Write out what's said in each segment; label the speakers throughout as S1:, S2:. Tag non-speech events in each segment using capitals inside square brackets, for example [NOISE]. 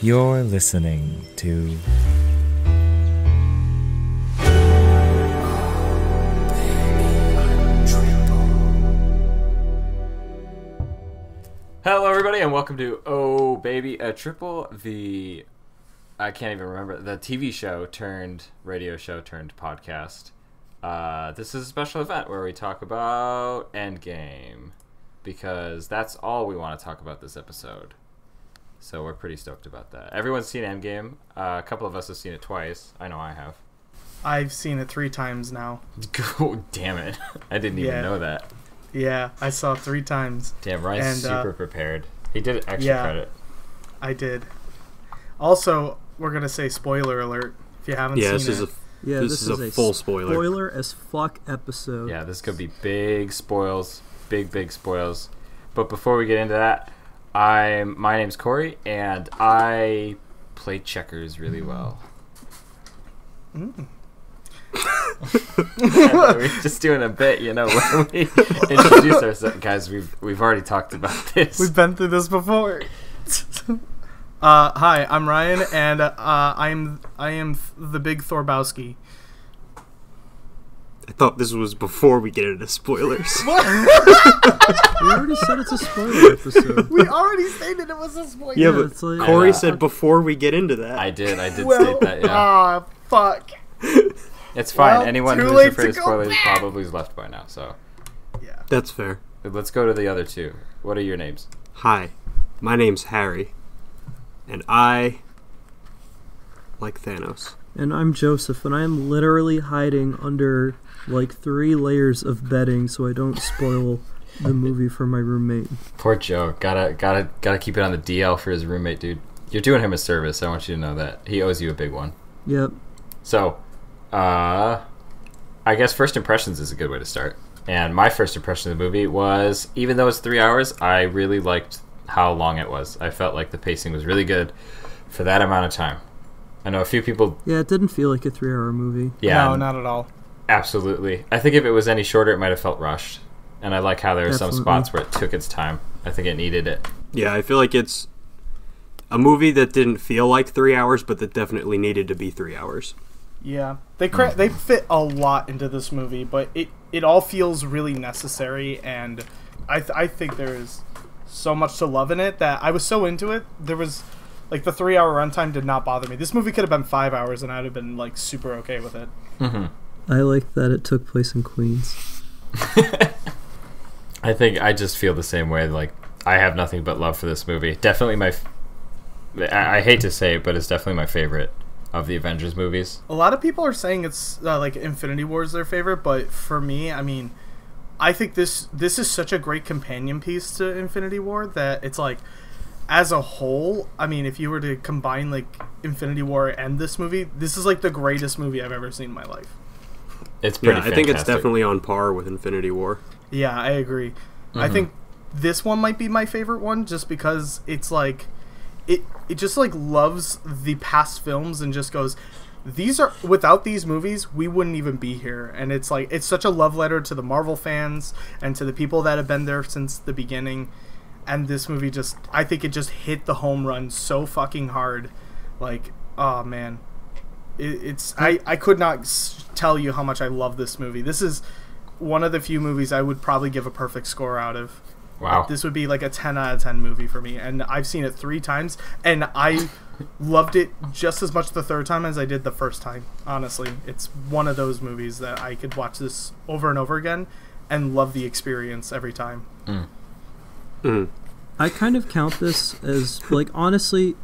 S1: You're listening to
S2: Hello, everybody, and welcome to Oh Baby a Triple, the I can't even remember the TV show turned radio show turned podcast. Uh, this is a special event where we talk about Endgame because that's all we want to talk about this episode. So we're pretty stoked about that. Everyone's seen Endgame. Uh, a couple of us have seen it twice. I know I have. [LAUGHS]
S3: I've seen it three times now.
S2: oh, damn it! I didn't even
S3: Yeah.
S2: know that.
S3: Yeah, I saw it three times.
S2: Damn, Ryan's
S3: And, uh,
S2: super prepared. He did extra
S3: yeah.
S2: credit.
S3: I did. Also, we're gonna say spoiler alert if you haven't
S4: Yeah,
S3: seen
S4: this is
S3: it.
S4: a
S5: Yeah,
S4: this, is, a, full spoiler.
S5: spoiler as fuck episode.
S2: Yeah, this could be big spoils, big big spoils. But before we get into that, I'm my name's Corey and I play checkers really well.
S3: Mm.
S2: I know, [LAUGHS] we're just doing a bit, you know, where
S3: [LAUGHS]
S2: we introduce ourselves. Guys, we've we've already talked about this.
S3: We've been through this before. [LAUGHS] uh, hi, I'm Ryan, and uh, I'm I am the big Thorbowski.
S4: I thought this was before we get into spoilers. [LAUGHS]
S5: We already said it's a spoiler episode.
S3: We already stated it was a spoiler.
S4: yeah,
S5: Yeah,
S4: but
S5: it's like-
S4: Corey
S2: Yeah.
S4: said before we get into that.
S2: uh, I did, I did
S3: well,
S2: state that. Yeah,
S3: ah, fuck.
S2: it's fine.
S3: well,
S2: Anyone
S3: too
S2: who's
S3: late to
S2: afraid of
S3: go
S2: spoilers
S3: back.
S2: probably is left by now. So
S3: Yeah.
S4: That's fair.
S2: let's go to the other two. What are your names?
S4: Hi, my name's Harry, and I like Thanos.
S5: and I'm Joseph, and I'm literally hiding under like three layers of bedding so I don't spoil the movie for my roommate.
S2: Poor Joe. Gotta gotta gotta keep it on the DL for his roommate, dude. You're doing him a service. I want you to know that. He owes you a big one.
S5: Yep.
S2: So, uh I guess first impressions is a good way to start. And my first impression of the movie was even though it's 3 hours, I really liked how long it was. I felt like the pacing was really good for that amount of time. I know a few people
S5: Yeah, it didn't feel like a three-hour movie.
S2: yeah,
S3: No,
S2: and-
S3: not at all.
S2: Absolutely. I think if it was any shorter, it might have felt rushed. And I like how there are some
S5: Definitely.
S2: spots where it took its time. I think it needed it.
S4: Yeah, I feel like it's a movie that didn't feel like three hours, but that definitely needed to be three hours.
S3: Yeah, they cra- they fit a lot into this movie, but it it all feels really necessary, and I th- I think there is so much to love in it that I was so into it. There was like the three hour runtime did not bother me. This movie could have been five hours, and I'd have been like super okay with it.
S5: I like that it took place in Queens.
S2: I think I just feel the same way. Like I have nothing but love for this movie. Definitely my. F- I, I hate to say it, but it's definitely my favorite of the Avengers movies.
S3: A lot of people are saying it's uh, like Infinity War is their favorite, but for me, I mean, I think this this is such a great companion piece to Infinity War that it's like as a whole, I mean, if you were to combine like Infinity War and this movie, this is like the greatest movie I've ever seen in my life.
S2: It's
S4: Yeah,
S2: pretty.
S4: I think it's
S2: fantastic.
S4: definitely on par with Infinity War.
S3: Yeah, I agree. I think this one might be my favorite one just because it's like it it just like loves the past films and just goes these are without these movies we wouldn't even be here and it's like it's such a love letter to the Marvel fans and to the people that have been there since the beginning and this movie just I think it just hit the home run so fucking hard like oh man it, it's I, I could not s- tell you how much I love this movie. This is one of the few movies I would probably give a perfect score out of.
S4: [LAUGHS]
S2: wow.
S3: This would be like a 10 out of 10 movie for me and I've seen it 3 times and I loved it just as much the third time as I did the first time. Honestly, it's one of those movies that I could watch this over and over again and love the experience every time.
S2: Mm.
S5: I kind of count this as like honestly,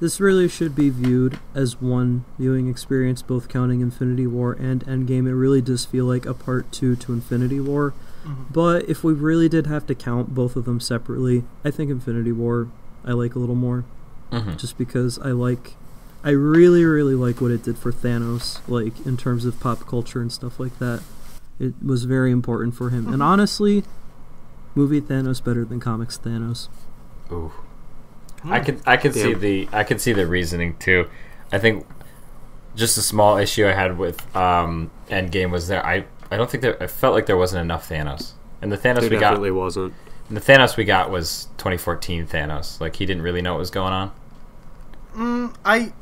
S5: this really should be viewed as one viewing experience, both counting Infinity War and Endgame. It really does feel like a part two to Infinity War.
S6: Mm-hmm.
S5: But if we really did have to count both of them separately, I think Infinity War I like a little more.
S2: Mm-hmm.
S5: Just because I like I really, really like what it did for Thanos, like in terms of pop culture and stuff like that. It was very important for him. And honestly, movie Thanos better than comics Thanos.
S2: Ooh. I can I can see
S4: Damn.
S2: the I can see the reasoning too. I think just a small issue I had with um, Endgame was there. I I don't think there. I felt like there wasn't enough Thanos, and the Thanos
S4: There
S2: we got
S4: definitely wasn't.
S2: the Thanos we got was 2014 Thanos. Like he didn't really know what was going on.
S3: mm, I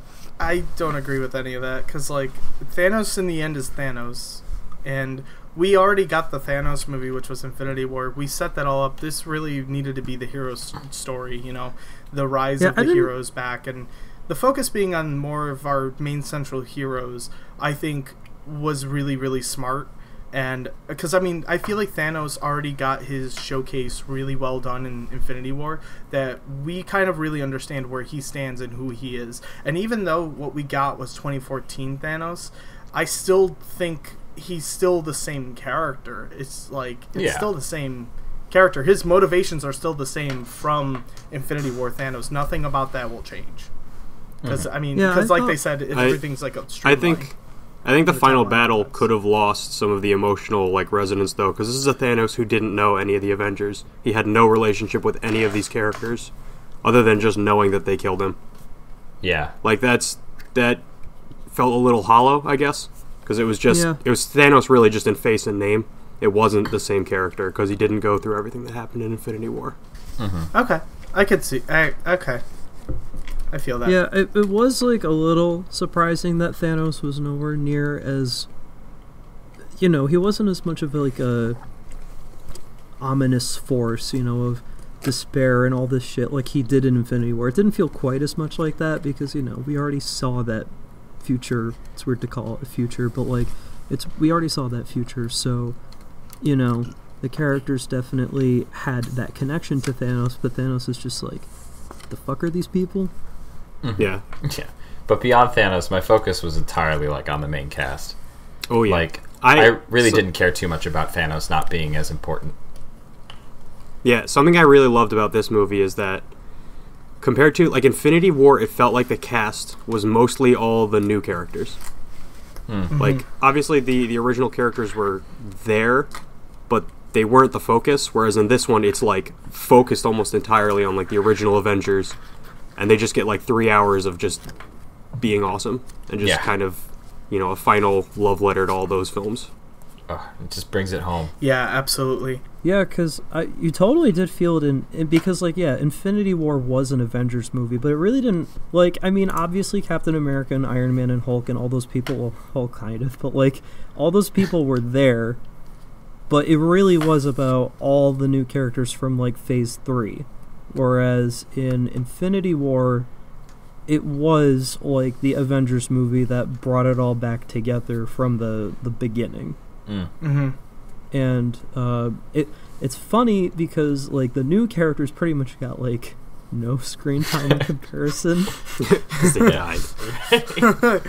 S3: I don't agree with any of that because like Thanos in the end is Thanos, and we already got the Thanos movie, which was Infinity War. We set that all up. This really needed to be the hero's story, you know, the rise
S6: Yeah,
S3: of
S6: I
S3: the
S6: didn't-
S3: heroes back, and the focus being on more of our main central heroes. I think was really really smart. And because I mean, I feel like Thanos already got his showcase really well done in Infinity War, that we kind of really understand where he stands and who he is. And even though what we got was 2014 Thanos, I still think he's still the same character. It's like, it's
S2: Yeah.
S3: still the same character. His motivations are still the same from Infinity War Thanos. Nothing about that will change. Because, I mean,
S6: Yeah, I
S3: because like they
S6: thought-
S3: said, it-
S4: I-
S3: everything's like a
S4: I
S3: streamline.
S4: think, I think the final
S3: timeline
S4: battle
S3: happens.
S4: could have lost some of the emotional like resonance though, because this is a Thanos who didn't know any of the Avengers. He had no relationship with any of these characters, other than just knowing that they killed him.
S2: Yeah.
S4: Like that's that felt a little hollow, I guess, because it was just
S6: Yeah.
S4: it was Thanos really just in face and name. It wasn't the same character because he didn't go through everything that happened in Infinity War.
S3: Okay. I could see. I, okay. I feel that.
S6: Yeah, it, it was like a little surprising that Thanos was nowhere near as you know, he wasn't as much of like a ominous force, you know, of despair and all this shit like he did in Infinity War. It didn't feel quite as much like that because, you know, we already saw that future. It's weird to call it a future, but like it's we already saw that future, so you know, the characters definitely had that connection to Thanos, but Thanos is just like the fuck are these people?
S4: Yeah.
S2: [LAUGHS] Yeah. But beyond Thanos, my focus was entirely like on the main cast.
S4: Oh yeah.
S2: Like I,
S4: I-
S2: really
S4: so-
S2: didn't care too much about Thanos not being as important.
S4: Yeah, something I really loved about this movie is that compared to like Infinity War, it felt like the cast was mostly all the new characters. Like obviously the the original characters were there, but they weren't the focus. Whereas in this one, it's like focused almost entirely on like the original Avengers, and they just get like three hours of just being awesome and just
S2: Yeah.
S4: kind of you know a final love letter to all those films.
S2: Ugh, it just brings it home.
S3: Yeah, absolutely.
S6: Yeah, because you totally did feel it in, in because like yeah, Infinity War was an Avengers movie, but it really didn't like. I mean, obviously Captain America and Iron Man and Hulk and all those people, well, Hulk kind of, [LAUGHS] but like all those people were there, but it really was about all the new characters from like Phase Three, whereas in Infinity War, it was like the Avengers movie that brought it all back together from the the beginning
S2: Mm.
S3: hmm
S6: and uh, it it's funny because like the new characters pretty much got like no
S2: [LAUGHS]
S6: screen time in comparison.
S4: 'Cause they died. [LAUGHS]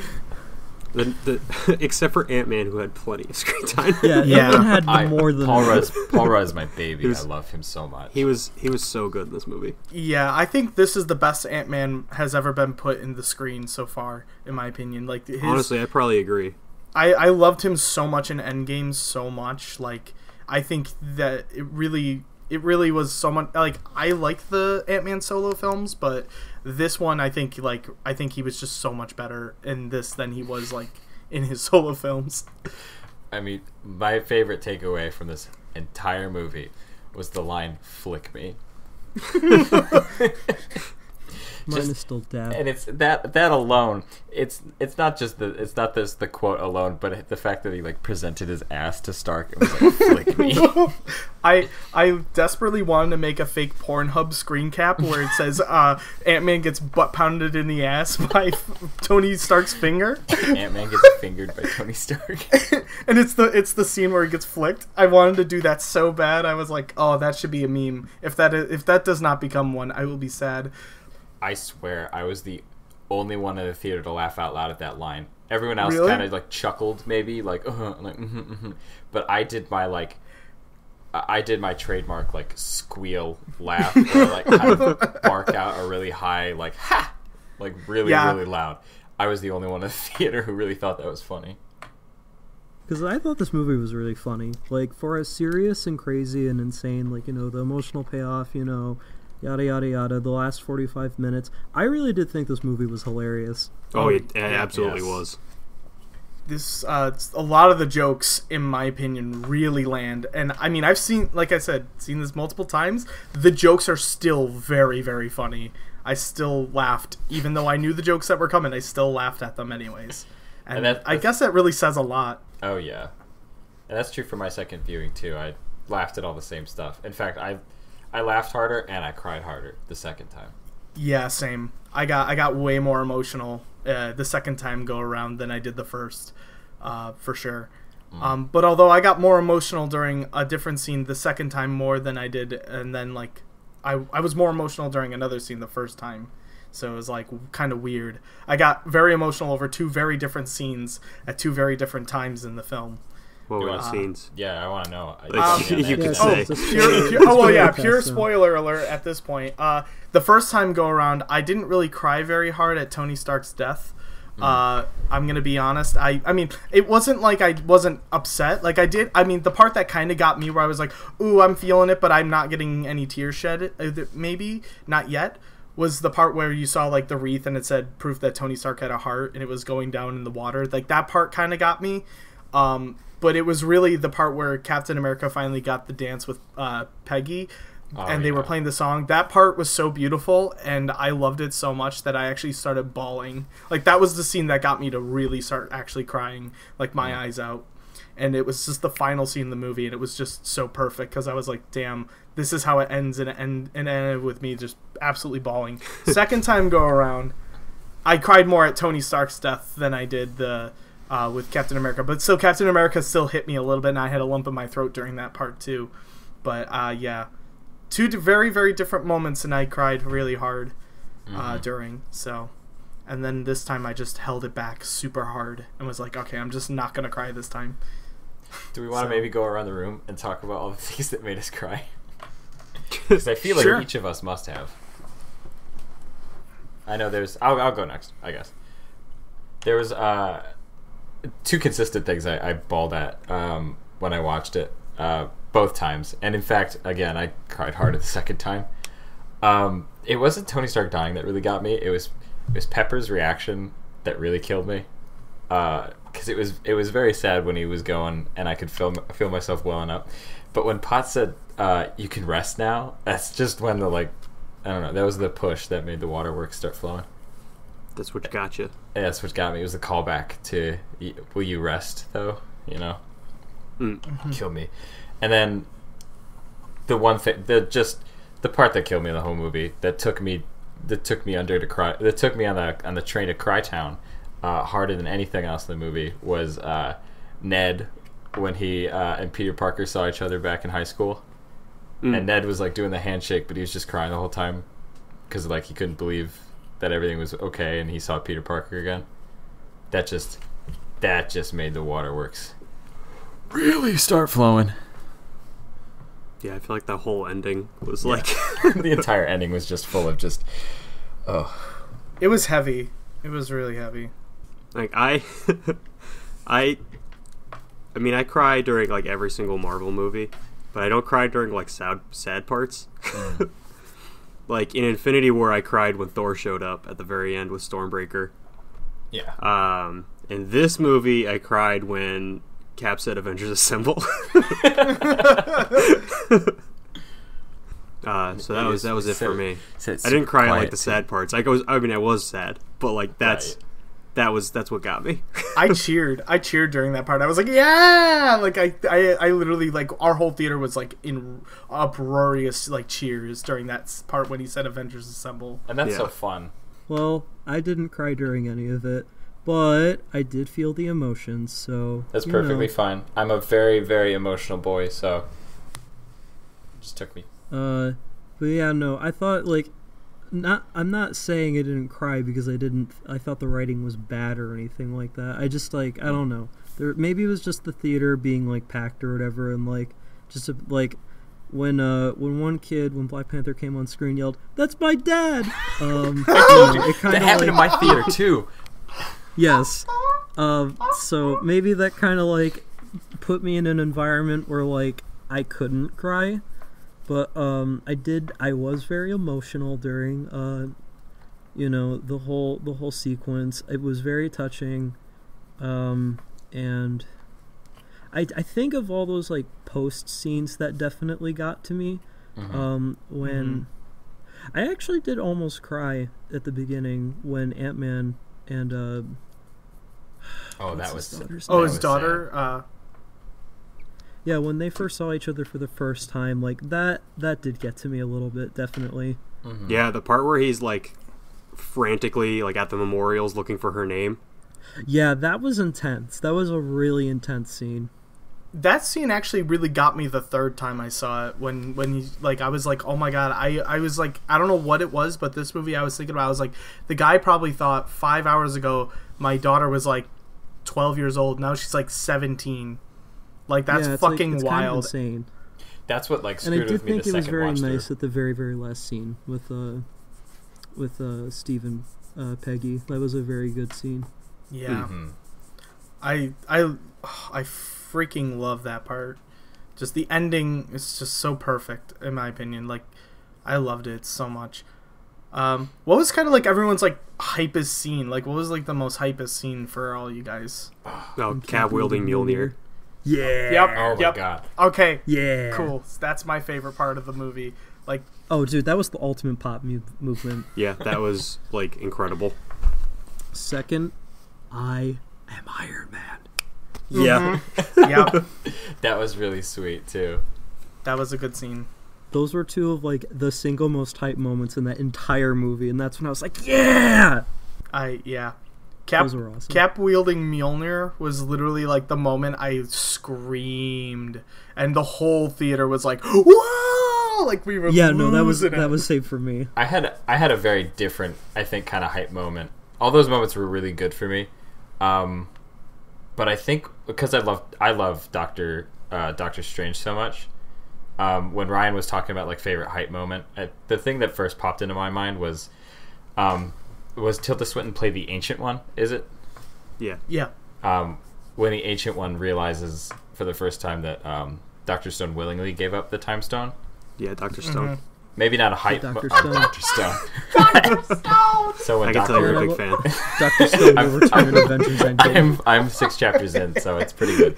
S4: The, the, [LAUGHS] except for Ant Man, who had plenty of screen time.
S6: Yeah,
S3: Yeah.
S6: Ant-Man had
S2: I,
S6: more than
S2: Paul
S4: [LAUGHS]
S6: that. [LAUGHS]
S2: Rudd's Paul Rudd's my baby. I
S4: He's-
S2: love him so much.
S4: He was he was so good in this movie.
S3: Yeah, I think this is the best Ant Man has ever been put in the screen so far, in my opinion. Like his,
S4: Honestly, I probably agree.
S3: I I loved him so much in Endgame, so much. Like I think that it really. It really was so much like I like the Ant Man solo films, but this one I think like I think he was just so much better in this than he was like in his [LAUGHS] solo films.
S2: I mean, my favorite takeaway from this entire movie was the line "flick me,"
S6: Mine
S2: just-
S6: is still dab.
S2: and it's that that alone. It's it's not just the it's not this the quote alone, but the fact that he like presented his ass to Stark and was like "flick
S4: [LAUGHS]
S2: me."
S3: I I desperately wanted to make a fake Pornhub screen cap where it says uh, Ant Man gets butt pounded in the ass [LAUGHS] by Tony Stark's finger,
S2: Ant Man gets fingered by Tony Stark.
S3: and it's the it's the scene where he gets flicked. I wanted to do that so bad. I was like, oh, that should be a meme. If that is, if that does not become one, I will be sad.
S2: I swear, I was the only one in the theater to laugh out loud at that line. Everyone else
S3: Really?
S2: kind of like chuckled, maybe like, uh like, mm-hmm, mm-hmm. but I did my like, I I did my trademark like squeal laugh, or like kind
S3: [LAUGHS]
S2: of bark out a really high like ha, like really
S3: Yeah.
S2: really loud. I was the only one in the [LAUGHS] theater who really thought that was funny.
S6: Because I thought this movie was really funny. Like for as serious and crazy and insane, like you know the emotional payoff, you know, yada yada yada. The last forty five minutes, I really did think this movie was hilarious.
S4: Oh, it, it absolutely
S2: Yes.
S4: was.
S3: this uh, a lot of the jokes in my opinion really land and i mean i've seen like i said seen this multiple times the jokes are still very very funny I still laughed, even though I knew the jokes that were coming. I still laughed at them anyways, and,
S2: And that-
S3: I guess that really says a lot.
S2: Oh yeah, and that's true for my second viewing too. I laughed at all the same stuff. In fact, I I laughed harder and I cried harder the second time.
S3: Yeah, same. I got I got way more emotional uh, the second time go around than I did the first, uh, for sure. Um, but although I got more emotional during a different scene the second time more than I did, and then like I I was more emotional during another scene the first time, so it was like kind of weird. I got very emotional over two very different scenes at two very different times in the film.
S4: What were
S2: You
S4: the
S2: wanna-
S4: scenes?
S2: Yeah, I want to know. I-
S4: Like,
S2: yeah,
S4: you
S2: that-
S4: can
S6: Yeah,
S4: say.
S6: it's a
S3: pure,
S6: spoiler-
S3: pure, oh well, yeah,
S6: spoilercast,
S3: pure
S6: so-
S3: spoiler alert at this point. Uh, the first time go around, I didn't really cry very hard at Tony Stark's death. Uh, I'm gonna be honest. I, I mean, it wasn't like I wasn't upset. Like I did. I mean, the part that kind of got me where I was like, "Ooh, I'm feeling it," but I'm not getting any tears shed. uh, th- Maybe not yet. Was the part where you saw like the wreath and it said proof that Tony Stark had a heart and it was going down in the water. Like that part kind of got me. Um, but it was really the part where Captain America finally got the dance with uh, Peggy, and they were
S2: yeah.
S3: playing the song. That part was so beautiful, and I loved it so much that I actually started bawling. Like that was the scene that got me to really start actually crying, like my eyes out. And it was just the final scene of the movie, and it was just so perfect because I was like, "Damn, this is how it ends," and it end and it ended with me just absolutely bawling. Second time go around, I cried more at Tony Stark's death than I did the uh, with Captain America. But still, Captain America still hit me a little bit, and I had a lump in my throat during that part too. But uh, yeah, two d- very very different moments, and I cried really hard
S2: Mm-hmm.
S3: uh, during. So, and then this time I just held it back super hard and was like, okay, I'm just not gonna cry this time.
S2: Do we want to
S3: So-
S2: maybe go around the room and talk about all the [LAUGHS] things that made us cry? Because Uh-huh. I feel like
S3: Sure.
S2: each of us must have. I know there's. I'll, I'll go next, I guess. There was uh, two consistent things I, I bawled at um, when I watched it uh, both times, and in fact, again, I cried hard at the second time. Um, it wasn't Tony Stark dying that really got me. It was it was Pepper's reaction that really killed me because uh, it was it was very sad when he was going, and I could feel feel myself welling up. But when Pot said, uh, "You can rest now," that's just when the like, I don't know. That was the push that made the waterworks start flowing.
S4: That's what got you.
S2: And that's what got me. It was the callback to y- "Will you rest?" Though you know, kill me. And then the one thing, the just the part that killed me in the whole movie that took me that took me under to cry that took me on the on the train to Crytown uh, harder than anything else in the movie was uh, Ned when he uh, and Peter Parker saw each other back in high school,
S4: Hmm. Mm.
S2: and Ned was like doing the handshake, but he was just crying the whole time because like he couldn't believe that everything was okay and he saw Peter Parker again. That just that just made the waterworks really start flowing.
S4: Yeah, I feel like the whole ending was like
S2: [LAUGHS] the entire ending was just full of just
S3: It was heavy. It was really heavy.
S4: like I [LAUGHS] I I mean I cry during like every single Marvel movie, but I don't cry during like sad sad parts. [LAUGHS] like in Infinity War I cried when Thor showed up at the very end with Stormbreaker.
S2: yeah.
S4: Um in this movie I cried when Cap said Avengers Assemble. [LAUGHS] Uh, so that was that was it for me. I didn't cry at like the sad parts. Like I was, I mean, I was sad, but like that's
S2: Right.
S4: that was that's what got me.
S3: I
S2: [LAUGHS]
S3: cheered. I cheered during that part. I was like, yeah! Like, I, I, I literally, like, our whole theater was, like, in uproarious, like, cheers during that s- part when he said Avengers Assemble.
S2: and that's so
S4: Yeah.
S2: fun.
S6: Well, I didn't cry during any of it, but I did feel the emotions. So
S2: That's
S6: you
S2: perfectly
S6: know.
S4: Hmm.
S2: fine. I'm a very very emotional boy, so just took me.
S6: Uh, but yeah, no, I thought like, not. I'm not saying I didn't cry because I didn't. I thought the writing was bad or anything like that. I just like I don't know. There maybe it was just the theater being like packed or whatever, and like just a, like when uh when one kid when Black Panther came on screen yelled, "That's my dad."
S2: [LAUGHS]
S6: Um,
S4: Oh!
S6: it kind
S2: That
S6: of
S2: happened in
S6: like
S2: my theater
S4: [LAUGHS]
S2: too.
S6: Yes. Um, so maybe that kind of like put me in an environment where like I couldn't cry, but um, I did. I was very emotional during, uh, you know, the whole the whole sequence. It was very touching, um, and I I think of all those like post scenes that definitely got to me. Um, when I actually did almost cry at the beginning when Ant Man and uh,
S2: Oh,
S6: what's
S2: that
S6: his
S2: was
S6: daughter's
S3: Oh,
S6: name?
S2: That
S3: his
S2: was
S3: daughter. Uh,
S6: yeah, when they first saw each other for the first time, like that that did get to me a little bit, definitely.
S4: Yeah, the part where he's like frantically like at the memorials looking for her name.
S6: Yeah, that was intense. That was a really intense scene.
S3: that scene actually really got me the third time I saw it. When when he like I was like, oh my god, I I was like, I don't know what it was, but this movie I was thinking about, I was like, the guy probably thought five hours ago my daughter was like twelve years old. Now she's like seventeen. Like that's
S6: yeah, it's like-
S3: fucking
S6: it's kind of
S3: wild.
S6: insane.
S2: That's what like
S6: And
S2: screwed
S6: I did
S2: with me the
S6: think it was
S2: second
S6: very
S2: watch
S6: nice
S2: through.
S6: at the very very last scene with uh with uh Stephen uh, Peggy. That was a very good scene.
S3: yeah,
S2: Mm-hmm.
S3: I I I freaking love that part. Just the ending is just so perfect in my opinion. Like I loved it so much. Um, what was kind of like everyone's like hypest scene? Like what was like the most hypest scene for all you guys?
S4: Oh, cab wielding Mjolnir.
S6: Yeah.
S3: Yep.
S2: Oh my
S3: yep.
S2: god.
S3: Okay.
S6: Yeah.
S3: Cool. That's my favorite part of the movie. Like
S6: Oh, dude, that was the ultimate pop mu- movement.
S4: Yeah, that was like incredible.
S6: Second, I am Iron Man.
S3: [LAUGHS]
S4: Yeah.
S3: yeah,
S2: That was really sweet too.
S3: that was a good scene.
S6: Those were two of like the single most hype moments in that entire movie, and that's when I was like, yeah.
S3: I yeah. Cap
S6: Those were awesome.
S3: Cap wielding Mjolnir was literally like the moment I screamed, and the whole theater was like, "Whoa!" Like we were.
S6: yeah, no, that was
S3: losing it.
S6: that was saved for me.
S2: I had I had a very different, I think, kind of hype moment. All those moments were really good for me, um, but I think because I love I love Doctor uh, Doctor Strange so much. Um, when Ryan was talking about like favorite hype moment, uh the thing that first popped into my mind was um, was Tilda Swinton play the Ancient One? Is it
S4: Yeah.
S3: Yeah.
S2: um, when the Ancient One realizes for the first time that um, Doctor Stone willingly gave up the Time Stone?
S4: Yeah, Dr.
S2: Mm-hmm.
S4: Stone.
S2: Maybe not a hype,
S6: Dr.
S2: but
S6: Stone.
S2: Doctor Stone. [LAUGHS] So when
S4: I can tell you're a
S2: Doctor
S4: big fan.
S2: [LAUGHS]
S6: Doctor Stone will return in Avengers Endgame.
S2: I'm I'm six chapters in, so it's pretty good.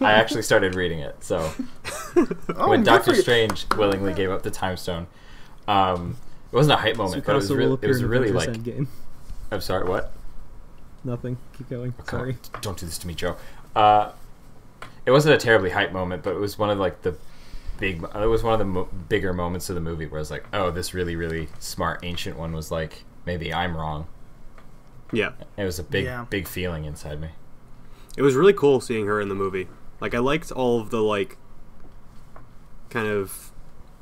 S2: I actually started reading it, so
S3: Oh,
S2: when
S3: good
S2: Doctor
S3: for you.
S2: Strange willingly gave up the time stone, um, it wasn't a hype moment, but it was
S6: Mikasa will
S2: really it
S6: appear
S2: was
S6: in
S2: really like
S6: Avengers Endgame.
S2: I'm sorry, what?
S6: Nothing. Keep going.
S2: Come on, [LAUGHS]
S6: Sorry.
S2: d- don't do this to me, Joe. Uh, it wasn't a terribly hype moment, but it was one of like the big. It was one of the mo- bigger moments of the movie where it's like, oh, this really really smart ancient one was like, maybe I'm wrong.
S4: Yeah.
S2: It was a big
S3: Yeah.
S2: big feeling inside me.
S4: It was really cool seeing her in the movie. Like I liked all of the like kind of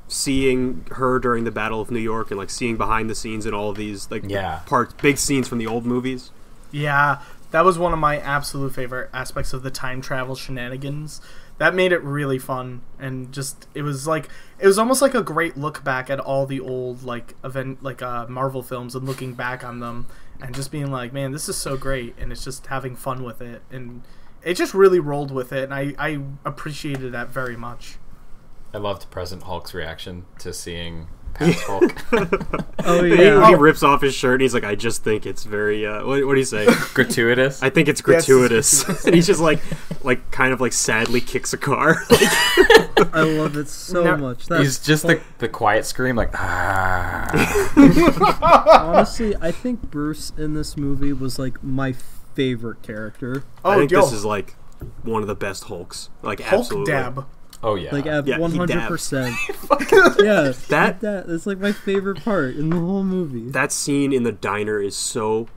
S4: seeing her during the Battle of New York and like seeing behind the scenes and all of these like
S2: Yeah.
S4: parts big scenes from the old movies.
S3: Yeah, that was one of my absolute favorite aspects of the time travel shenanigans. That made it really fun and just it was like it was almost like a great look back at all the old like event like uh, Marvel films and looking back on them and just being like, man, this is so great and it's just having fun with it and it just really rolled with it and I I appreciated that very much.
S2: I loved present Hulk's reaction to
S6: [LAUGHS]
S2: seeing past Hulk.
S6: Oh
S4: He,
S6: yeah.
S4: he rips off his shirt and he's like, I just think it's very uh what, what do you say?
S2: Gratuitous.
S4: I think it's
S3: Yes, it's [LAUGHS]
S4: gratuitous. [LAUGHS] and he's just like like kind of like sadly kicks a car. [LAUGHS]
S6: I love it so
S3: No,
S6: much. That's
S2: He's just the, the quiet scream, like, ah.
S6: honestly, I think Bruce in this movie was like my favorite character.
S4: I
S3: Oh,
S4: think
S3: yo,
S4: this is like one of the best Hulks. Like
S3: Hulk
S4: absolutely.
S3: dab.
S2: Oh, yeah.
S6: Like at
S4: Yeah,
S6: one
S4: he
S6: hundred
S2: [LAUGHS]
S6: percent. Yeah,
S4: That-
S6: that that's like my favorite part in the whole movie.
S4: That scene in the diner is so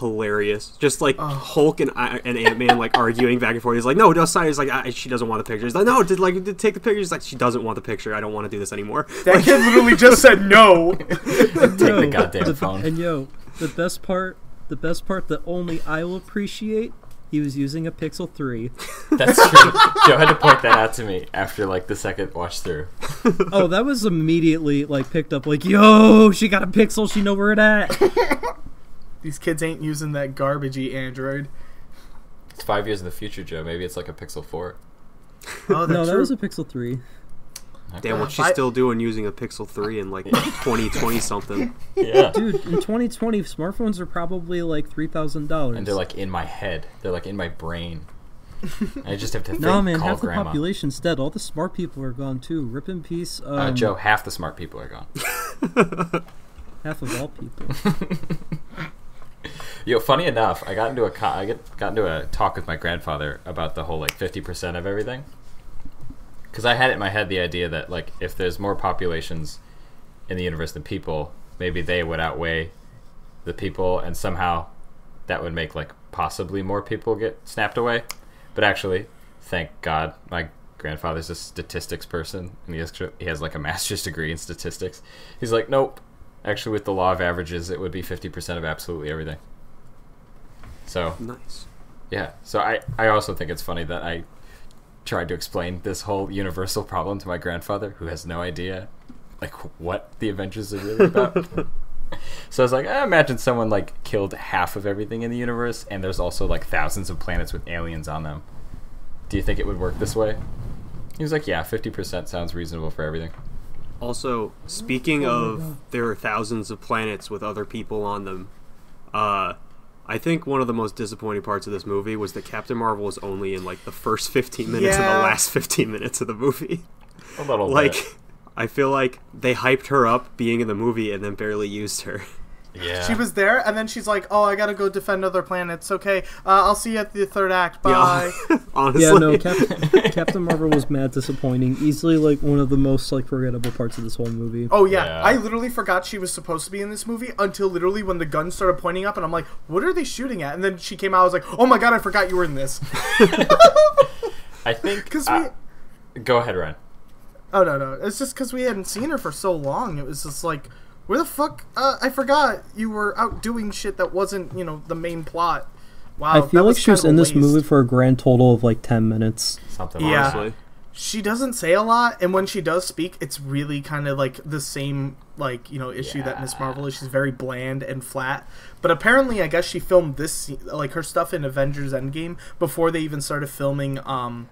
S4: hilarious. Just like Hulk and I- and Ant Man like arguing back and forth. He's like, "No, no, sorry." He's like, I, "She doesn't want the picture." He's like, "No, did like did take the picture." He's like, "She doesn't want the picture. I don't want to do this anymore."
S3: That kid literally just said
S4: [LAUGHS]
S3: no.
S2: Take the
S6: Yo,
S2: goddamn
S6: oh, the-
S2: phone.
S6: And yo, the best part, the best part that only I will appreciate. He was using a Pixel
S2: [LAUGHS]
S6: Three.
S2: That's true. Joe had to point that out to me after, like, the second watch through.
S6: Oh, that was immediately like picked up. Like, yo, she got a Pixel. She know where
S2: [LAUGHS]
S6: it at.
S3: These kids ain't using that garbagey Android.
S2: It's five years in the future, Joe. Maybe it's like a Pixel 4.
S3: Oh, that's
S6: No, that
S3: true.
S6: was a Pixel Three.
S4: Damn, what's she
S3: I-
S4: still doing using a Pixel Three in like 2020 something?
S2: Yeah.
S6: Dude, in 2020, smartphones are probably like three thousand dollars.
S2: And they're, like, in my head. They're, like, in my
S6: [LAUGHS]
S2: brain. I just have to think,
S6: No man,
S2: call
S6: half the
S2: grandma.
S6: population's dead. All the smart people are gone too. Rip in peace. Um,
S2: Uh, Joe, half the smart people are gone.
S6: Half of all people.
S2: [LAUGHS] Yo, funny enough, I got into a co- I get, got into a talk with my grandfather about the whole like fifty percent of everything. Because I had it in my head the idea that like if there's more populations in the universe than people, maybe they would outweigh the people, and somehow that would make like possibly more people get snapped away. But actually, thank God, my grandfather's a statistics person, and he has he has like a master's degree in statistics. He's like, nope. Actually, with the law of averages, it would be fifty percent of absolutely everything. So
S4: Nice.
S2: yeah. So I, I also think it's funny that I tried to explain this whole universal problem to my grandfather, who has no idea, like what the Avengers are really about.
S3: [LAUGHS]
S2: so I was like, I imagine someone like killed half of everything in the universe, and there's also like thousands of planets with aliens on them. Do you think it would work this way? He was like, Yeah, fifty percent sounds reasonable for everything.
S4: Also,
S6: Oh
S4: speaking of there are thousands of planets with other people on them, uh, I think one of the most disappointing parts of this movie was that Captain Marvel was only in like the first 15 minutes and
S3: Yeah.
S4: the last 15 minutes of the movie.
S2: A little bit.
S4: Like, I feel like they hyped her up being in the movie and then barely used her. [LAUGHS]
S2: yeah.
S3: She was there, and then she's like, "Oh, I gotta go defend other planets. Okay, uh, I'll see you at the third act. Bye."
S4: Yeah, honestly.
S6: Yeah, no, Cap- Captain Marvel was mad disappointing. Easily like one of the most like forgettable parts of this whole movie.
S3: Oh
S2: [LAUGHS]
S3: yeah.
S2: Yeah.
S3: I literally forgot she was supposed to be in this movie until literally when the gun started pointing up, and I'm like, "What are they shooting at?" And then she came out. I was like, "Oh my god, I forgot you were
S2: [LAUGHS]
S3: in this."
S2: I think.
S3: Because
S2: uh, go ahead, Ryan.
S3: we, oh no, no, it's just because we hadn't seen her for so long. It was just like, "Where the fuck?" Uh, I forgot you were out doing shit that wasn't, you know, the main plot. Wow,
S6: I
S3: that
S6: feel like she Oh, was
S3: kind
S6: in
S3: of a
S6: this
S3: waste.
S6: movie for a grand total of like ten minutes.
S2: Something.
S3: Yeah.
S2: like that.
S4: Honestly.
S3: she doesn't say a lot and when she does speak it's really kind of like the same like you know issue that miss marvel is she's very bland and flat but apparently i guess she filmed this se- like her stuff in avengers endgame before they even started filming um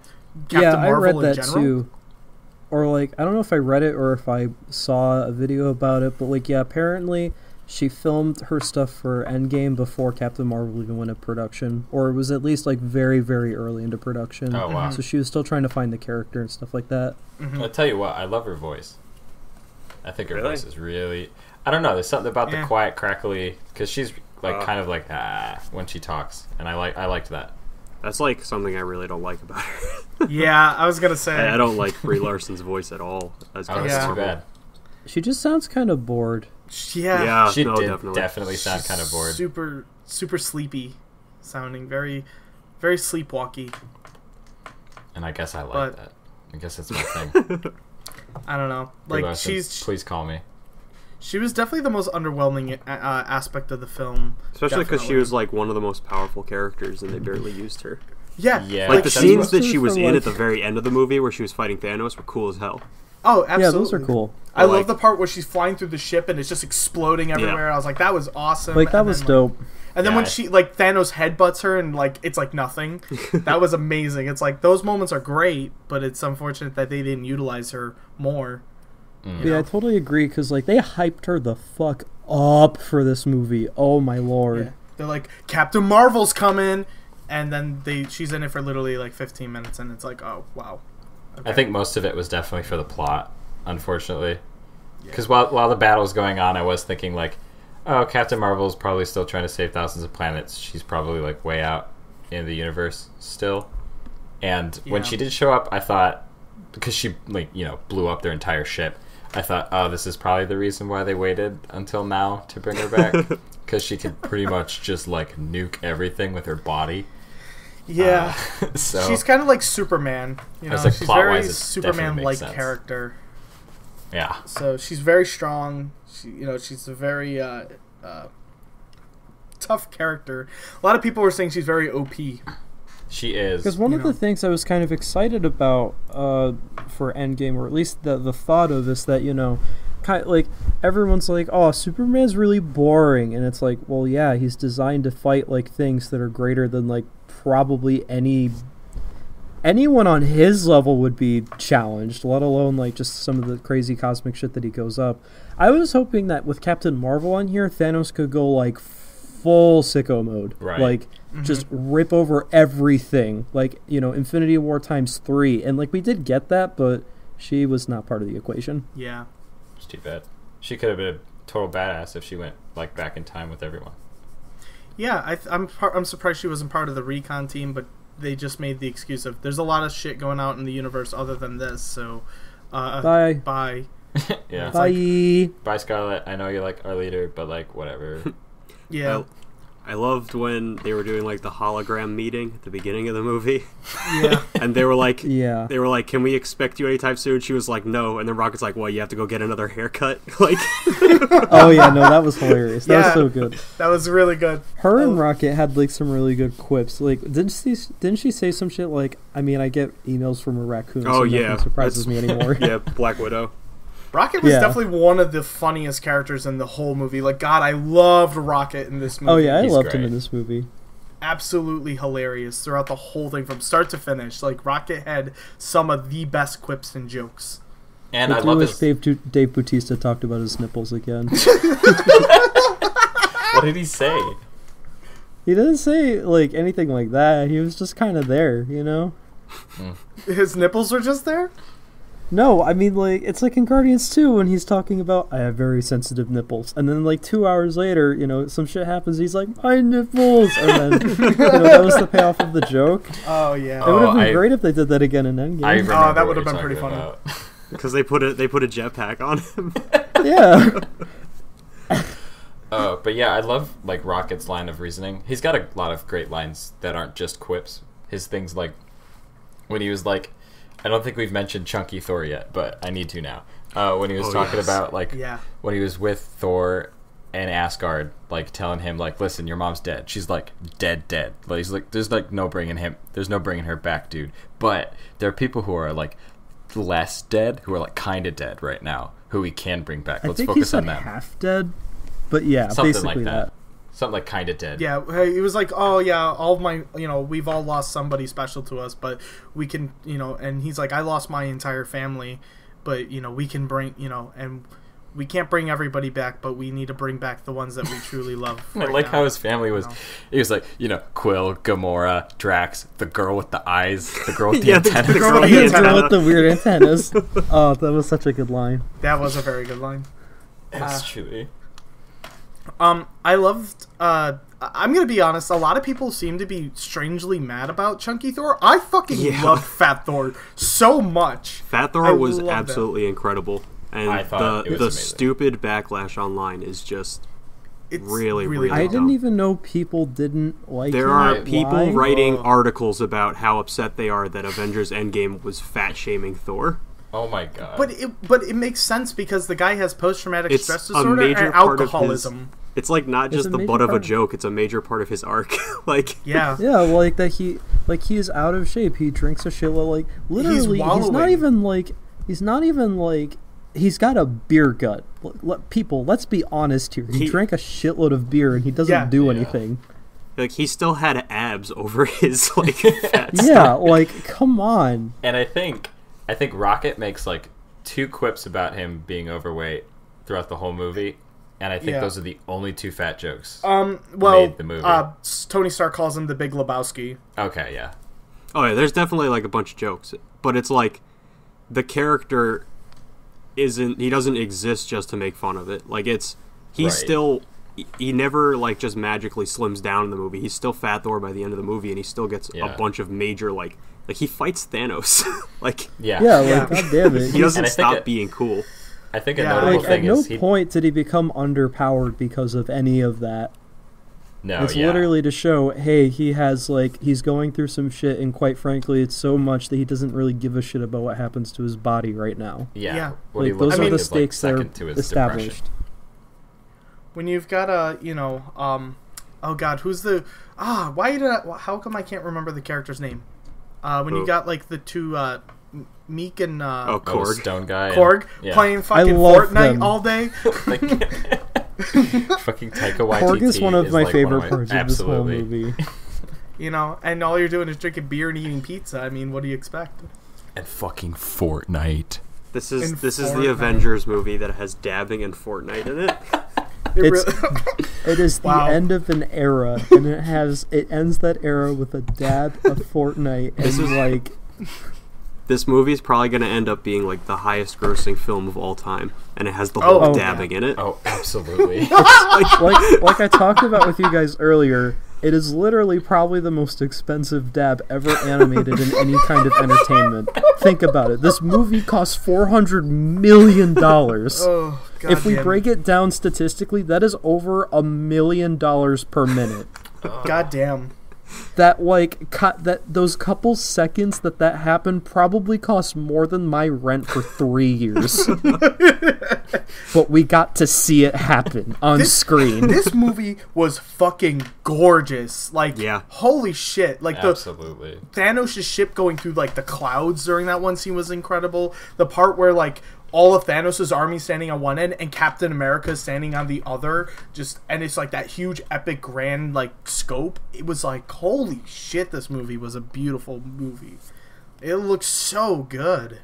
S3: captain
S6: yeah,
S3: marvel
S6: I read
S3: in
S6: that
S3: general
S6: too. Or like I don't know if I read it or if I saw a video about it, but like yeah, apparently she filmed her stuff for Endgame before Captain Marvel even went into production, or it was at least like very very early into production.
S2: Oh, wow.
S6: So she was still trying to find the character and stuff like that.
S2: I'll tell you what, I love her voice. I think her
S4: Really?
S2: voice is really. I don't know. There's something about
S3: Yeah.
S2: the quiet, crackly, because she's like
S4: Uh.
S2: kind of like ah when she talks, and I like I liked that.
S4: That's like something I really don't like about
S6: [LAUGHS]
S4: her.
S3: [LAUGHS] yeah i was gonna say
S4: I, I don't like Brie Larson's voice at all. As
S2: Oh, that's
S3: Yeah.
S2: too
S4: Marvel.
S2: bad.
S6: She just sounds kind of bored.
S3: yeah,
S4: Yeah,
S2: She
S4: Oh, no,
S2: did
S4: definitely.
S2: definitely, sound kind of bored.
S3: super super sleepy sounding very very sleepwalky
S2: and I guess I like
S3: but-
S2: that. I guess it's my thing. Brie
S3: i don't know like
S2: Larson,
S3: she's
S2: please call me.
S3: she was definitely the most underwhelming uh, aspect of the film
S4: Especially because she
S3: definitely.
S4: was like one of the most powerful characters, and they barely used her.
S3: yeah
S2: Yeah,
S4: Like the
S2: that's
S4: scenes
S2: what-
S4: that she was
S6: From,
S4: in
S6: like-
S4: at the very end of the movie, where she was fighting Thanos, were cool as hell.
S3: oh absolutely
S6: Yeah, those are cool.
S3: I
S4: I
S3: love
S4: like-
S3: the part where she's flying through the ship and it's just exploding everywhere. I was like, that was awesome.
S6: Like that
S3: And
S6: was
S3: then,
S6: dope.
S3: And then
S2: Yeah,
S3: when
S2: I-
S3: she like Thanos headbutts her and like it's like nothing.
S2: [LAUGHS]
S3: that was amazing. It's like those moments are great, but it's unfortunate that they didn't utilize her more.
S2: Mm.
S6: Yeah, I totally agree because like they hyped her the fuck up for this movie. Oh my lord.
S3: They're like, Captain Marvel's coming, and then they she's in it for literally like 15 minutes, and it's like, oh wow.
S2: I think most of it was definitely for the plot, unfortunately. Because while while the battle was going on, I was thinking like, oh, Captain Marvel's probably still trying to save thousands of planets. She's probably like way out in the universe still. And when
S3: Yeah.
S2: she did show up, I thought because she like you know blew up their entire ship. I thought, oh, this is probably the reason why they waited until now to bring her back,
S3: [LAUGHS]
S2: because she could pretty much just like nuke everything with her
S3: [LAUGHS]
S2: body.
S3: Yeah.
S2: Uh, so
S3: She's kind of like Superman, you
S2: I
S3: know.
S2: was like,
S3: she's
S2: plot-wise,
S3: very
S2: it definitely makes
S3: Superman-like
S2: sense.
S3: character.
S2: yeah,
S3: So she's very strong. She, you know, she's a very uh, uh, tough character. A lot of people were saying she's very OP.
S2: she is.
S6: Because one
S3: you
S6: of
S3: know.
S6: the things I was kind of excited about uh, for Endgame, or at least the the thought of, is that you know, kind like everyone's like, "Oh, Superman's really boring," and it's like, well, yeah, he's designed to fight like things that are greater than like probably any anyone on his level would be challenged, let alone like just some of the crazy cosmic shit that he goes up. I was hoping that with Captain Marvel on here, Thanos could go like full sicko mode,
S2: Right.
S6: like
S3: Mm-hmm.
S6: just rip over everything, like you know, Infinity War times three, and like we did get that, but she was not part of the equation.
S3: Yeah.
S2: It's too bad. She could have been a total badass if she went like back in time with everyone.
S3: Yeah, I th- I'm par- I'm surprised she wasn't part of the recon team, but they just made the excuse of there's a lot of shit going out in the universe other than this. So, uh,
S6: Bye.
S3: bye.
S2: Yeah.
S6: Uh-huh.
S3: It's like-
S6: Bye.
S2: Bye, Scarlet. I know you're like our leader, but like whatever.
S3: Yeah,
S4: I loved when they were doing like the hologram meeting at the beginning of the movie,
S3: yeah.
S4: [LAUGHS] and they were like,
S6: Yeah.
S4: they were like, "Can we expect you anytime soon?" She was like, "No," and then Rocket's like, "Well, you have to go get another haircut." [LAUGHS] like,
S6: Oh yeah, no, that was hilarious. That
S3: Yeah.
S6: was so good.
S3: That was really good.
S6: Her and
S3: Oh.
S6: Rocket had like some really good quips. Like, didn't she? Didn't she say some shit like, "I mean, I get emails from a raccoon,
S4: Oh,
S6: so
S4: yeah,
S6: nothing surprises me
S4: that's-
S6: anymore."
S4: [LAUGHS] yeah, Black Widow.
S3: Rocket was
S6: Yeah.
S3: definitely one of the funniest characters in the whole movie. Like, God, I loved Rocket in this movie.
S6: [LAUGHS] Oh yeah, I
S2: He's
S6: loved him
S2: great.
S6: in this movie.
S3: absolutely hilarious throughout the whole thing from start to finish. Like, Rocket had some of the best quips and jokes.
S2: And I
S6: It's
S2: love
S6: really
S2: his.
S6: Dave, Tu- Dave Bautista talked about his nipples again.
S2: What did he say?
S6: he didn't say like anything like that. He was just kind of there, you know.
S3: His nipples were just there.
S6: No, I mean like it's like in Guardians 2 when he's talking about I have very sensitive nipples, and then like two hours later, you know, some shit happens. He's like my nipples, and then you know that was the payoff of the joke.
S3: Oh yeah.
S6: It would
S2: Oh,
S6: have been
S2: I-
S6: great if they did that again in Endgame.
S2: I remember
S3: Oh, that
S2: what
S3: would've
S2: you're
S3: been pretty
S2: talking
S3: funny.
S2: about.
S4: Because they put a they put a jetpack on [LAUGHS] him.
S2: [LAUGHS]
S6: yeah,
S2: Uh, but yeah, I love like Rocket's line of reasoning. He's got a lot of great lines that aren't just quips. His things like when he was like, I don't think we've mentioned Chunky Thor yet, but I need to now. Uh, when he was
S4: Oh,
S2: talking
S4: yes.
S2: about like
S3: Yeah.
S2: when he was with Thor and Asgard, like telling him like, listen, your mom's dead. She's like dead, dead. Like, he's like, there's like no bringing him, there's no bringing her back, dude. But there are people who are like less dead, who are like kind of dead right now, who we can bring back.
S6: I
S2: Let's
S6: think he
S2: focus
S6: said
S2: on them.
S6: half dead, but yeah,
S2: Something like
S6: basically
S2: that.
S6: that.
S2: Something like kind of dead.
S3: Yeah, hey, it was like, oh yeah, all of my, you know, we've all lost somebody special to us, but we can, you know, and he's like, I lost my entire family, but you know, we can bring, you know, and we can't bring everybody back, but we need to bring back the ones that we truly love.
S2: [LAUGHS] I
S3: right
S2: like
S3: now.
S2: how his family was.
S3: No.
S2: He was like, you know, Quill, Gamora, Drax, the girl with the eyes, the girl with
S6: [LAUGHS]
S2: the
S4: Yeah, the-
S2: antenna.
S4: the girl with
S6: The
S4: Yeah,
S6: girl
S4: antenna.
S6: with the
S4: [LAUGHS]
S6: weird antennas. oh, that was such a good line.
S3: that was a very good line.
S2: [LAUGHS] Actually,
S3: Um, I loved. Uh, I- I'm gonna be honest. A lot of people seem to be strangely mad about Chunky Thor. I fucking
S4: Yeah.
S3: love Fat Thor so much.
S4: Fat
S3: I
S4: Thor was
S3: love that.
S4: absolutely incredible, and
S2: I thought
S4: the
S2: it was
S4: the
S2: amazing.
S4: stupid backlash online is just
S3: It's
S4: Really, really
S6: I
S4: Yeah.
S6: didn't even know people didn't like.
S4: there
S6: him.
S4: are
S6: Why?
S4: people writing
S3: Whoa.
S4: articles about how upset they are that Avengers Endgame was fat shaming Thor.
S2: oh my god.
S3: But it but it makes sense because the guy has post traumatic
S4: It's
S3: stress
S4: a
S3: disorder
S4: major
S3: and
S4: part of his- [LAUGHS]
S3: alcoholism.
S4: It's like not
S6: It's a
S4: just the
S6: major
S4: butt of a
S6: part of-
S4: joke; it's a major part of his arc. [LAUGHS] like,
S3: Yeah.
S6: Yeah, well, like that he like he is out of shape. He drinks a shitload. Like literally, he's,
S3: wallowing.
S6: not even like he's not even like he's got a beer gut. L- let- people, let's be honest here. He,
S4: He-
S6: drank a shitload of beer and he doesn't
S3: Yeah.
S6: do
S2: Yeah. [LAUGHS]
S6: anything.
S4: like he still had abs over his
S3: [LAUGHS]
S4: like fat.
S6: Yeah, like come on.
S2: and I think, I think Rocket makes like two quips about him being overweight throughout the whole movie, and I think
S3: Yeah.
S2: those are the only two fat jokes.
S3: Um. Well,
S2: Made the movie.
S3: Uh, s- Tony Stark calls him the Big Lebowski.
S2: okay, yeah.
S4: Oh yeah, there's definitely like a bunch of jokes, but it's like the character isn't he doesn't exist just to make fun of it. Like it's he's
S2: Right.
S4: still he- he never like just magically slims down in the movie. He's still Fat Thor by the end of the movie, and he still gets
S2: Yeah.
S4: a bunch of major like like he fights Thanos. [LAUGHS] like
S2: Yeah.
S6: Yeah, like
S3: Yeah.
S6: god damn it.
S4: he
S6: He's-
S4: doesn't
S2: And I think
S4: stop
S2: it-
S4: being cool.
S2: I think
S3: Yeah.
S2: a notable
S6: like at
S2: thing
S6: no
S2: is he.
S6: point did he become underpowered because of any of that.
S2: no,
S6: it's
S2: Oh, yeah.
S6: literally to show, hey, he has like he's going through some shit, and quite frankly, it's so much that he doesn't really give a shit about what happens to his body right now.
S2: Yeah.
S3: Yeah.
S2: What he
S6: like
S2: looks
S6: those
S3: I
S6: are
S2: like
S6: the
S2: is, like,
S6: stakes that are
S2: second to his depression.
S6: established.
S3: When you've got a, you know, um, oh god, who's the ah? Why did I, how come I can't remember the character's name? Uh, when you
S4: Who?
S3: got like the two uh, M- Meek and uh,
S4: Oh,
S2: Oh,
S4: Korg.
S2: Stone guy. and-
S3: Korg
S2: yeah.
S3: playing fucking
S6: love
S3: Fortnite
S6: them.
S3: all day.
S2: Like, fucking Taika Waititi.
S6: Korg is one of my
S2: like,
S6: favorite
S2: my-
S6: parts of this whole
S2: absolutely. [LAUGHS]
S6: movie.
S3: You know, and all you're doing is drinking beer and eating pizza. I mean, what do you expect?
S2: and fucking Fortnite.
S4: This is
S3: And
S4: this is
S3: Fortnite.
S4: the Avengers movie that has dabbing and Fortnite in it.
S3: It
S6: It's-
S3: really- [LAUGHS]
S6: It is the
S3: Wow.
S6: end of an era, and it
S2: [LAUGHS]
S6: has it ends that era with a dab of Fortnite and like
S4: this movie is probably going to end up being like the highest grossing film of all time, and it has the
S3: Oh,
S4: whole
S3: oh,
S4: dabbing in
S2: [LAUGHS]
S4: it.
S2: Oh, absolutely.
S6: like like I talked about with you guys earlier, it is literally probably the most expensive dab ever animated in any kind of entertainment. Think about it. This movie cost four
S2: [LAUGHS]
S6: hundred million dollars.
S3: Oh, God
S6: If we break it down statistically, that is over a million dollars per minute.
S3: God damn.
S6: That like cut that those couple seconds that that happened probably cost more than my rent for
S3: [LAUGHS]
S6: three years. but we got to see it happen on
S3: This-
S6: screen.
S3: this movie was fucking gorgeous. Like,
S4: Yeah.
S3: holy shit. Like, the,
S2: absolutely.
S3: Thanos' ship going through like the clouds during that one scene was incredible. The part where like all of Thanos' army standing on one end and Captain America standing on the other, just and it's like that huge epic grand like scope. It was like holy shit, this movie was a beautiful movie. It looked so good.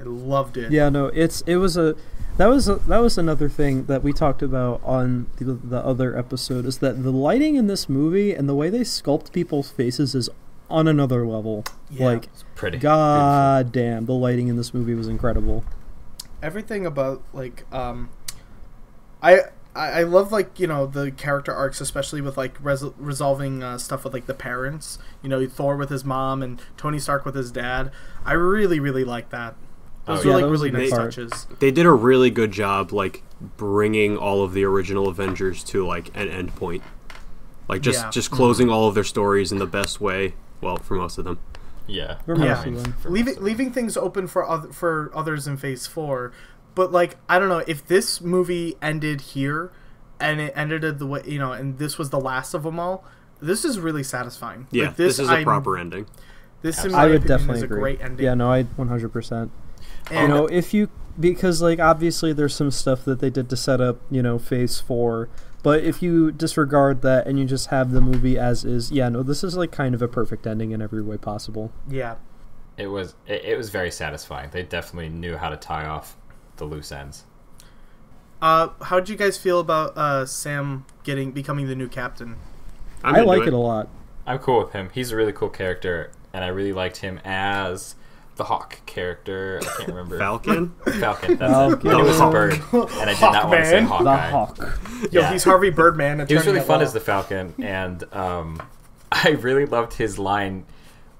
S3: I loved it.
S6: Yeah, no, it's it was a that was a, that was another thing that we talked about on the, the other episode is that the lighting in this movie and the way they sculpt people's faces is on another level.
S3: Yeah.
S6: Like,
S2: Pretty.
S6: god damn, the lighting in this movie was incredible.
S3: everything about like um i i I love like you know the character arcs especially with like res- resolving uh, stuff with like the parents you know thor with his mom and tony stark with his dad i really really like that
S2: Oh,
S3: those
S2: yeah,
S3: were
S6: that
S3: like
S6: was
S3: really
S6: a good
S3: nice
S6: part.
S3: touches
S4: They did a really good job, like bringing all of the original Avengers to like an end point, like just
S3: Yeah. Mm-hmm.
S4: just closing all of their stories in the best way. Well, for most of them.
S2: Yeah.
S6: For
S3: Yeah.
S6: most of them.
S2: for most
S3: leaving
S2: of them.
S3: leaving things open for other, for others in phase 4 but like i don't know if this movie ended here and it ended at the way you know and this was the last of them all this is really satisfying
S4: Yeah,
S3: like,
S4: this, is a
S3: I'm-
S4: proper ending.
S3: this in my
S6: I would
S3: opinion,
S6: definitely
S3: is a
S6: agree.
S3: great ending
S6: Yeah, no, I 100%. you
S3: And-
S6: know, if you because like obviously there's some stuff that they did to set up, you know, phase 4, but if you disregard that and you just have the movie as is, yeah, no, this is like kind of a perfect ending in every way possible.
S3: Yeah.
S2: It was it, it was very satisfying. They definitely knew how to tie off the loose ends.
S3: Uh, how did you guys feel about uh, Sam getting becoming the new captain?
S4: I'm
S6: I
S4: into
S6: like it. a lot.
S2: I'm cool with him. He's a really cool character, and I really liked him as the Hawk character. I can't remember.
S3: [LAUGHS]
S4: Falcon.
S2: Falcon. That's
S6: Falcon.
S2: it. It was a bird, and I did not want to say
S3: Hawkman.
S6: The
S2: Hawkeye.
S6: Hawk.
S3: Yo,
S2: Yeah.
S3: he's Harvey
S2: [LAUGHS]
S3: Birdman.
S2: He was
S3: attorney
S2: really
S3: at
S2: fun
S3: law.
S2: as the Falcon, and um, [LAUGHS] I really loved his line.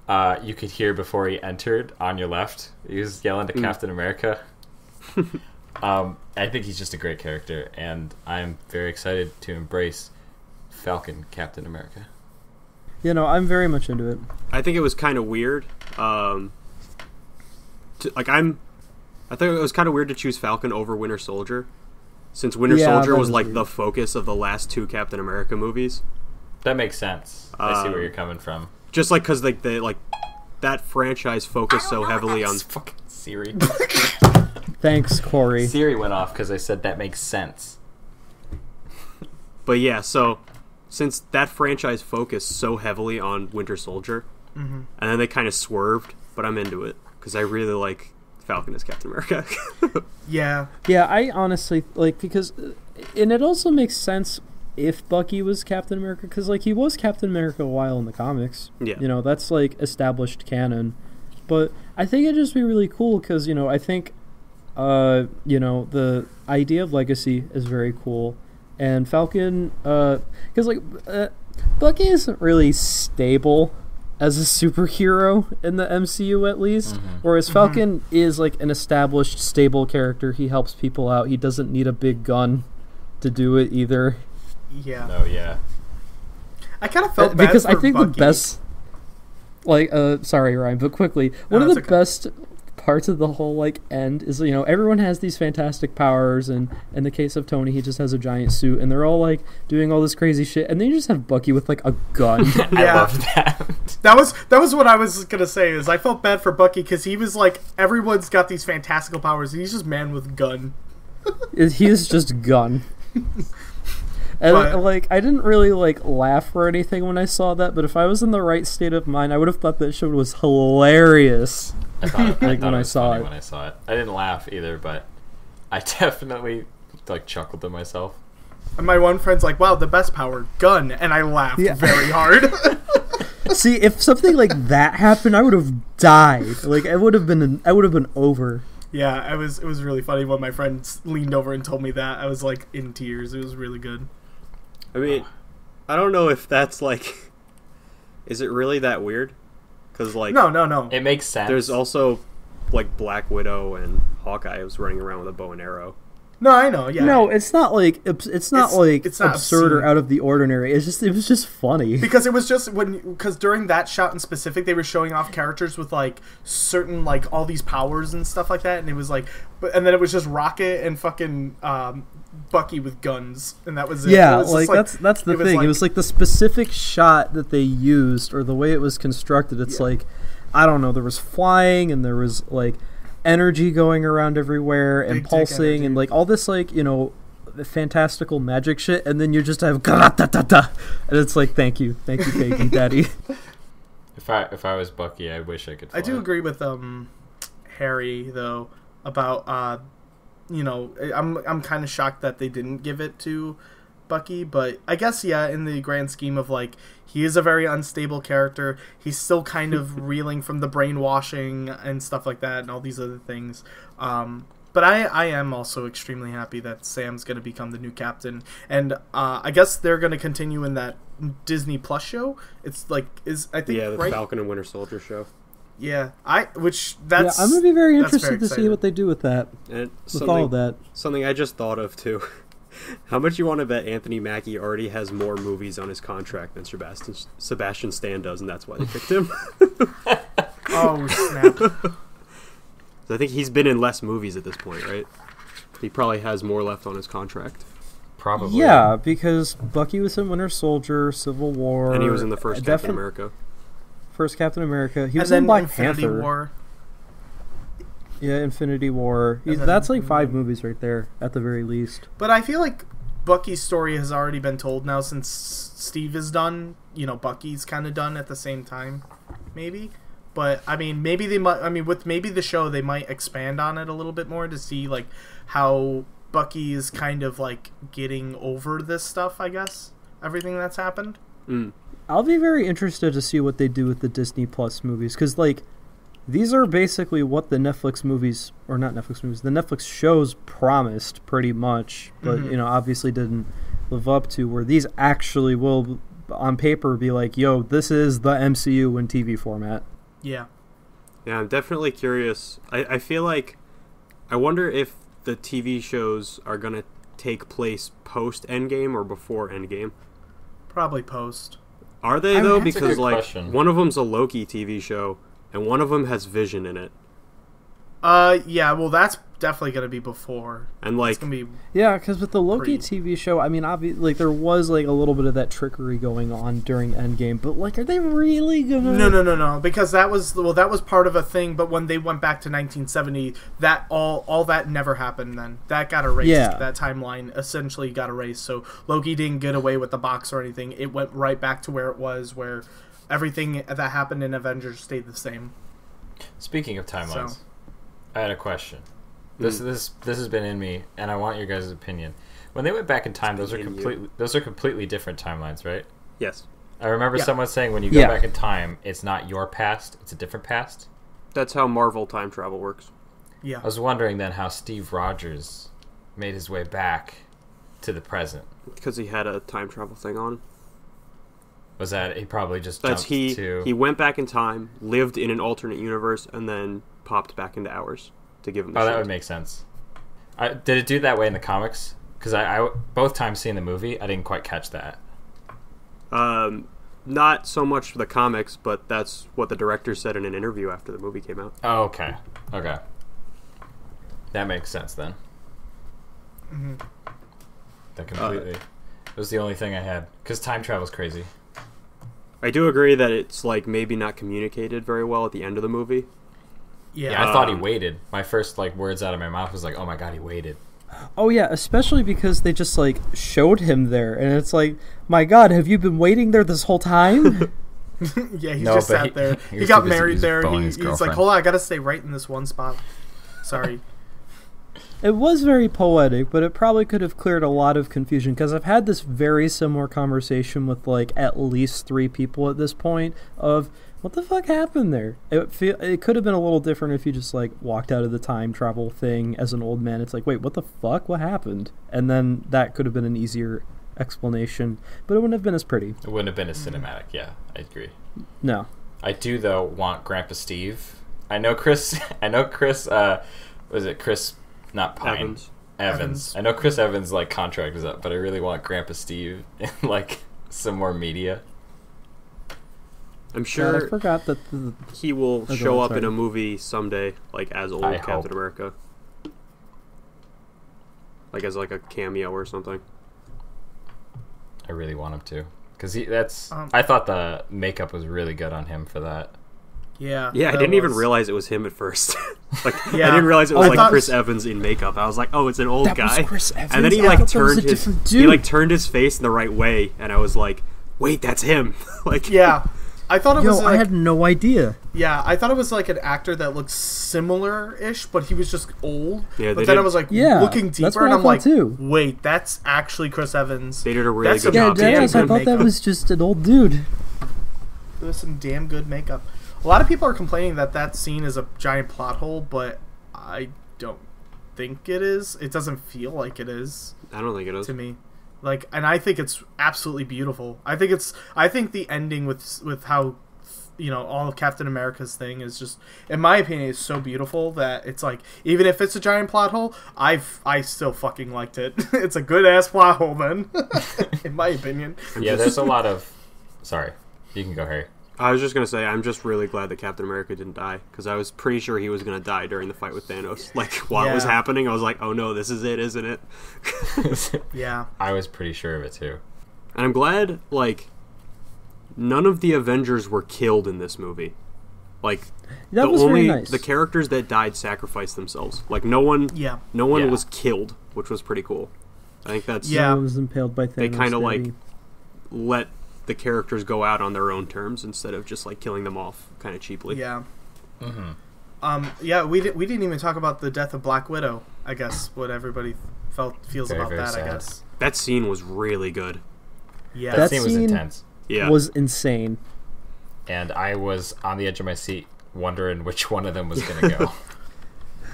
S2: Uh, you could hear before he entered on your left. He was yelling to Captain America. um, I think he's just a great character, and I'm very excited to embrace Falcon Captain America.
S6: You know, I'm very much into it.
S4: I think it was kind of weird. Um, to, like I'm, I think it was kind of weird to choose Falcon over Winter Soldier, since Winter
S6: Yeah,
S4: Soldier
S6: that
S4: was
S6: is
S4: like
S6: weird.
S4: the focus of the last two Captain America movies.
S2: That makes sense. I see where you're coming from.
S4: Just like because like they like that franchise focused so heavily on.
S2: It's fucking Siri.
S6: Thanks, Corey.
S2: Siri went off because I said that makes sense.
S4: But yeah, so since that franchise focused so heavily on Winter Soldier, and then they kind of swerved. But I'm into it because I really like Falcon as Captain America. [LAUGHS]
S3: Yeah.
S6: Yeah, I honestly like because, uh, and it also makes sense if Bucky was Captain America because like he was Captain America a while in the comics.
S4: Yeah.
S6: you know that's like established canon, but I think it'd just be really cool because you know I think, uh, you know the idea of legacy is very cool, and Falcon, uh, because like uh, Bucky isn't really stable as a superhero in the MCU at least. Whereas Falcon is like an established, stable character. He helps people out. He doesn't need a big gun to do it either.
S3: Yeah.
S2: Oh yeah.
S3: I kind of felt bad
S6: because I
S3: for
S6: think the
S3: Bucky.
S6: best, like, uh, sorry Ryan, but quickly, one of the
S3: that's okay.
S6: best parts of the whole like end is you know everyone has these fantastic powers and in the case of Tony he just has a giant suit and they're all like doing all this crazy shit and then you just have Bucky with like a gun
S2: I
S3: Yeah.
S2: loved that.
S3: That was that was what I was gonna say. Is I felt bad for Bucky because he was like everyone's got these fantastical powers and he's just man with gun.
S6: is he is
S3: [LAUGHS]
S6: just gun. And
S3: But-
S6: like I didn't really like laugh or anything when I saw that, but if I was in the right state of mind, I would have thought that show was hilarious.
S2: I thought, I
S6: Like
S2: thought
S6: when
S2: it
S6: [LAUGHS] I
S2: was
S6: saw
S2: funny
S6: it.
S2: when I saw it. I didn't laugh either, but I [LAUGHS] definitely like chuckled to myself.
S3: And my one friend's like, "Wow, the best power, gun," and I laughed
S6: [LAUGHS] Yeah.
S3: very hard. [LAUGHS]
S6: See, if something like that happened, I would have died. Like I would have been, an, I would have been over.
S3: Yeah, I was. It was really funny when my friends leaned over and told me that. I was like in tears. It was really good.
S4: I mean, I don't know if that's like, is it really that weird? Because like,
S3: No, no, no.
S2: It makes sense.
S4: there's also like Black Widow and Hawkeye was running around with a bow and arrow.
S3: No, I know. Yeah.
S6: No, it's not like obs- it's not
S3: It's-
S6: like
S3: it's not
S6: absurd or
S3: obscene.
S6: out of the ordinary. It's just it was just funny.
S3: because it was just when because during that shot in specific they were showing off characters with like certain like all these powers and stuff like that and it was like but and then it was just rocket and fucking um bucky with guns and that was it
S6: yeah,
S3: It was just,
S6: like, that's that's the
S3: it was
S6: thing.
S3: like-
S6: it was like the specific shot that they used or the way it was constructed. It's like I don't know. There was flying and there was like energy going around everywhere and
S3: Big dick
S6: pulsing
S3: energy.
S6: and like all this like you know fantastical magic shit. And then you just have "Gra-ta-ta-ta," and it's like thank you, thank you, thank you, daddy.
S2: if I if I was Bucky, I wish I could.
S3: i do
S2: fly.
S3: agree with um harry though about uh you know I- i'm i'm kind of shocked that they didn't give it to bucky but i guess yeah in the grand scheme of like he is a very unstable character he's still kind
S4: [LAUGHS]
S3: of reeling from the brainwashing and stuff like that and all these other things um but I, I am also extremely happy that Sam's going to become the new captain, and uh, I guess they're going to continue in that Disney Plus show. It's like is I think
S4: Yeah, the
S3: right
S4: Falcon and Winter Soldier show.
S3: yeah I which
S6: yeah,
S3: that's
S6: I'm gonna be very
S3: that's very
S6: interested to see
S3: exciting.
S6: what they do with that
S4: And it-
S6: with
S4: something,
S6: all of that.
S4: something I just thought of too. [LAUGHS] How much you want to bet Anthony Mackie already has more movies on his contract than Sebastian Sebastian Stan does, and that's why they picked him? [LAUGHS] 'Cause
S3: Oh
S6: [LAUGHS]
S3: snap!
S4: I think he's been in less movies at this point, right? He probably has more left on his contract.
S2: Probably.
S6: Yeah, because Bucky was in Winter Soldier, Civil War,
S4: And he was
S2: Uh,
S4: in the first Captain
S6: defin-
S4: America.
S6: First Captain America.
S3: and
S6: He was
S3: then
S6: in Black
S3: Infinity
S6: Panther.
S3: War.
S6: Yeah, Infinity War. He's,
S3: then-
S6: that's like five movies right there, at the very least.
S3: But I feel like Bucky's story has already been told now since Steve is done. You know, Bucky's kind of done at the same time, maybe. But I mean, maybe they might. I mean, with maybe the show, they might expand on it a little bit more to see like how Bucky is kind of like getting over this stuff. I guess everything that's happened.
S4: Hmm.
S6: I'll be very interested to see what they do with the Disney Plus movies, because like these are basically what the Netflix movies, or not Netflix movies, the Netflix shows promised pretty much, but you know obviously didn't live up to. Where these actually will, on paper, be like, yo, this is the MCU in TV format.
S3: Yeah.
S4: Yeah, I'm definitely curious. I, I feel like I wonder if the TV shows are gonna take place post Endgame or before Endgame.
S3: Probably post.
S4: Are they
S2: I mean,
S4: though?
S2: that's a
S4: Because
S2: good
S4: like
S2: question.
S4: one of them's a Loki TV show and one of them has Vision in it,
S3: Uh, yeah. Well, that's definitely gonna be before.
S4: and like
S3: It's gonna be
S6: Yeah, because with the Loki
S3: Creed.
S6: TV show, I mean, obviously, like there was like a little bit of that trickery going on during Endgame, but like, are they really gonna?
S3: No, no, no, no. Because that was well, that was part of a thing. But when they went back to 1970, that all all that never happened. Then that got erased.
S6: Yeah.
S3: That timeline essentially got erased. So Loki didn't get away with the box or anything. It went right back to where it was, where everything that happened in Avengers stayed the same.
S2: Speaking of timelines,
S3: So-
S2: I had a question. This this this has been in me, and I want your guys' opinion. When they went back in time, those are
S4: been in you.
S2: completely those are completely different timelines, right?
S4: yes,
S2: I remember
S3: Yeah.
S2: someone saying when you go
S6: Yeah.
S2: back in time, it's not your past; it's a different past.
S4: that's how Marvel time travel works.
S3: Yeah.
S2: I was wondering then how Steve Rogers made his way back to the present.
S4: Because he had a time travel thing on.
S2: Was that he probably just
S4: That's
S2: jumped
S4: he.
S2: to
S4: He went back in time, lived in an alternate universe, and then popped back into ours to give him. The
S2: Oh, that
S4: shield.
S2: would make sense. I, did it do that way in the comics? Because I, I- both times seeing the movie, I didn't quite catch that.
S4: Um, not so much for the comics, but that's what the director said in an interview after the movie came out.
S2: Oh, okay, okay, that makes sense then. That
S4: Uh.
S2: completely. it was the only thing I had because time travel's crazy.
S4: I do agree that it's like maybe not communicated very well at the end of the movie.
S3: yeah.
S2: Yeah, I thought he
S4: Um,
S2: waited. My first like words out of my mouth was like, "Oh my god, he waited."
S6: Oh yeah, especially because they just like showed him there, and it's like, my God, have you been waiting there this whole time?
S3: yeah. He
S2: No,
S3: just
S2: but
S3: sat
S2: he-
S3: there.
S2: [LAUGHS] he
S3: He,
S2: was too
S3: got
S2: busy
S3: married there.
S2: boning
S3: He,
S2: his
S3: he's like,
S2: girlfriend.
S3: hold on, I gotta stay right in this one spot. Sorry.
S6: it was very poetic, but it probably could have cleared a lot of confusion because I've had this very similar conversation with like at least three people at this point of. what the fuck happened there? It feel, it could have been a little different if you just like walked out of the time travel thing as an old man. It's like, wait, what the fuck? What happened? And then that could have been an easier explanation, but it wouldn't have been as pretty.
S2: It wouldn't have been as cinematic. Yeah, I agree.
S6: No.
S2: I do though want Grandpa Steve. I know Chris. [LAUGHS] I know Chris. Uh, was it Chris? Not Pine.
S4: Evans.
S2: Evans.
S3: Evans.
S2: I know Chris Evans' like contract is up, but I really want Grandpa Steve [LAUGHS] in like some more media.
S4: I'm
S6: God,
S4: sure
S6: I forgot that the,
S4: he will
S6: go
S4: show
S6: on,
S4: up in
S6: sorry.
S4: a movie someday, like as old
S2: I
S4: Captain
S2: hope.
S4: America, like as like a cameo or something.
S2: I really want him to, cause he. That's.
S3: Um,
S2: I thought the makeup was really good on him for that.
S3: Yeah.
S4: Yeah, I
S3: that
S4: didn't even
S3: was-
S4: realize it was him at first. [LAUGHS] like I
S3: Yeah.
S4: didn't realize it
S3: I
S4: was like
S3: thought-
S4: Chris Evans in makeup. I was like, oh, it's an old
S6: That was
S4: guy.
S6: Chris
S4: And then
S6: Evans?
S4: he
S6: I
S4: like
S6: thought that was
S4: turned
S6: a
S4: his
S6: different
S4: he
S6: dude.
S4: like turned his face in the right way, and I was like, wait, that's him. [LAUGHS] like
S3: Yeah. I thought it
S6: yo,
S3: was
S6: I
S3: like
S6: had no idea.
S3: yeah, I thought it was like an actor that looked similar-ish, but he was just old.
S4: Yeah,
S3: but
S4: they
S3: then I
S4: did-
S3: was like
S6: Yeah,
S3: looking
S6: that's
S3: deeper,
S6: what
S3: and
S6: I
S3: I'm
S6: thought,
S3: like,
S6: too.
S3: wait, that's actually Chris Evans.
S4: they did a really
S3: That's
S4: good
S3: a-
S6: Yeah,
S4: job.
S3: Damn
S6: Dennis, I
S3: good
S6: thought that
S3: makeup.
S6: was just an old dude.
S3: There's some damn good makeup. A lot of people are complaining that that scene is a giant plot hole, but I don't think it is. It doesn't feel like it is
S4: I don't think it is.
S3: to me. Like, and I think it's absolutely beautiful. I think it's. I think the ending with with how you know all of Captain America's thing is just, in my opinion, is so beautiful that it's like even if it's a giant plot hole, I've I still fucking liked it. [LAUGHS] it's a good ass plot hole, man. [LAUGHS] in my opinion.
S2: Yeah, there's a lot of. [LAUGHS] Sorry, you can go, Harry.
S4: I was just gonna say, I'm just really glad that Captain America didn't die because I was pretty sure he was gonna die during the fight with Thanos. [LAUGHS] Like while it was
S3: Yeah.
S4: happening, I was like, oh no, this is it, isn't it?
S3: Yeah.
S2: I was pretty sure of it too.
S4: And I'm glad like none of the Avengers were killed in this movie. Like
S6: That
S4: the
S6: was
S4: only
S6: very nice.
S4: the characters that died sacrificed themselves. Like no one,
S3: Yeah.
S4: no one
S2: Yeah.
S4: was killed, which was pretty cool. I think that's
S3: Yeah.
S6: Someone was impaled by Thanos.
S4: kinda,
S6: didn't
S4: like,
S6: he?
S4: let the characters go out on their own terms instead of just like killing them off kind of cheaply.
S3: Yeah.
S2: Mm-hmm.
S3: Um. Yeah. We did. We didn't even talk about the death of Black Widow. I guess what everybody felt feels
S2: Very,
S3: about
S2: very
S3: that.
S2: sad.
S3: I guess.
S4: That scene was really good.
S3: Yeah.
S2: That,
S6: That's-
S2: scene was
S6: scene-
S2: intense,
S4: Yeah,
S6: was insane.
S2: and I was on the edge of my seat wondering which one of them was gonna
S6: [LAUGHS]
S2: go.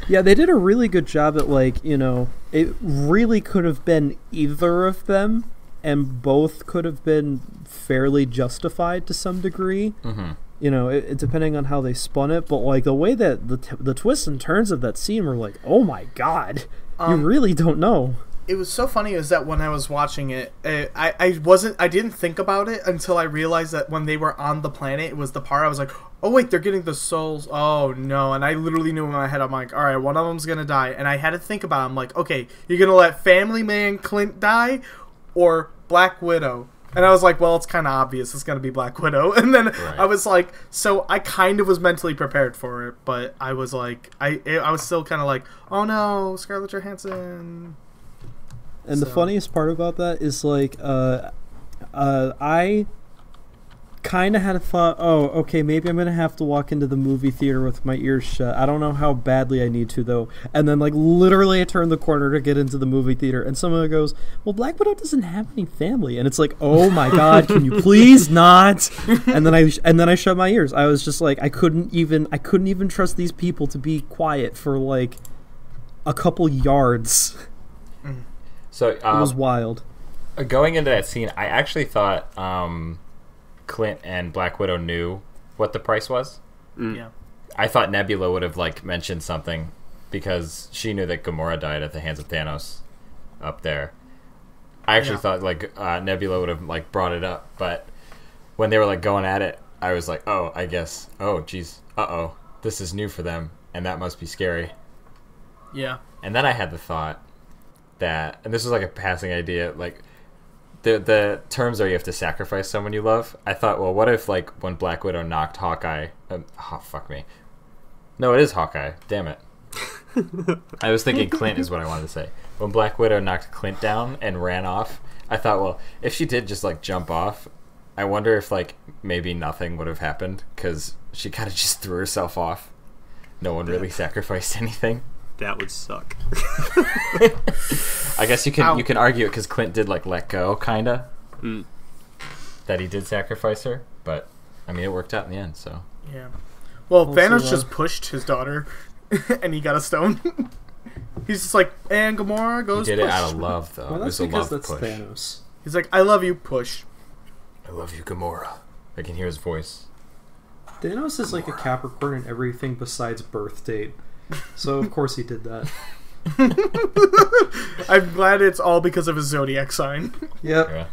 S6: Yeah, they did a really good job at like, you know, it really could have been either of them and both could have been fairly justified to some degree. Mm-hmm. You know, it, it- depending on how they spun it, but like the way that the t- the twists and turns of that scene were like, "Oh my god." you really don't know.
S3: it was so funny is that when I was watching it, eh, I, I wasn't I didn't think about it until I realized that when they were on the planet, it was the part I was like, oh wait, they're getting the souls. Oh no! And I literally knew in my head, I'm like, all right, one of them's gonna die, and I had to think about. It. I'm like, okay, you're gonna let Family Man Clint die, or Black Widow. And I was like, well, it's kind of obvious it's going to be Black [LAUGHS] Widow. And then I was like, so I kind of was mentally prepared for it, but I was like, I I was still kind of like, oh no, Scarlett Johansson.
S6: And the
S3: So-
S6: funniest part about that is like, uh, uh, I kind of had a thought. Oh, okay, maybe I'm gonna have to walk into the movie theater with my ears shut. I don't know how badly I need to though. And then like literally, I turned the corner to get into the movie theater, and someone goes, "Well, Black Widow doesn't have any family," and it's like, "Oh my god, can you please not?" And then I and then I shut my ears. I was just like, I couldn't even I couldn't even trust these people to be quiet for like a couple yards.
S2: So
S6: It
S2: um,
S6: was wild.
S2: Uh, going into that scene, I actually thought um, Clint and Black Widow knew what the price was.
S3: Yeah.
S2: I thought Nebula would have like mentioned something because she knew that Gamora died at the hands of Thanos up there. I actually
S3: Yeah.
S2: thought like uh, Nebula would have like brought it up, but when they were like going at it, I was like, "Oh, I guess. Oh, jeez. Uh oh, this is new for them, and that must be scary."
S3: Yeah.
S2: And then I had the thought that, and this was like a passing idea, like the the terms are you have to sacrifice someone you love. I thought, well, what if like when Black Widow knocked Hawkeye? Um, oh, fuck me. No, it is Hawkeye. Damn it. I was thinking Clint is what I wanted to say. When Black Widow knocked Clint down and ran off, I thought, well, if she did just like jump off, I wonder if like maybe nothing would have happened because she kind of just threw herself off. No one really sacrificed anything.
S4: that would suck.
S2: I guess you can
S3: Ow.
S2: you can argue it because Clint did like let go, kinda. That he did sacrifice her, but I mean, it worked out in the end. So
S3: Yeah. Well,
S5: Also,
S3: Thanos
S5: uh,
S3: just pushed his daughter, [LAUGHS] and he got a stone. [LAUGHS] He's just like, and Gamora
S2: he
S3: goes
S2: did
S3: push.
S2: it out of love, though.
S6: Well,
S2: it was
S6: that's
S2: Um, a
S6: because
S2: love
S6: that's
S2: push.
S6: Thanos.
S3: He's like, I love you, push.
S2: I love you, Gamora. I can hear his voice.
S6: Thanos is like a Capricorn in everything besides birth date. So of course he
S2: [LAUGHS]
S6: did that.
S3: I'm glad it's all because of his
S2: [LAUGHS]
S3: zodiac sign.
S6: Yep.
S2: Yeah.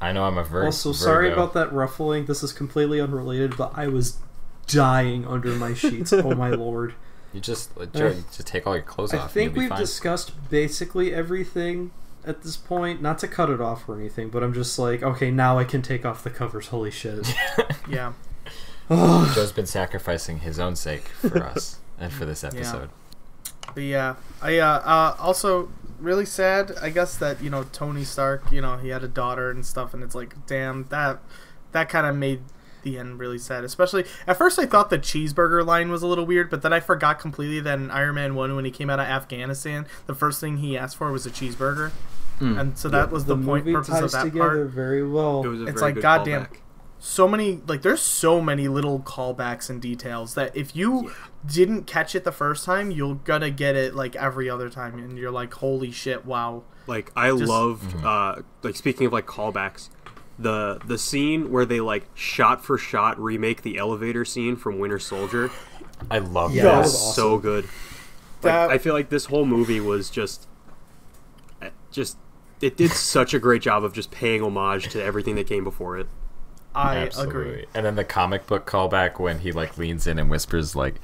S2: I know I'm a Vir-
S6: Also, sorry
S2: Virgo.
S6: about that ruffling. This is completely unrelated, but I was dying under my sheets.
S2: [LAUGHS]
S6: oh my lord.
S2: You just, like, Jared, you just take all your clothes off.
S6: I think
S2: and you'll be
S6: we've
S2: fine.
S6: discussed basically everything at this point. Not to cut it off or anything, but I'm just like, okay, now I can take off the covers. Holy shit.
S3: Yeah.
S2: Joe's been sacrificing his own sake
S6: [LAUGHS]
S2: for us and for this episode.
S3: But yeah, I uh, uh, also really sad. I guess that you know Tony Stark, you know he had a daughter and stuff, and it's like, damn that that kind of made the end really sad. Especially at first, I thought the cheeseburger line was a little weird, but then I forgot completely that in Iron Man One, when he came out of Afghanistan, the first thing he asked for was a cheeseburger, and so that [LAUGHS] was the, point
S6: movie
S3: purpose of
S6: ties
S3: that
S6: together
S3: part.
S6: very well.
S4: It was a
S3: It's
S4: very
S3: like,
S4: good
S3: goddamn-
S4: callback.
S3: So many like there's so many little callbacks and details that if you didn't catch it the first time, you're gonna get it like every other time, and you're like, holy shit, wow.
S4: Like I
S3: Just-
S4: loved
S2: Mm-hmm.
S4: uh like speaking of like callbacks, the the scene where they like shot for shot remake the elevator scene from Winter Soldier.
S2: I love
S6: Yeah,
S4: That
S6: that
S4: was
S6: was awesome.
S4: so good. Like,
S3: That-
S4: I feel like this whole movie was just I- just it did such a great job of just paying homage to everything that came before it.
S3: I
S2: Absolutely.
S3: agree.
S2: And then the comic book callback when he like leans in and whispers like,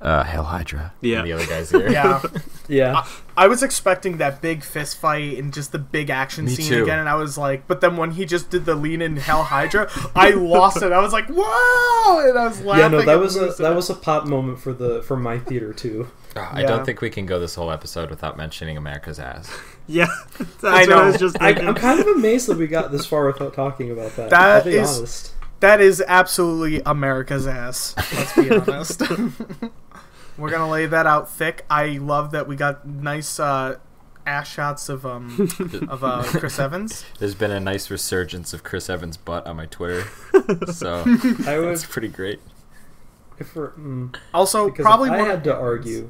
S2: uh, "Hail Hydra." in
S4: Yeah.
S2: the other guy's ear.
S3: [LAUGHS]
S6: [LAUGHS]
S3: Yeah,
S6: yeah.
S3: I was expecting that big fist fight and just the big action
S2: Me
S3: scene
S2: too.
S3: again, and I was like, but then when he just did the lean in Hell Hydra, I lost it. I was like, whoa! And I was laughing.
S6: yeah, no, that
S3: and
S6: was a
S3: losing
S6: that
S3: it.
S6: was a pop moment for the for my theater too.
S2: Ah, I
S3: Yeah.
S2: don't think we can go this whole episode without mentioning America's ass.
S4: [LAUGHS] Yeah. [LAUGHS] That's
S3: I
S4: what I
S3: know.
S4: was just
S6: I,
S4: thinking.
S6: I'm kind of amazed that we got this far without talking about that.
S3: That
S6: I'll be
S3: is-
S6: honest.
S3: that is absolutely America's ass. Let's be
S2: [LAUGHS]
S3: honest. We're gonna lay that out thick. I love that we got nice uh, ass shots of
S2: [LAUGHS]
S3: um of uh, Chris Evans.
S2: There's been a nice resurgence of Chris Evans' butt on my Twitter, so
S6: I would
S2: it's pretty great.
S6: if we're, mm,
S3: Also,
S6: because
S3: probably
S6: if I
S3: one-
S6: had to argue,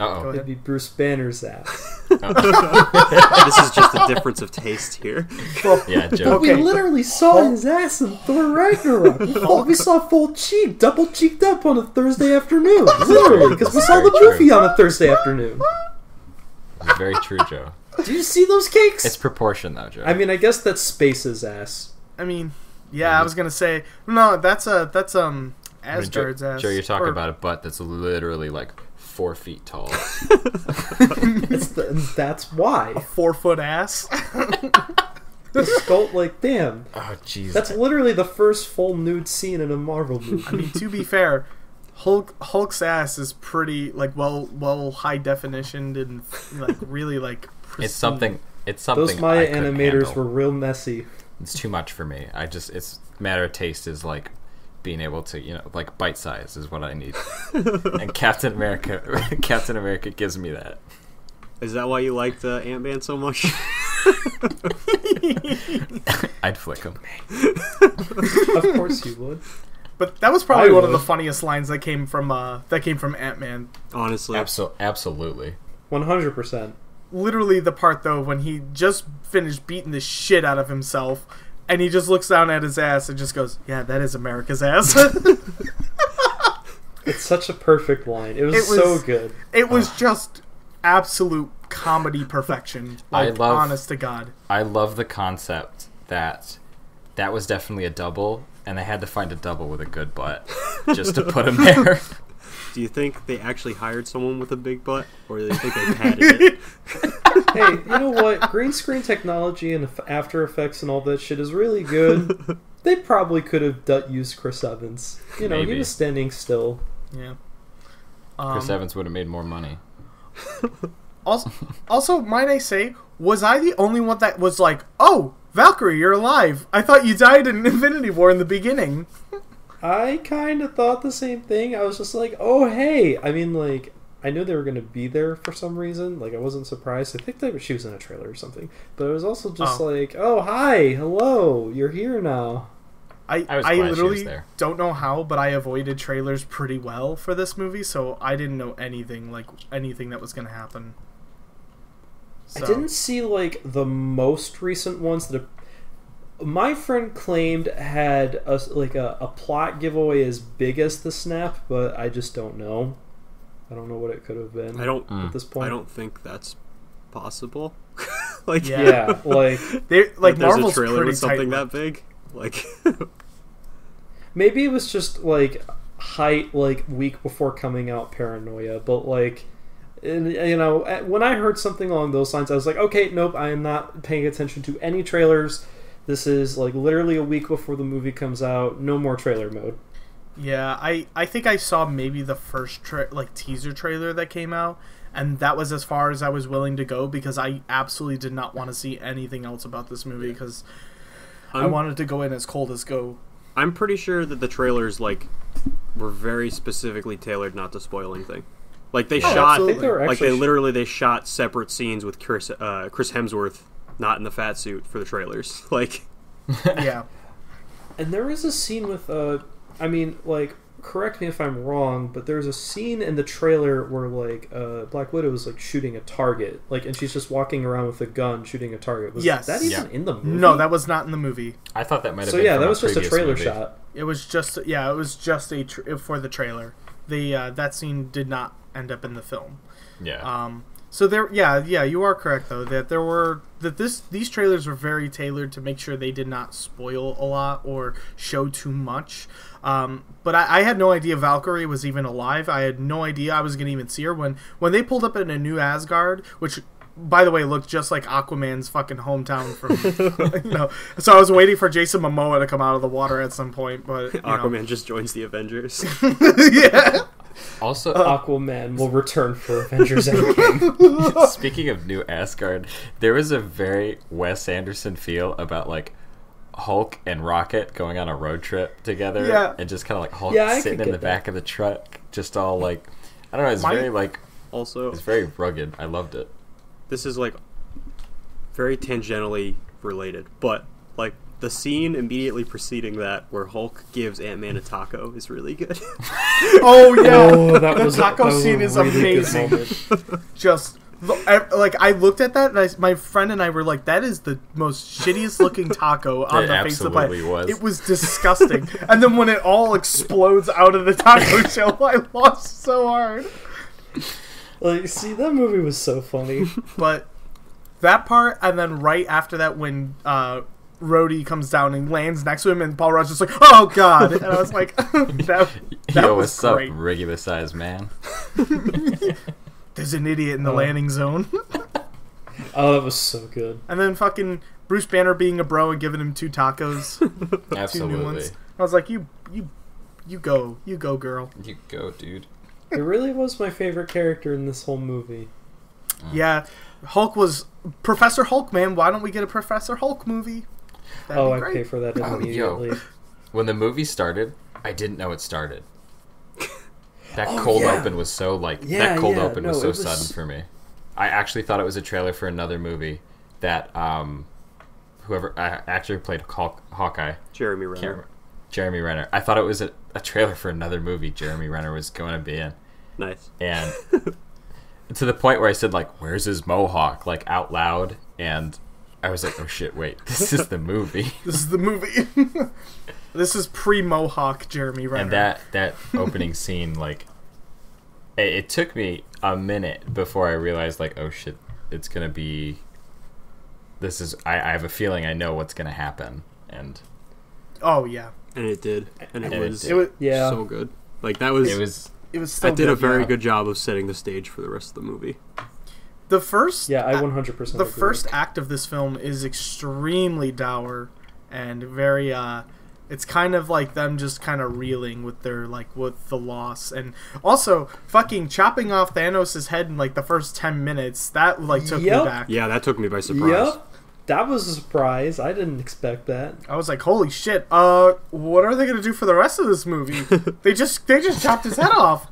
S2: Uh
S6: it'd be Bruce Banner's
S3: [LAUGHS]
S6: ass.
S4: [LAUGHS] this is just a difference of taste here.
S2: oh,
S3: [LAUGHS]
S2: yeah, Joe.
S3: Okay.
S6: We literally saw his ass in Thor
S3: [LAUGHS]
S6: Ragnarok. We saw- we saw full cheek, double cheeked up on a Thursday
S3: [LAUGHS]
S6: afternoon. Literally, because we saw the
S2: Very
S6: movie on a Thursday afternoon.
S2: It's very true, Joe.
S6: Did you see those cakes?
S2: It's proportion though, Joe.
S6: I mean, I guess that's Space's ass.
S3: I mean, yeah, I was gonna say no. That's a that's um
S2: I mean, Joe,
S3: Asgard's ass.
S2: Joe, you're talking
S3: Or-
S2: about a butt that's literally like four feet tall.
S6: It's the, and that's
S3: [LAUGHS]
S6: why.
S3: four foot ass.
S6: The sculpt, like, damn.
S2: oh, jeez.
S6: That's literally the first full nude scene in a Marvel movie.
S3: I mean, to be fair, Hulk Hulk's ass is pretty like well well high definitioned and like really like. Pristine.
S2: It's something. It's something.
S6: Those Maya
S2: I couldn't
S6: animators
S2: handle.
S6: were real messy.
S2: It's too much for me. I just. It's matter of taste is like being able to you know like bite size is what I
S6: [LAUGHS]
S2: need. and Captain America, [LAUGHS] Captain America gives me that.
S4: Is that why you liked uh, Ant Man so much? [LAUGHS]
S2: I'd flick him.
S6: Of course you
S2: [LAUGHS]
S6: would.
S3: But that was probably
S6: I
S3: one of the
S6: would.
S3: funniest lines that came from uh that came from Ant Man.
S4: Honestly,
S2: Absol- absolutely.
S6: 100%.
S3: Literally the part though when he just finished beating the shit out of himself. And he just looks down at his ass and just goes, "Yeah, that is America's ass." [LAUGHS]
S6: It's such a perfect line. It was,
S3: It was-
S6: so good.
S2: [LAUGHS]
S3: It was just absolute comedy perfection.
S2: I
S3: Like,
S2: love-
S3: honest to God.
S2: I love the concept that that was definitely a double, and they had to find a double with a good butt just to put him
S6: [LAUGHS]
S2: there.
S4: do you think they actually hired someone with a big butt, or do you think they
S3: [LAUGHS]
S4: padded it?
S6: Hey, you know what? Green screen technology and F- After Effects and all that shit is
S2: [LAUGHS]
S6: really good. They probably could have du- used Chris Evans. You know,
S2: Maybe.
S6: he was standing still.
S3: Yeah. Um,
S2: Chris Evans would have made more money.
S3: Also, also, might I say, was I the only one that was like, "Oh, Valkyrie, you're alive! I thought you died in [LAUGHS] Infinity War in the beginning."
S6: I kind of thought the same thing. I was just like, oh, hey. I mean, like, I knew they were going to be there for some reason. Like, I wasn't surprised. I think they, she was in a trailer or something. But I was also just
S3: Oh.
S6: like, oh, hi, hello, you're here now.
S3: I
S2: I was glad
S3: I
S2: she was
S3: literally
S2: there.
S3: don't know how, but I avoided trailers pretty well for this movie, so I didn't know anything like anything that was going to happen. So,
S6: I didn't see like the most recent ones that my friend claimed had a like a, a plot giveaway as big as the snap, but I just don't know. I don't know what it could have been.
S4: I don't.
S6: at this point.
S4: I don't think that's possible. [LAUGHS] like
S3: Yeah.
S4: [LAUGHS]
S6: Yeah, like
S3: They like
S4: that there's
S3: Marvel's
S4: a trailer
S3: pretty
S4: with something
S3: tight-lipped.
S4: that big. Like [LAUGHS]
S6: maybe it was just like hype, like week before coming out paranoia, but like. And, you know, eh, when I heard something along those lines, I was like, okay, nope, I am not paying attention to any trailers. This is like literally a week before the movie comes out. No more trailer mode.
S3: Yeah, I I think I saw maybe the first tra- like teaser trailer that came out, and that was as far as I was willing to go because I absolutely did not want to see anything else about this movie because I
S4: I'm-
S3: wanted to go in as cold as
S4: [LAUGHS]
S3: go.
S4: I'm pretty sure that the trailers like were very specifically tailored not to spoil anything. Like they shot,
S3: Oh, absolutely. I think
S6: they were
S4: like they
S6: actually-
S4: literally they shot separate scenes with Chris uh, Chris Hemsworth not in the fat suit for the trailers. [LAUGHS] Like
S3: yeah,
S6: And there is a scene with uh I mean, like, correct me if I'm wrong, but there's a scene in the trailer where like uh Black Widow is like shooting a target. Like and she's just walking around with a gun shooting a target. Was
S3: Yes.
S6: that even
S2: Yeah.
S6: in the movie?
S3: no, that was not in the movie.
S2: I thought that might have
S6: So
S2: been
S6: yeah,
S2: from
S6: that was just a
S2: previous
S6: trailer
S2: movie.
S6: shot.
S3: It was just yeah, it was just a tr for the trailer. The uh, that scene did not end up in the film.
S2: Yeah.
S3: Um, so there, yeah, yeah, you are correct though that there were that this these trailers were very tailored to make sure they did not spoil a lot or show too much. Um, but I, I had no idea Valkyrie was even alive. I had no idea I was gonna even see her when when they pulled up in a new Asgard, which. By the way, looked just like Aquaman's fucking hometown from, [LAUGHS] you know. So I was waiting for Jason Momoa to come out of the water at some point, but you know.
S4: Aquaman just joins
S3: [LAUGHS]
S4: the Avengers.
S3: yeah,
S2: also,
S6: Oh, Uh, Aquaman [LAUGHS] will return for Avengers [LAUGHS] Endgame.
S2: Speaking of new Asgard, there was a very Wes Anderson feel about like Hulk and Rocket going on a road trip together,
S3: Yeah.
S2: and just kind of like Hulk
S6: Yeah, I could
S2: sitting in
S6: get
S2: the
S6: that.
S2: back of the truck, just all like I don't know. It's
S3: My-
S2: very like
S4: also,
S2: it's very rugged. I loved it.
S4: this is like very tangentially related, but like the scene immediately preceding that where Hulk gives Ant Man a taco is really good. [LAUGHS]
S3: oh yeah,
S6: that
S3: the taco scene is amazing. just lo- I- like I looked at that and I, my friend and I were like, "That is the most shittiest looking
S2: [LAUGHS]
S3: taco on
S2: It
S3: the face of the
S2: absolutely
S3: planet."
S2: was.
S3: It was disgusting. [LAUGHS] and then when it all explodes out of
S2: [LAUGHS]
S3: the taco shell, I lost so hard.
S6: [LAUGHS] Like, see, that movie was so [LAUGHS] funny.
S3: But that part, and then right after that, when uh, Rhodey comes down and lands next to him, and Paul Rudd's just like, "Oh God!" And I
S2: [LAUGHS]
S3: was like, [LAUGHS] "That, that
S2: Yo,
S3: was
S2: what's up,
S3: great."
S2: regular size man?
S3: There's an idiot
S2: Uh.
S3: in the landing zone." [LAUGHS]
S6: Oh, that was so good.
S3: and then fucking Bruce Banner being a bro and giving him two tacos. two new
S2: Absolutely,
S3: ones. I was like, you, you, you go, you go, girl.
S2: you go, dude.
S6: It really was my favorite character in this whole movie.
S3: Yeah, Hulk was Professor Hulk, man. Why don't we get a Professor Hulk movie? That'd
S6: oh,
S3: be
S6: I
S3: great.
S6: pay for that
S2: Oh, yo.
S6: immediately.
S2: When the movie started, I didn't know it
S6: [LAUGHS]
S2: started. That cold
S6: Oh, yeah.
S2: open was so like
S6: Yeah,
S2: that cold
S6: yeah,
S2: open was
S6: no,
S2: so
S6: it was-
S2: sudden for me. I actually thought it was a trailer for another movie that um whoever uh, actually played Hulk, Hawkeye,
S4: Jeremy Renner.
S2: Jeremy, Jeremy Renner. I thought it was a, a trailer for another movie Jeremy Renner was going to be in.
S4: Nice.
S6: [LAUGHS]
S2: And to the point where I said like where's his mohawk like out loud and I was like oh shit wait [LAUGHS] this is the movie.
S3: This is the movie. [LAUGHS] this is pre Mohawk Jeremy Renner.
S2: and that that opening scene like it, it took me a minute before i realized like oh shit it's gonna be this is i, I have a feeling i know what's gonna happen and
S3: oh yeah,
S4: And it did. And it
S2: And it
S4: was
S2: did.
S3: it was
S6: Yeah.
S4: so good. Like that was,
S2: it was
S3: it was. Still
S4: that did a very
S3: yeah.
S4: good job of setting the stage for the rest of the movie.
S3: The first,
S6: Yeah, I 100%
S3: the
S6: agree.
S3: first act of this film is extremely dour and very uh it's kind of like them just kind of reeling with their like with the loss and also fucking chopping off Thanos' head in like the first 10 minutes that like took
S6: Yep.
S3: me back.
S4: Yeah, that took me by surprise.
S6: Yep. that was a surprise. I didn't expect that.
S3: I was like, holy shit. Uh, what are they gonna do for the rest of this movie? they just they just chopped his head off.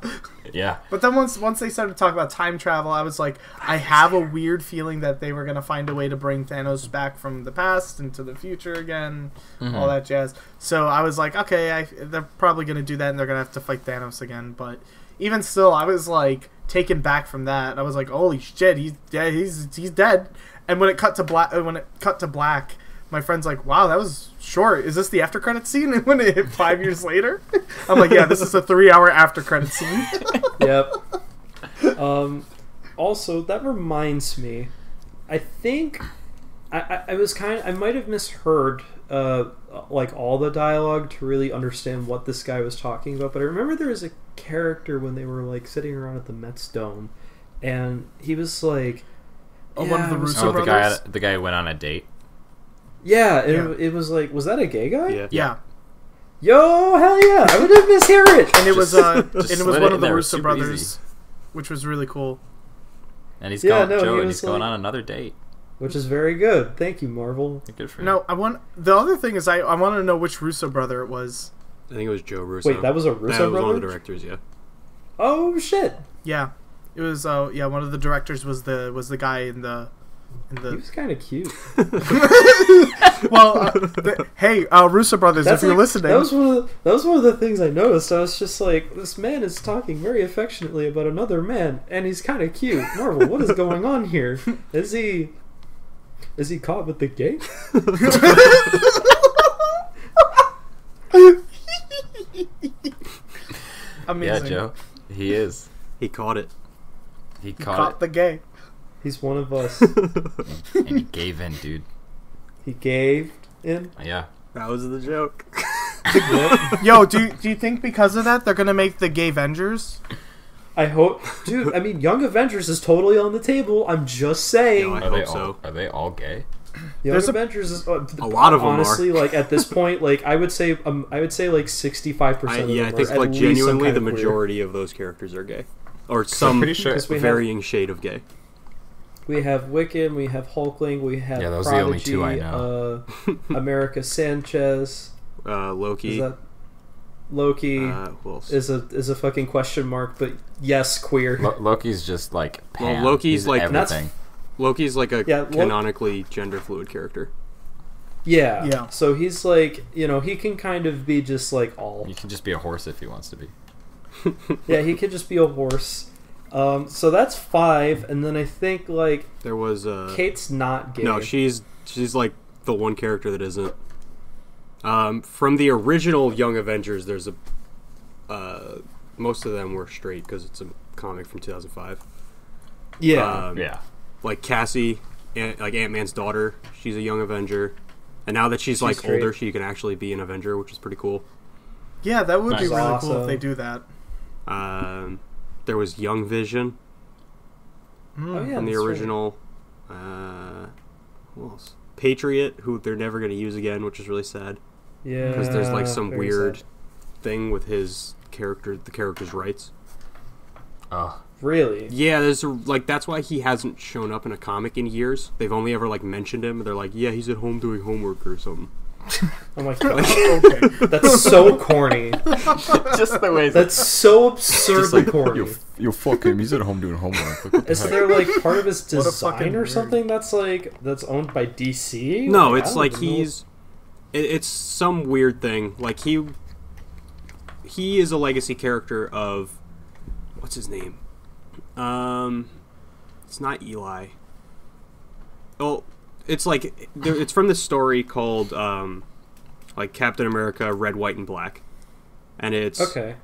S2: Yeah.
S3: But then once once they started talking about time travel, I was like, I have a weird feeling that they were gonna find a way to bring Thanos back from the past into the future again,
S2: Mm-hmm.
S3: all that jazz. So I was like, okay, I, they're probably gonna do that, and they're gonna have to fight Thanos again. But even still, I was like taken back from that. I was like, holy shit, he's dead. He's he's dead. And when it cut to black, uh, when it cut to black. My friend's like, "Wow, that was short. Is this the after credit scene?" [LAUGHS] And when it hit five years later, I'm like, "Yeah, this is a three-hour after credit
S2: [LAUGHS]
S3: scene."
S6: yep. [LAUGHS] Um, also, that reminds me. I think I, I, I was kind. I might have misheard uh, like all the dialogue to really understand what this guy was talking about. But I remember there was a character when they were like sitting around at the Mets dome, and he was like,
S3: Oh, one of the
S6: I was-
S3: Russo
S2: Oh, the guy
S3: brothers?
S2: the guy who went on a date.
S6: Yeah, and
S3: Yeah.
S6: It, it was like, was that a gay guy?
S4: Yeah.
S3: Yeah,
S6: Yo, hell yeah! I would have misheard it.
S3: and it was
S2: Just-
S3: uh, and
S2: just
S3: it
S2: slid
S3: was
S2: it
S3: one
S2: in
S3: of the
S2: there. It was
S3: Russo
S2: super
S3: brothers,
S2: easy.
S3: which was really cool.
S2: And he's
S6: Yeah,
S2: going
S6: no, he
S2: Joe, and he's
S6: was
S2: going
S6: like-
S2: on another date.
S6: Which is very good. Thank you, Marvel.
S2: Good for him.
S3: No, I want the other thing is I I want to know which Russo brother it was.
S4: I think it was Joe Russo.
S6: Wait, that was a Russo
S4: that was one
S6: brother.
S4: of the directors.
S6: [LAUGHS]
S4: Yeah.
S6: oh shit!
S3: Yeah, it was. Uh, yeah, one of the directors was the was the guy in the in
S6: He
S3: the.
S6: was kind of cute.
S3: [LAUGHS] well, uh,
S4: [LAUGHS]
S3: the, hey, uh, Russo brothers, if you're
S6: like-
S3: listening,
S6: That
S3: [LAUGHS]
S6: was one of the, that was one of the things I noticed. I was just like, this man is talking very affectionately about another man, and he's kind of cute. Marvel, what is going on
S3: [LAUGHS]
S6: here? Is he is he caught with the gay?
S3: amazing.
S2: yeah, Joe. He is.
S4: He caught it. [LAUGHS]
S2: He
S3: Caught
S2: caught,
S3: the gay.
S6: He's one of us.
S2: it and he gave in, dude.
S6: He gave in.
S2: Yeah.
S4: That was the joke.
S3: Yo, do you- do you think because of that they're gonna make the Gay Avengers?
S6: I hope, dude. I mean, Young Avengers is totally on the table. I'm just saying.
S4: No, I
S2: Are they
S4: hope
S2: all
S4: so.
S2: are they all gay?
S6: Young
S3: There's a-
S6: Avengers is uh,
S4: A lot of them are.
S6: honestly like
S4: [LAUGHS]
S6: at this point like I would say um, I would say like sixty
S4: I,
S6: five percent.
S4: yeah, I think like genuinely the majority of those characters are gay,
S6: [LAUGHS]
S4: or some
S2: pretty sure-
S6: Because we have,
S4: varying shade of gay.
S6: we have Wiccan, we have Hulkling, we have
S2: Yeah, those are the only
S6: Prodigy,
S2: two I know. [LAUGHS]
S6: uh, America Sanchez.
S4: Uh,
S6: Is
S4: Loki.
S6: that Loki?
S4: uh, who else?
S6: is a is a fucking question mark, but yes, queer.
S2: Lo- Loki's just like
S4: Well,
S2: Pan.
S4: Loki's
S2: He's
S4: like-
S6: That's-
S2: everything.
S4: Loki's like a
S6: Yeah, Lo-
S4: canonically gender fluid character.
S6: yeah,
S3: Yeah.
S6: So he's like, you know, he can kind of be just like all.
S2: [LAUGHS] He can just be a horse if he wants to be.
S6: Yeah, he could just be a horse. Um, so that's five, and then I think like
S4: There was uh,
S6: Kate's not gay.
S4: no, she's she's like the one character that isn't. Um, from the original Young Avengers, there's a uh, most of them were straight because it's a comic from 2005.
S6: yeah.
S4: Um,
S2: Yeah.
S4: like Cassie, Ant, like Ant Man's daughter. She's a young Avenger, and now that she's, like
S6: straight.
S4: older, she can actually be an Avenger, which is pretty cool.
S3: Yeah, that would be
S2: Nice.
S3: really cool
S6: Awesome.
S3: if they do that.
S4: Um, there was Young Vision
S6: oh, yeah,
S4: from the
S6: that's right.
S4: original. Uh, who else? Patriot, who they're never going to use again, which is really sad
S6: Yeah.
S4: because there's like some
S6: very
S4: weird
S6: sad.
S4: thing with his character, the character's rights.
S2: Oh.
S6: Really?
S4: Yeah, there's a, like that's why he hasn't shown up in a comic in years. They've only ever like mentioned him. They're like, yeah, he's at home doing homework or something. [LAUGHS]
S6: Oh my god.
S3: Okay.
S6: That's so corny.
S2: just the way
S4: [LAUGHS]
S6: That's so absurdly corny.
S2: you fuck him. He's at home doing homework.
S6: Is there like part of
S4: [LAUGHS]
S6: his
S3: a
S6: design
S3: fucking
S6: or
S3: nerd.
S6: something that's like that's owned by DC?
S4: No,
S6: I
S4: it's
S6: don't
S4: like
S6: even know.
S4: he's. It, it's some weird thing. Like he. He is a legacy character of, what's his name? Um, it's not Eli. Well, it's like there- it's from this story called, um, like Captain America: Red, White, and Black, and it's
S6: okay.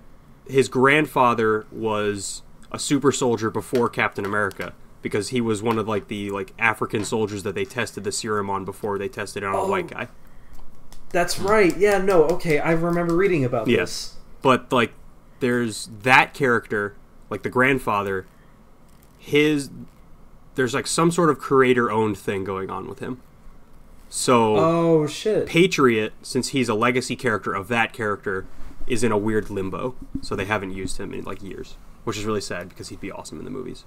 S4: his grandfather was a super soldier before Captain America because he was one of like the like African soldiers that they tested the serum on before they tested it on a
S6: Oh.
S4: white guy.
S6: That's right. Yeah. No. Okay. I remember reading about
S4: Yes. But like there's that character, like the grandfather, his there's like some sort of creator owned thing going on with him. So
S6: this. Oh shit.
S4: Patriot, since he's a legacy character of that character, is in a weird limbo. So they haven't used him in like years, which is really sad because he'd be awesome in the movies.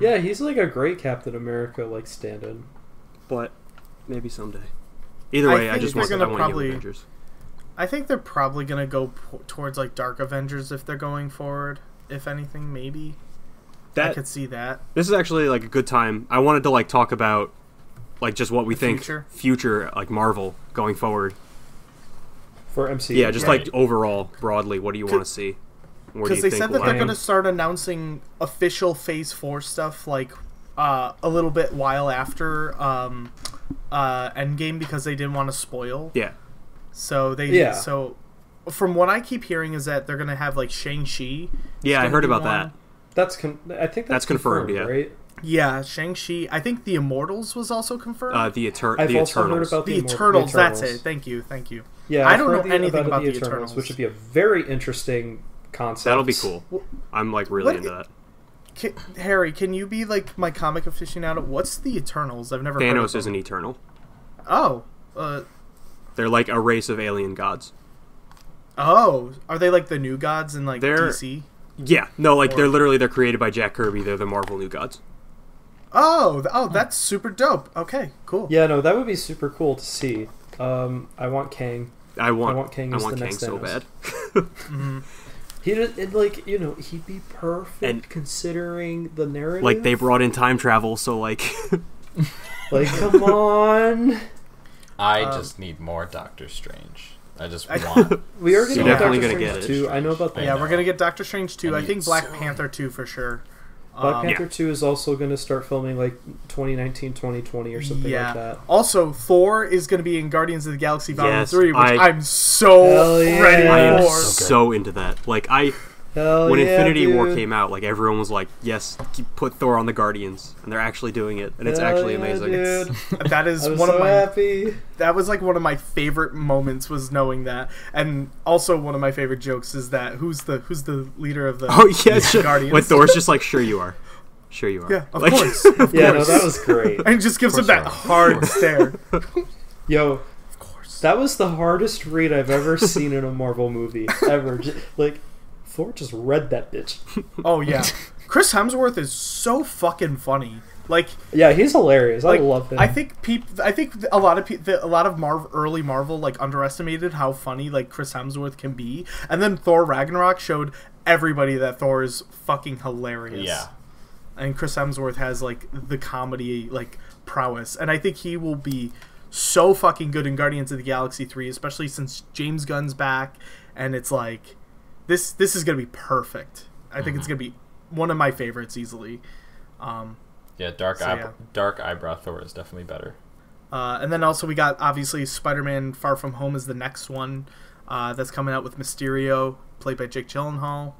S6: Yeah, he's like a great Captain America like stand-in.
S4: but maybe someday. Either
S3: I
S4: way, I,
S3: think
S4: just
S3: they're
S4: want I
S3: gonna
S4: want
S3: probably-
S4: Young Avengers.
S3: I think they're probably gonna go po- towards like Dark Avengers if they're going forward. If anything, maybe I
S4: That
S3: could see that.
S4: this is actually like a good time. I wanted to like talk about like just what we think
S3: future?
S4: future like Marvel going forward.
S6: for MCU.
S4: Yeah, just
S2: Right.
S4: like overall broadly, what do you want to see? Where do
S3: Because
S4: you
S3: they
S4: think
S3: said
S4: we'll
S3: that they're
S4: end?
S3: going to start announcing official Phase Four stuff like uh, a little bit while after um, uh, Endgame because they didn't want to spoil.
S4: Yeah,
S3: So they
S6: Yeah.
S3: so from what I keep hearing is that they're going to have like Shang Chi.
S4: yeah, I
S3: gonna
S4: heard
S3: be
S4: about
S3: one.
S4: that.
S6: that's con- I think that's,
S4: That's confirmed, yeah.
S6: Right.
S3: Yeah, Shang Chi. I think the Immortals was also confirmed.
S4: Uh, the Eter-
S6: I've
S4: the
S6: also
S4: Eternals.
S6: heard about
S3: the,
S6: the, Immor- the
S3: Eternals, That's it.
S6: Eternals.
S3: Thank you. Thank you.
S6: Yeah,
S3: I
S6: I've
S3: don't know
S6: heard the-
S3: anything
S6: it,
S3: about
S6: the
S3: the
S6: Eternals,
S3: Eternals.
S6: which would be a very interesting concept.
S4: That'll be cool. I'm like really
S3: What-
S4: into that.
S3: Ki- Harry, can you be like my comic aficionado? What's the Eternals? I've never heard of
S4: Thanos
S3: them.
S4: isn't eternal.
S3: Oh. Uh,
S4: They're like a race of alien gods.
S3: oh, are they like the new gods in like
S4: They're-
S3: DC?
S4: Yeah, no, like
S3: Or-
S4: they're literally they're created by Jack Kirby. They're the Marvel new gods.
S3: Oh, th-
S4: Hmm.
S3: oh, that's super dope. Okay, cool.
S6: Yeah, no, that would be super cool to see. Um, I want Kang.
S4: I want, I
S6: want
S4: want
S6: Kang
S4: Kang,
S6: as the next
S4: so
S6: Thanos.
S4: bad.
S6: He did it, like you know he'd be perfect
S4: And-
S6: considering the narrative.
S4: Like they brought in time travel, so like [LAUGHS]
S6: like come on.
S2: I
S3: Um,
S2: just need more Doctor Strange. I
S6: [LAUGHS]
S2: just
S3: I-
S2: want.
S4: [LAUGHS]
S6: We are
S2: So
S6: going to get
S4: definitely gonna
S6: Doctor Strange
S4: get it.
S6: two. I know about that.
S3: Yeah,
S2: I
S3: we're
S2: know.
S3: gonna get Doctor Strange too.
S2: I
S3: I,
S2: need
S3: think Black
S2: so-
S3: Panther too for sure.
S6: Black
S3: Um,
S6: Panther two is also going to start filming like 2019, 2020 or something
S3: yeah.
S6: like that.
S3: Also, Thor is gonna be in Guardians of the Galaxy Volume
S4: Yes,
S3: Three, which
S4: I-
S3: I, am so
S6: Hell yeah.
S4: I am
S6: [LAUGHS]
S3: ready for.
S2: good.
S4: so into that. Like I
S6: Hell
S4: when
S6: Oh, yeah,
S4: Infinity War
S6: dude.
S4: came out, like everyone was like, "Yes, keep- put Thor on the Guardians," and they're actually doing it, and it's
S6: Hell
S4: actually
S6: yeah,
S4: amazing.
S6: Dude.
S3: That is
S6: I was
S3: one
S6: so
S3: of my
S6: happy.
S3: that was like one of my favorite moments was knowing that, and also one of my favorite jokes is that who's the who's the leader of the
S4: [LAUGHS] Oh yeah, sure.
S3: Guardians.
S4: when Thor's just like, "Sure you are, sure you are."
S3: yeah of
S4: Like-
S3: course [LAUGHS] of
S6: Yeah, no,
S3: course
S6: that was great.
S3: and just gives him
S2: course
S3: that
S2: I am.
S3: hard stare.
S6: Yo,
S3: [LAUGHS] Of course.
S6: That was the hardest read I've ever seen in a Marvel movie ever. J like Thor just read that
S4: [LAUGHS]
S6: bitch.
S3: Oh yeah, Chris Hemsworth is so fucking funny. Like,
S6: Yeah, he's hilarious.
S3: like
S6: I love him.
S3: I think peop- I think a lot of peop a lot of Marv early Marvel like underestimated how funny like Chris Hemsworth can be, and then Thor Ragnarok showed everybody that Thor is fucking hilarious.
S2: Yeah.
S3: and Chris Hemsworth has like the comedy like prowess, and I think he will be so fucking good in Guardians of the Galaxy three, especially since James Gunn's back, and it's like this this is gonna be perfect. I think it's gonna be one of my favorites easily. Um,
S2: Yeah, dark
S3: So,
S2: eye,
S3: yeah.
S2: dark eyebrow Thor is definitely better.
S3: uh, and then also we got obviously Spider-Man: Far From Home is the next one uh, that's coming out with Mysterio, played by Jake Gyllenhaal.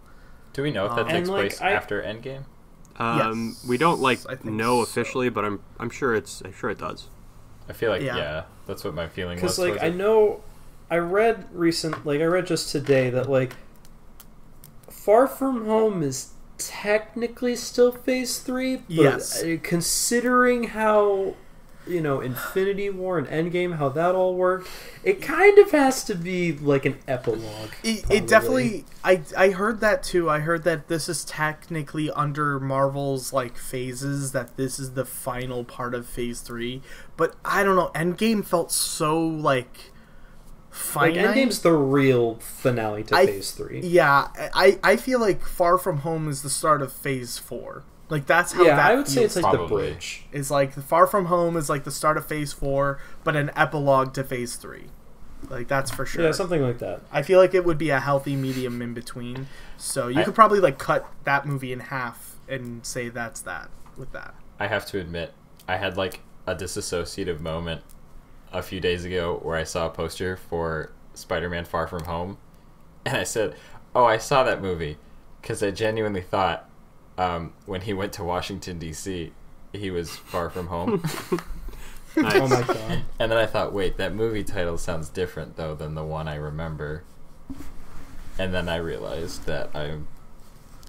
S2: Do we know if that
S6: Um, And,
S2: takes
S6: like,
S2: place
S6: I-
S2: after Endgame?
S4: [LAUGHS] Um,
S3: Yes.
S4: we don't like
S3: I think
S4: know
S3: so.
S4: officially, but I'm I'm sure it's I'm sure it does.
S2: I feel like yeah,
S3: Yeah.
S2: that's what my feeling was.
S6: because like
S2: towards
S6: I
S2: it.
S6: know, I read recent like I read just today that like Far From Home is technically still Phase Three. But
S3: Yes.
S6: uh, Considering how you know Infinity War and Endgame, how that all worked, it kind of has to be like an epilogue.
S3: It,
S6: probably.
S3: it definitely. I I heard that too. I heard that this is technically under Marvel's like phases. That this is the final part of Phase Three. But I don't know. Endgame felt so like
S6: Like
S3: finite.
S6: Endgame's the real finale to
S3: I-
S6: Phase Three.
S3: yeah, I I feel like Far From Home is the start of Phase Four. Like that's how
S6: Yeah,
S3: that
S6: I would say
S3: feels.
S6: it's like the
S2: Probably.
S6: bridge.
S3: is like the Far From Home is like the start of Phase Four, but an epilogue to Phase Three. Like that's for sure.
S6: Yeah, something like that.
S3: I feel like it would be a healthy medium in between. So you
S2: I-
S3: could probably like cut that movie in half and say that's that with that.
S2: I have to admit, I had like a disassociative moment a few days ago where I saw a poster for Spider Man Far From Home, [LAUGHS] and I said, Oh, I saw that movie. Because I genuinely thought um, when he went to Washington, D.C., he was far from home.
S4: Nice.
S6: Oh my
S3: [LAUGHS]
S6: god.
S2: and then I thought, wait, that movie title sounds different, though, than the one I remember. And then I realized that I.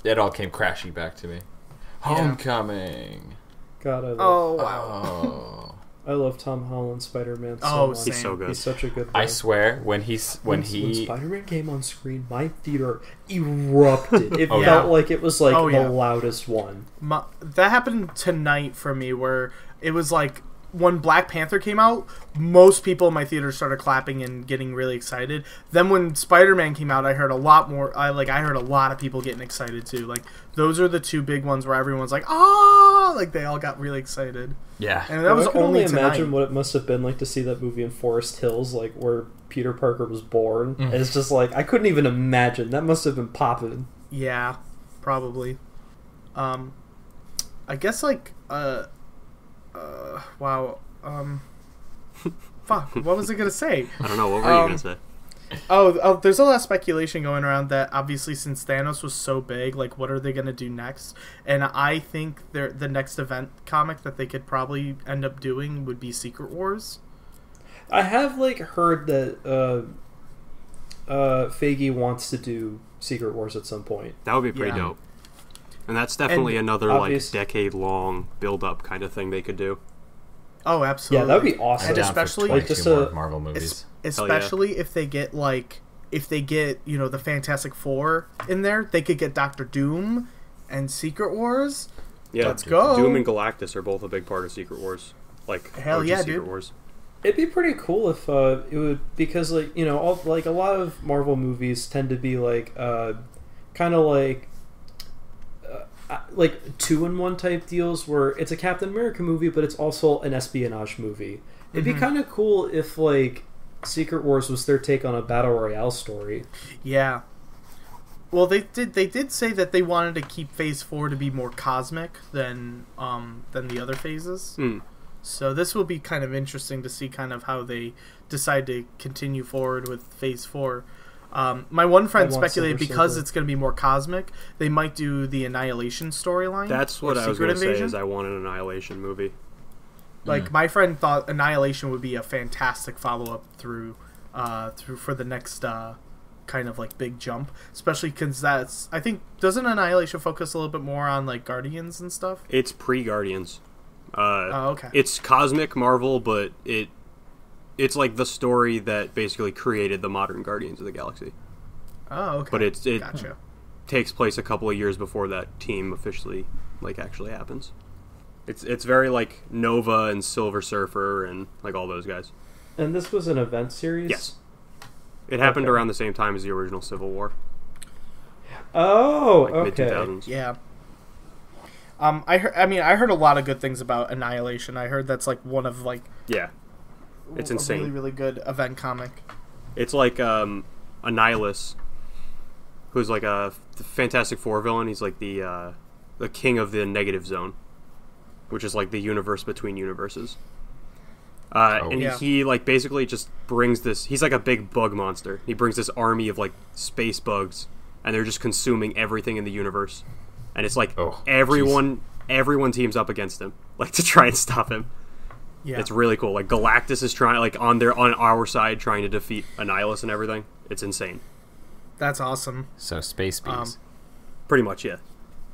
S2: It all came crashing back to me. Homecoming!
S6: God, I love,
S3: Oh
S6: Uh,
S2: Oh.
S6: I love Tom Holland Spider Man. So
S3: Oh,
S6: much.
S3: same.
S4: He's so good.
S6: He's such a good.
S2: I
S6: guy.
S2: swear, when he s- when he
S6: Spider Man came on screen, my theater erupted. It
S2: Oh, yeah.
S6: felt like it was like
S3: Oh,
S6: the
S3: yeah.
S6: loudest one.
S3: My, that happened tonight for me where it was like when Black Panther came out, most people in my theater started clapping and getting really excited. Then when Spider Man came out, I heard a lot more. I like I heard a lot of people getting excited too. Like those are the two big ones where everyone's like, ah, like they all got really excited.
S2: Yeah.
S3: And that was
S6: I can only,
S3: only tonight.
S6: imagine what it must have been like to see that movie in Forest Hills, like where Peter Parker was born. And it's just like I couldn't even imagine. That must have been popping.
S3: Yeah, probably. Um, I guess like uh, uh, wow.
S6: [LAUGHS]
S3: Um, fuck. What was I gonna say?
S4: I don't know what were you
S3: Um,
S4: gonna say.
S3: Oh, oh, there's a lot of speculation going around that obviously since Thanos was so big, like what are they gonna do next? And I think their the next event comic that they could probably end up doing would be Secret Wars.
S6: I have like heard that uh, uh, Feige wants to do Secret Wars at some point.
S4: That would be pretty
S3: Yeah.
S4: dope. And that's definitely another
S6: obvious-
S4: like decade long build up kind of thing they could do.
S3: Oh,
S6: Yeah,
S3: absolutely.
S6: that would be awesome.
S3: And
S2: Down for
S3: especially-
S2: 22
S6: Just
S2: more
S6: a-
S2: Marvel movies.
S3: Es- especially if they get like if they get you know the Fantastic Four in there, they could get Doctor Doom and Secret Wars.
S4: Yeah,
S3: Let's go.
S4: Doom and Galactus are both a big part of Secret Wars. Like
S3: Hell
S4: OG
S3: yeah,
S4: Secret
S3: dude.
S4: Wars.
S6: It'd be pretty cool if uh, it would because like you know all like a lot of Marvel movies tend to be like uh, kind of like uh, like two in one type deals where it's a Captain America movie but it's also an espionage movie. It'd
S4: Mm-hmm.
S6: be kind of cool if like Secret Wars was their take on a battle royale story.
S3: Yeah. Well, they did. They did say that they wanted to keep Phase Four to be more cosmic than um, than the other phases.
S4: Hmm.
S3: So this will be kind of interesting to see kind of how they decide to continue forward with Phase Four. Um, my one friend
S6: want
S3: speculated
S6: Silver
S3: because
S6: Surfer.
S3: it's going to be more cosmic, they might do the Annihilation storyline.
S4: That's what
S3: or
S4: I was
S3: Secret
S4: gonna say
S3: Invasion.
S4: is I want an annihilation movie. Mm.
S3: Like my friend thought Annihilation would be a fantastic follow up through, uh, through for the next uh, kind of like big jump, especially because that's I think doesn't Annihilation focus a little bit more on like Guardians and stuff.
S4: It's pre Guardians. Uh,
S3: Oh, okay.
S4: It's cosmic Marvel, but it it's like the story that basically created the modern Guardians of the Galaxy.
S3: oh, okay.
S4: But it's it
S3: gotcha.
S4: takes place a couple of years before that team officially like actually happens. It's it's very like Nova and Silver Surfer and like all those guys.
S6: And this was an event series.
S4: Yes. It happened
S6: Okay.
S4: around the same time as the original Civil War,
S6: Oh,
S4: like mid two
S6: okay.
S4: thousands.
S3: Yeah. Um, I heard. I mean, I heard a lot of good things about Annihilation. I heard that's like one of like
S4: Yeah, it's
S3: a
S4: insane.
S3: really really good event comic.
S4: It's like um, Annihilus, who's like a f- Fantastic Four villain. He's like the uh, the king of the negative zone, which is like the universe between universes. Uh,
S2: Oh.
S4: And
S3: Yeah.
S4: he like basically just brings this. He's like a big bug monster. He brings this army of like space bugs, and they're just consuming everything in the universe. And it's like
S2: Oh, jeez.
S4: everyone everyone teams up against him, like to try and stop him.
S3: Yeah.
S4: It's really cool. Like Galactus is trying, like on their on our side, trying to defeat Annihilus and everything. It's insane.
S3: that's awesome.
S2: So space bees.
S3: Um,
S4: Pretty much, yeah.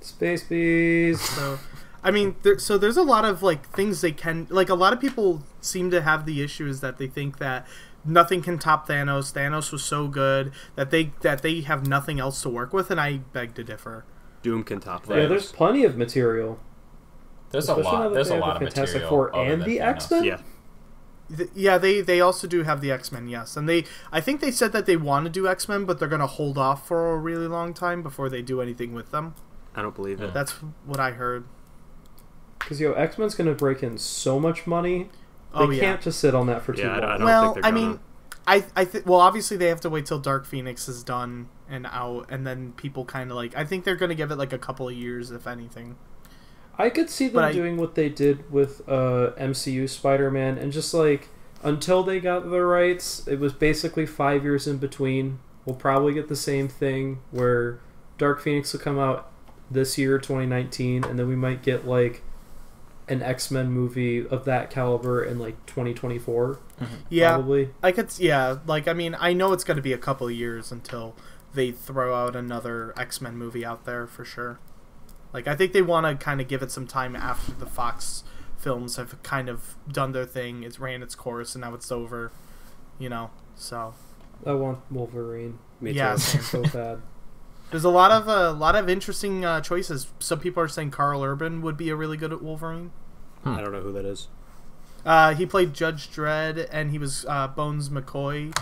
S6: Space bees.
S3: So, I mean, there, so there's a lot of like things they can like. A lot of people seem to have the issue is that they think that nothing can top Thanos. Thanos was so good that they that they have nothing else to work with, and I beg to differ.
S4: Doom can top
S6: Yeah,
S4: that.
S6: there's plenty of material.
S2: there's a
S6: Especially now
S2: lot.
S6: that
S2: There's
S6: they
S2: a
S6: have
S2: lot
S6: the
S2: of
S6: Fantastic
S2: material.
S6: Four
S2: other
S6: and
S2: than
S6: the
S2: Thanos.
S6: X Men.
S4: Yeah,
S3: Th- yeah, they they also do have the X Men, yes, and they I think they said that they want to do X Men, but they're gonna hold off for a really long time before they do anything with them.
S4: I don't believe it.
S3: That's what I heard.
S6: Because yo, X Men's gonna break in so much money. They
S3: Oh yeah.
S6: can't just sit on that for too
S4: Yeah, I
S6: long.
S4: don't- I don't
S3: well,
S4: think they're
S3: I
S4: gonna.
S3: mean, I I th- well, obviously they have to wait till Dark Phoenix is done and out, and then people kind of like I think they're gonna give it like a couple of years, if anything.
S6: I could see them
S3: But I-
S6: doing what they did with uh, MCU Spider Man and just like until they got the rights, it was basically five years in between. We'll probably get the same thing where Dark Phoenix will come out this year, 2019, and then we might get like an X Men movie of that caliber in like 2024,
S3: Yeah,
S6: probably.
S3: I could. s- Yeah, like I mean, I know it's gonna be a couple of years until they throw out another X Men movie out there for sure. Like I think they want to kind of give it some time after the Fox films have kind of done their thing. It's ran its course, and now it's over. You know, so
S6: I want Wolverine
S4: Me
S3: yeah.
S4: too.
S3: same.
S6: so [LAUGHS] bad.
S3: There's a lot of a lot of interesting uh, choices. Some people are saying Carl Urban would be a really good at Wolverine.
S4: I don't know who that is.
S3: Uh, he played Judge Dredd, and he was uh, Bones McCoy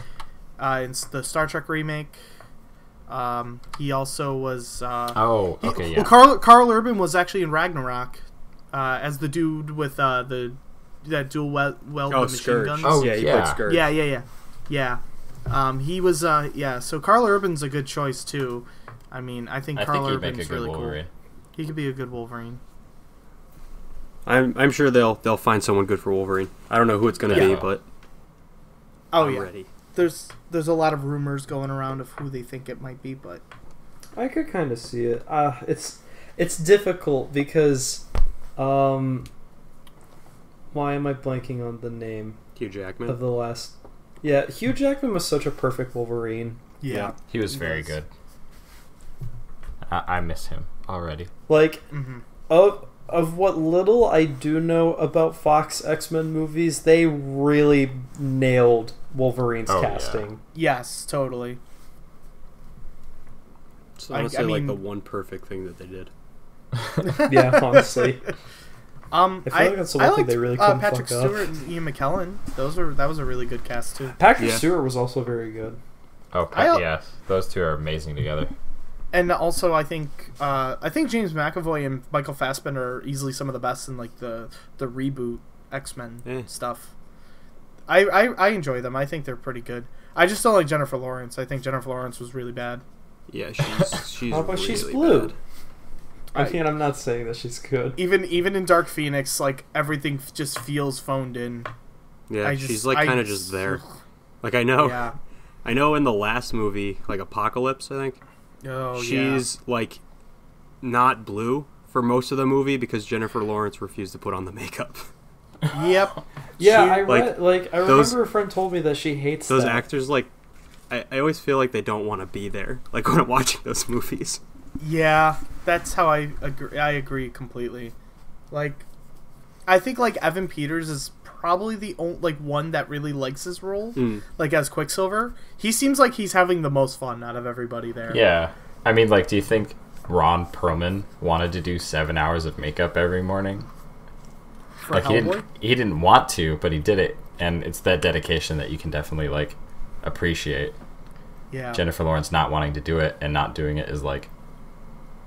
S3: uh, in s- the Star Trek remake. Um, he also was. Uh,
S2: Oh,
S3: he-
S2: okay,
S3: Well,
S2: yeah.
S3: Carl Carl Urban was actually in Ragnarok uh, as the dude with uh, the that dual wel- weld
S4: Oh,
S3: machine
S4: Scourge.
S3: guns.
S2: Oh,
S4: yeah, he
S2: yeah.
S4: played Scourge.
S3: Yeah, yeah, yeah, yeah. Um, he was, uh, yeah. So Carl Urban's a good choice too. I mean, I think
S2: I
S3: Carl
S2: think he'd make a
S3: Urban's
S2: good
S3: really
S2: Wolverine.
S3: cool. He could be a good Wolverine.
S4: I'm, I'm sure they'll they'll find someone good for Wolverine. I don't know who it's going to
S2: Yeah.
S4: be, but
S3: Oh
S4: I'm
S3: yeah.
S4: ready.
S3: There's there's a lot of rumors going around of who they think it might be, but
S6: I could kind of see it. Uh, it's it's difficult because, um, why am I blanking on the name
S4: Hugh
S6: of
S4: Jackman.
S6: the last? Yeah, Hugh Jackman was such a perfect Wolverine.
S3: yeah.
S4: Yeah.
S2: He was
S3: He
S2: very
S3: was.
S2: good. I, I miss him already.
S6: Like
S3: hmm
S6: of of what little I do know about Fox X Men movies, they really nailed Wolverine's
S2: Oh, yeah.
S4: [LAUGHS]
S6: casting.
S3: Yes, totally.
S4: It's
S3: I- I
S4: honestly
S3: mean-
S4: like the one perfect thing that they did.
S6: Yeah, honestly.
S3: Um,
S6: I
S3: I,
S6: feel like that's the one
S3: I
S6: thing
S3: liked
S6: they really
S3: uh,
S6: couldn't
S3: Patrick
S6: fuck up.
S3: Stewart and Ian McKellen. Those were that was a really good cast too.
S6: Patrick
S4: Yeah.
S6: Stewart was also very good.
S2: Oh,
S3: I-
S2: Pat, yes. Those two are amazing together.
S3: And also, I think uh, I think James McAvoy and Michael Fassbender are easily some of the best in like the the reboot X Men
S4: Eh.
S3: stuff. I, I I enjoy them. I think they're pretty good. I just don't like Jennifer Lawrence. I think Jennifer Lawrence was really bad. [LAUGHS]
S4: Yeah, she's she's
S3: Oh,
S6: How
S4: really
S6: about she's blue?
S4: bad.
S6: I
S3: I-
S6: mean, I'm not saying that she's good.
S3: Even even in Dark Phoenix, like everything f- just feels phoned in.
S4: Yeah,
S3: I
S4: she's
S3: just-
S4: like
S3: I-
S4: kind of
S3: [LAUGHS]
S4: just there. Like I know,
S3: Yeah.
S4: I know. In the last movie, like Apocalypse, I think
S3: Oh
S4: she's like not blue for most of the movie because Jennifer Lawrence refused to put on the makeup. [LAUGHS]
S3: yeah. Yep.
S6: Yeah,
S4: She-
S6: I
S4: like,
S6: read, like, I remember
S4: those-
S6: a friend told me that she hates
S4: Those
S6: that.
S4: actors, like, I, I always feel like they don't want to be there. [LAUGHS] Like when I'm watching those movies.
S3: Yeah, that's how I agree. I agree completely. Like, I think like Evan Peters is probably the only like one that really likes his role.
S4: Hmm.
S3: Like as Quicksilver, he seems like he's having the most fun out of everybody there.
S2: Yeah. I mean, like, do you think Ron Perlman wanted to do seven hours of makeup every morning?
S3: for
S2: like, he
S3: Hellboy.
S2: didn't, he didn't want to, but he did it. And it's that dedication that you can definitely, like, appreciate.
S3: Yeah,
S2: Jennifer Lawrence not wanting to do it and not doing it is, like,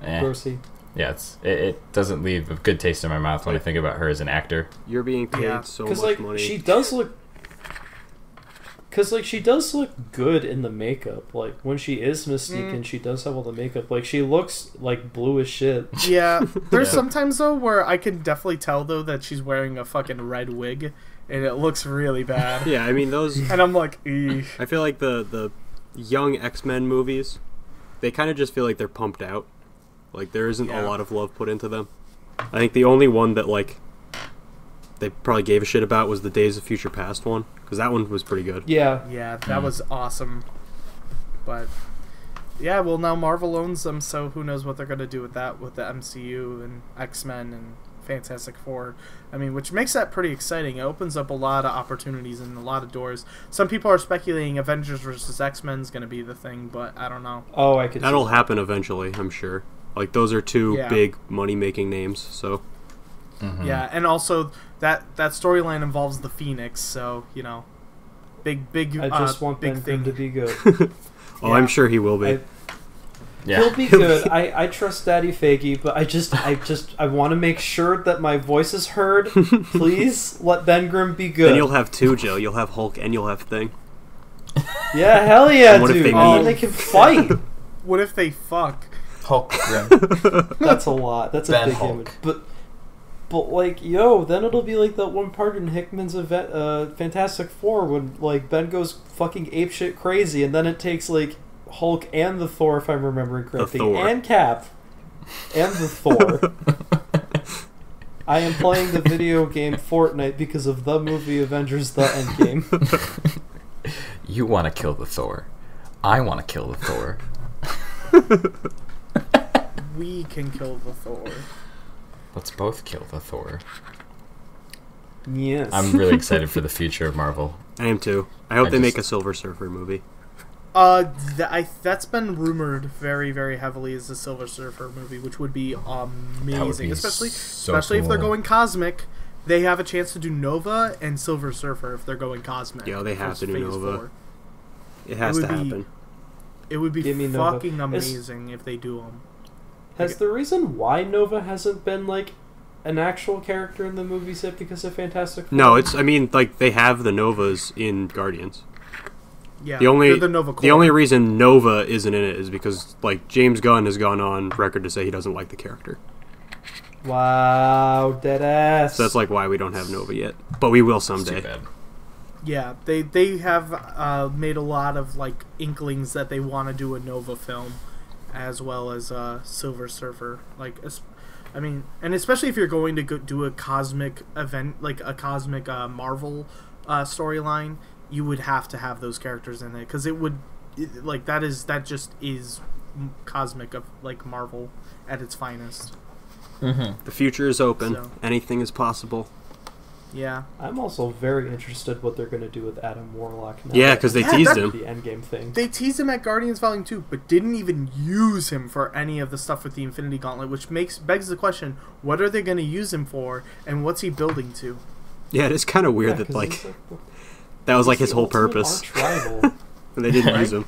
S2: eh.
S6: Grossy.
S2: Yeah, it's, it, it doesn't leave a good taste in my mouth when I think about her as an actor.
S4: You're being paid
S3: Yeah.
S4: so much
S6: Because, like,
S4: money.
S6: she does look. Because, like, she does look good in the makeup. Like, when she is Mystique
S3: Mm.
S6: and she does have all the makeup, like, she looks, like, blue as shit.
S2: [LAUGHS]
S3: yeah. There's
S2: Yeah.
S3: sometimes though where I can definitely tell though that she's wearing a fucking red wig, and it looks really bad.
S4: Yeah, I mean those.
S6: [LAUGHS]
S3: And I'm like, eesh.
S4: I feel like the the young X Men movies, they kind of just feel like they're pumped out. Like there isn't
S3: Yeah.
S4: a lot of love put into them. I think the only one that like they probably gave a shit about was the Days of Future Past one because that one was pretty good.
S6: Yeah.
S3: Yeah, that was awesome. But yeah, well now Marvel owns them, so who knows what they're gonna do with that with the MCU and X Men and Fantastic Four. I mean, which makes that pretty exciting. It opens up a lot of opportunities and a lot of doors. Some people are speculating Avengers versus X Men is gonna be the thing, but I don't know.
S6: Oh, I could
S4: That'll happen eventually, I'm sure. Like those are two
S3: Yeah.
S4: big money making names, so
S2: Hmm.
S3: Yeah, and also that that storyline involves the Phoenix, so you know, big big.
S6: see. I just
S3: uh,
S6: want
S3: big
S6: Ben
S3: thing
S6: Grimm to be good.
S4: [LAUGHS]
S3: Yeah.
S4: oh, I'm sure he will be.
S6: I- He'll
S2: Yeah.
S6: be good. I, I trust Daddy Faggy, but I just I just I want to make sure that my voice
S4: [LAUGHS]
S6: is heard. Please let Ben Grimm be
S4: Then you'll
S6: good.
S4: have two, Joe. You'll have Hulk and you'll have Thing.
S6: Yeah, hell yeah,
S4: And what if
S6: dude.
S4: they
S6: and then
S3: meet?
S6: they can fight.
S3: What if they fuck?
S2: Hulk Grim.
S6: That's a lot. That's a
S2: Ben
S6: big
S2: Hulk.
S6: image. But but like yo, then it'll be like that one part in Hickman's event, uh, Fantastic Four when like Ben goes fucking apeshit crazy, and then it takes like Hulk and the Thor, if I'm remembering correctly,
S4: Thor.
S6: and Cap, and
S2: [LAUGHS]
S6: the Thor. I am playing the video game Fortnite because of the movie Avengers: The Endgame.
S2: you want to kill the Thor. I want to kill the Thor.
S3: We can kill the Thor.
S2: Let's both kill the Thor.
S6: yes.
S2: I'm really excited for the future of Marvel.
S4: I am too. I hope
S2: I
S4: they
S2: just-
S4: make a Silver Surfer movie.
S3: Uh, th- I, that's been rumored very, very heavily as the Silver Surfer movie, which would be amazing,
S2: be
S3: especially
S2: so
S3: especially if they're
S2: cool.
S3: going cosmic. They have a chance to do Nova and Silver Surfer if they're going cosmic.
S4: Yeah, they have
S3: for
S4: to do
S3: Phase
S4: Nova.
S3: Four.
S4: It has
S3: It
S4: to
S3: would be-
S4: happen.
S3: It would be
S6: Give me Nova.
S3: fucking
S6: It's-
S3: amazing if they do them.
S6: Has the reason why Nova hasn't been like an actual character in the movies yet because of Fantastic Four?
S4: No, it's. I mean, like they have the Novas in Guardians.
S3: Yeah,
S4: The only
S3: they're the Nova.
S4: the
S3: Corps.
S4: only reason Nova isn't in it is because like James Gunn has gone on record to say he doesn't like the character.
S6: Wow, dead ass.
S4: So that's like why we don't have Nova yet, but we will
S2: It's too
S4: someday.
S2: bad.
S3: Yeah, they they have uh, made a lot of like inklings that they want to do a Nova film, as well as uh, Silver Surfer. Like, es- I mean, and especially if you're going to go do a cosmic event, like a cosmic uh, Marvel uh, storyline, you would have to have those characters in it because it would, it, like, that is that just is m- cosmic of like Marvel at its finest.
S4: The future is open.
S3: So.
S4: Anything is possible.
S3: Yeah,
S6: I'm also very interested what they're going to do with Adam Warlock now.
S4: Yeah, because they
S3: Yeah,
S4: teased
S3: that-
S4: him.
S6: the Endgame thing.
S3: They teased him at Guardians Volume 2, but didn't even use him for any of the stuff with the Infinity Gauntlet, which makes begs the question, what are they going to use him for and what's he building to?
S4: Yeah, it is kind of weird
S6: Yeah,
S4: that
S6: 'cause
S4: like
S6: he's, the-
S4: that was like
S6: he's
S4: his
S6: the
S4: whole
S6: ultimate
S4: purpose, [LAUGHS]
S6: arch rival.
S4: and they didn't
S3: Right?
S4: use him.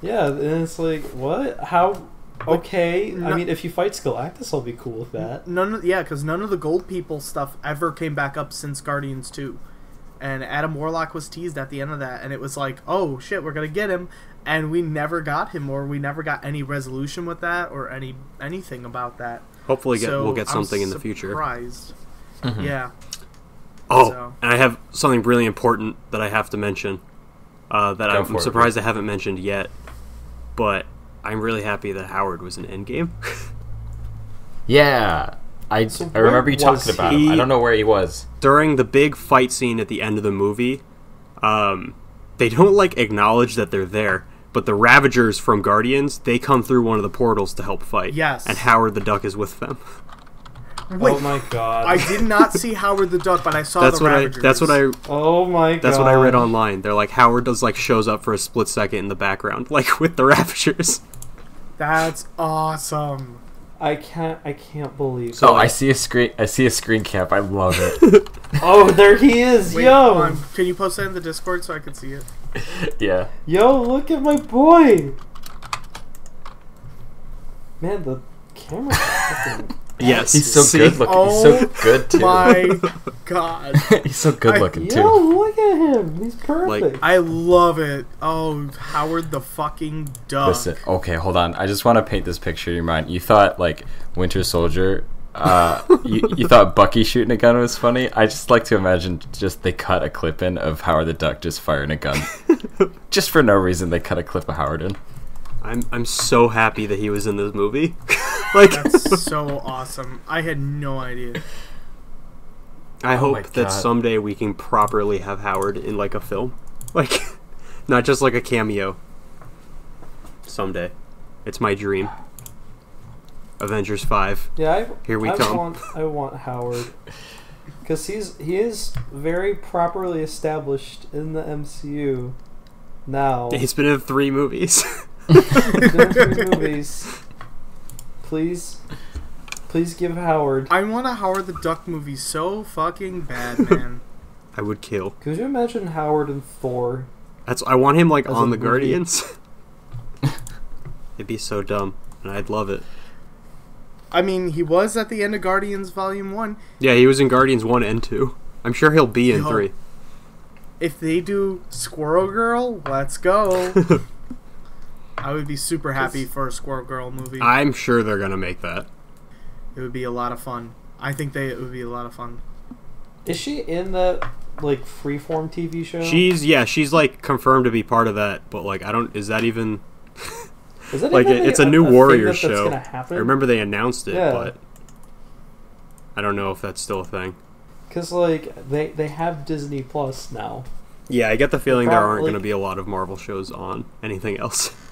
S6: yeah, and it's like what? How? Okay, I
S3: no-
S6: mean, if he fights Galactus, I'll be cool with that.
S3: None of, yeah, cuz none of the gold people stuff ever came back up since Guardians 2. And Adam Warlock was teased at the end of that and it was like, "Oh shit, we're going to get him." And we never got him or we never got any resolution with that or any anything about that.
S4: Hopefully, get,
S3: so
S4: we'll get
S3: I'm
S4: something in the future.
S3: Surprised. Yeah.
S4: Oh,
S3: So-
S4: and I have something really important that I have to mention uh, that
S2: Go for
S4: I'm
S2: it.
S4: surprised I haven't mentioned yet, but I'm really happy that Howard was in Endgame. [LAUGHS]
S2: Yeah, I,
S6: So
S2: I remember
S6: where
S2: you talking
S6: was
S2: about
S4: he?
S2: him. I don't know where he was.
S4: During the big fight scene at the end of the movie, um, they don't like acknowledge that they're there. But the Ravagers from Guardians, they come through one of the portals to help fight.
S3: Yes.
S4: And Howard the Duck is with them.
S3: Wait.
S6: oh my god!
S3: I did not see Howard the Duck, but I saw
S4: That's
S3: Oh, the
S4: what
S3: Ravagers.
S4: I. That's what I
S6: oh my god!
S4: That's what I read online. They're like Howard does like shows up for a split second in the background, [LAUGHS] like with the Ravagers.
S3: That's awesome.
S6: I can't. I can't believe.
S2: Oh,
S6: that.
S2: I see a screen. I see a screen cap. I love [LAUGHS] it.
S6: Oh, there he is!
S3: Wait,
S6: yo,
S3: hold on. can you post that in the Discord so I can see it?
S2: yeah.
S6: yo, look at my boy! Man, the
S4: [LAUGHS]
S6: camera. fucking-
S4: Yes,
S2: He's so
S4: See?
S2: good looking. He's so good too.
S3: Oh My God,
S2: [LAUGHS] He's so good looking
S6: yo,
S2: too.
S6: look at him! He's perfect.
S3: I love it. Oh, Howard the fucking Duck.
S2: Listen, okay, hold on. I just want to paint this picture in your mind. You thought like Winter Soldier. Uh, you, you thought Bucky shooting a gun was funny. I just like to imagine just they cut a clip in of Howard the Duck just firing a
S3: [LAUGHS]
S2: gun. just for no reason, they cut a clip of Howard in.
S4: I'm I'm so happy that he was in this movie. like
S3: That's so awesome. I had no idea.
S4: [LAUGHS] I
S2: my
S4: hope
S2: God.
S4: that someday we can properly have Howard in like a film, like [LAUGHS] not just like a cameo. Someday, it's my dream. Avengers Five.
S6: Yeah, I,
S4: Here we
S6: I
S4: come.
S6: Want, I want
S4: [LAUGHS]
S6: Howard because he's he is very properly established in the MCU now.
S4: He's been in three movies. [LAUGHS]
S6: Those three movies. Please, please give Howard.
S3: I want a Howard the Duck movie so fucking bad, man.
S4: I would kill.
S6: Could you imagine Howard and Thor?
S4: That's I want him like
S6: As a
S4: on the
S6: movie.
S4: Guardians. It'd be so dumb, and I'd love it.
S3: I mean, he was at the end of Guardians Volume One.
S4: Yeah, he was in Guardians one and two. I'm sure he'll be in
S3: Yo.
S4: three.
S3: If they do Squirrel Girl, let's
S4: [LAUGHS]
S3: go. I would be super happy for a Squirrel Girl movie.
S4: I'm sure they're gonna make that.
S3: It would be a lot of fun. I think they it would be a lot of fun.
S6: Is she in that like freeform TV show?
S4: She's yeah, she's like confirmed to be part of that, but like I don't. Is that even? [LAUGHS]
S6: is that
S4: like,
S6: even
S4: it's a new
S6: thing
S4: Warrior
S6: that that's
S4: show.
S6: gonna happen?
S4: I remember they announced it,
S6: Yeah.
S4: but I don't know if that's still a thing.
S6: because like they they have Disney Plus now.
S4: Yeah, I get the feeling there aren't
S6: Probably-
S4: gonna be a lot of Marvel shows on anything else. [LAUGHS]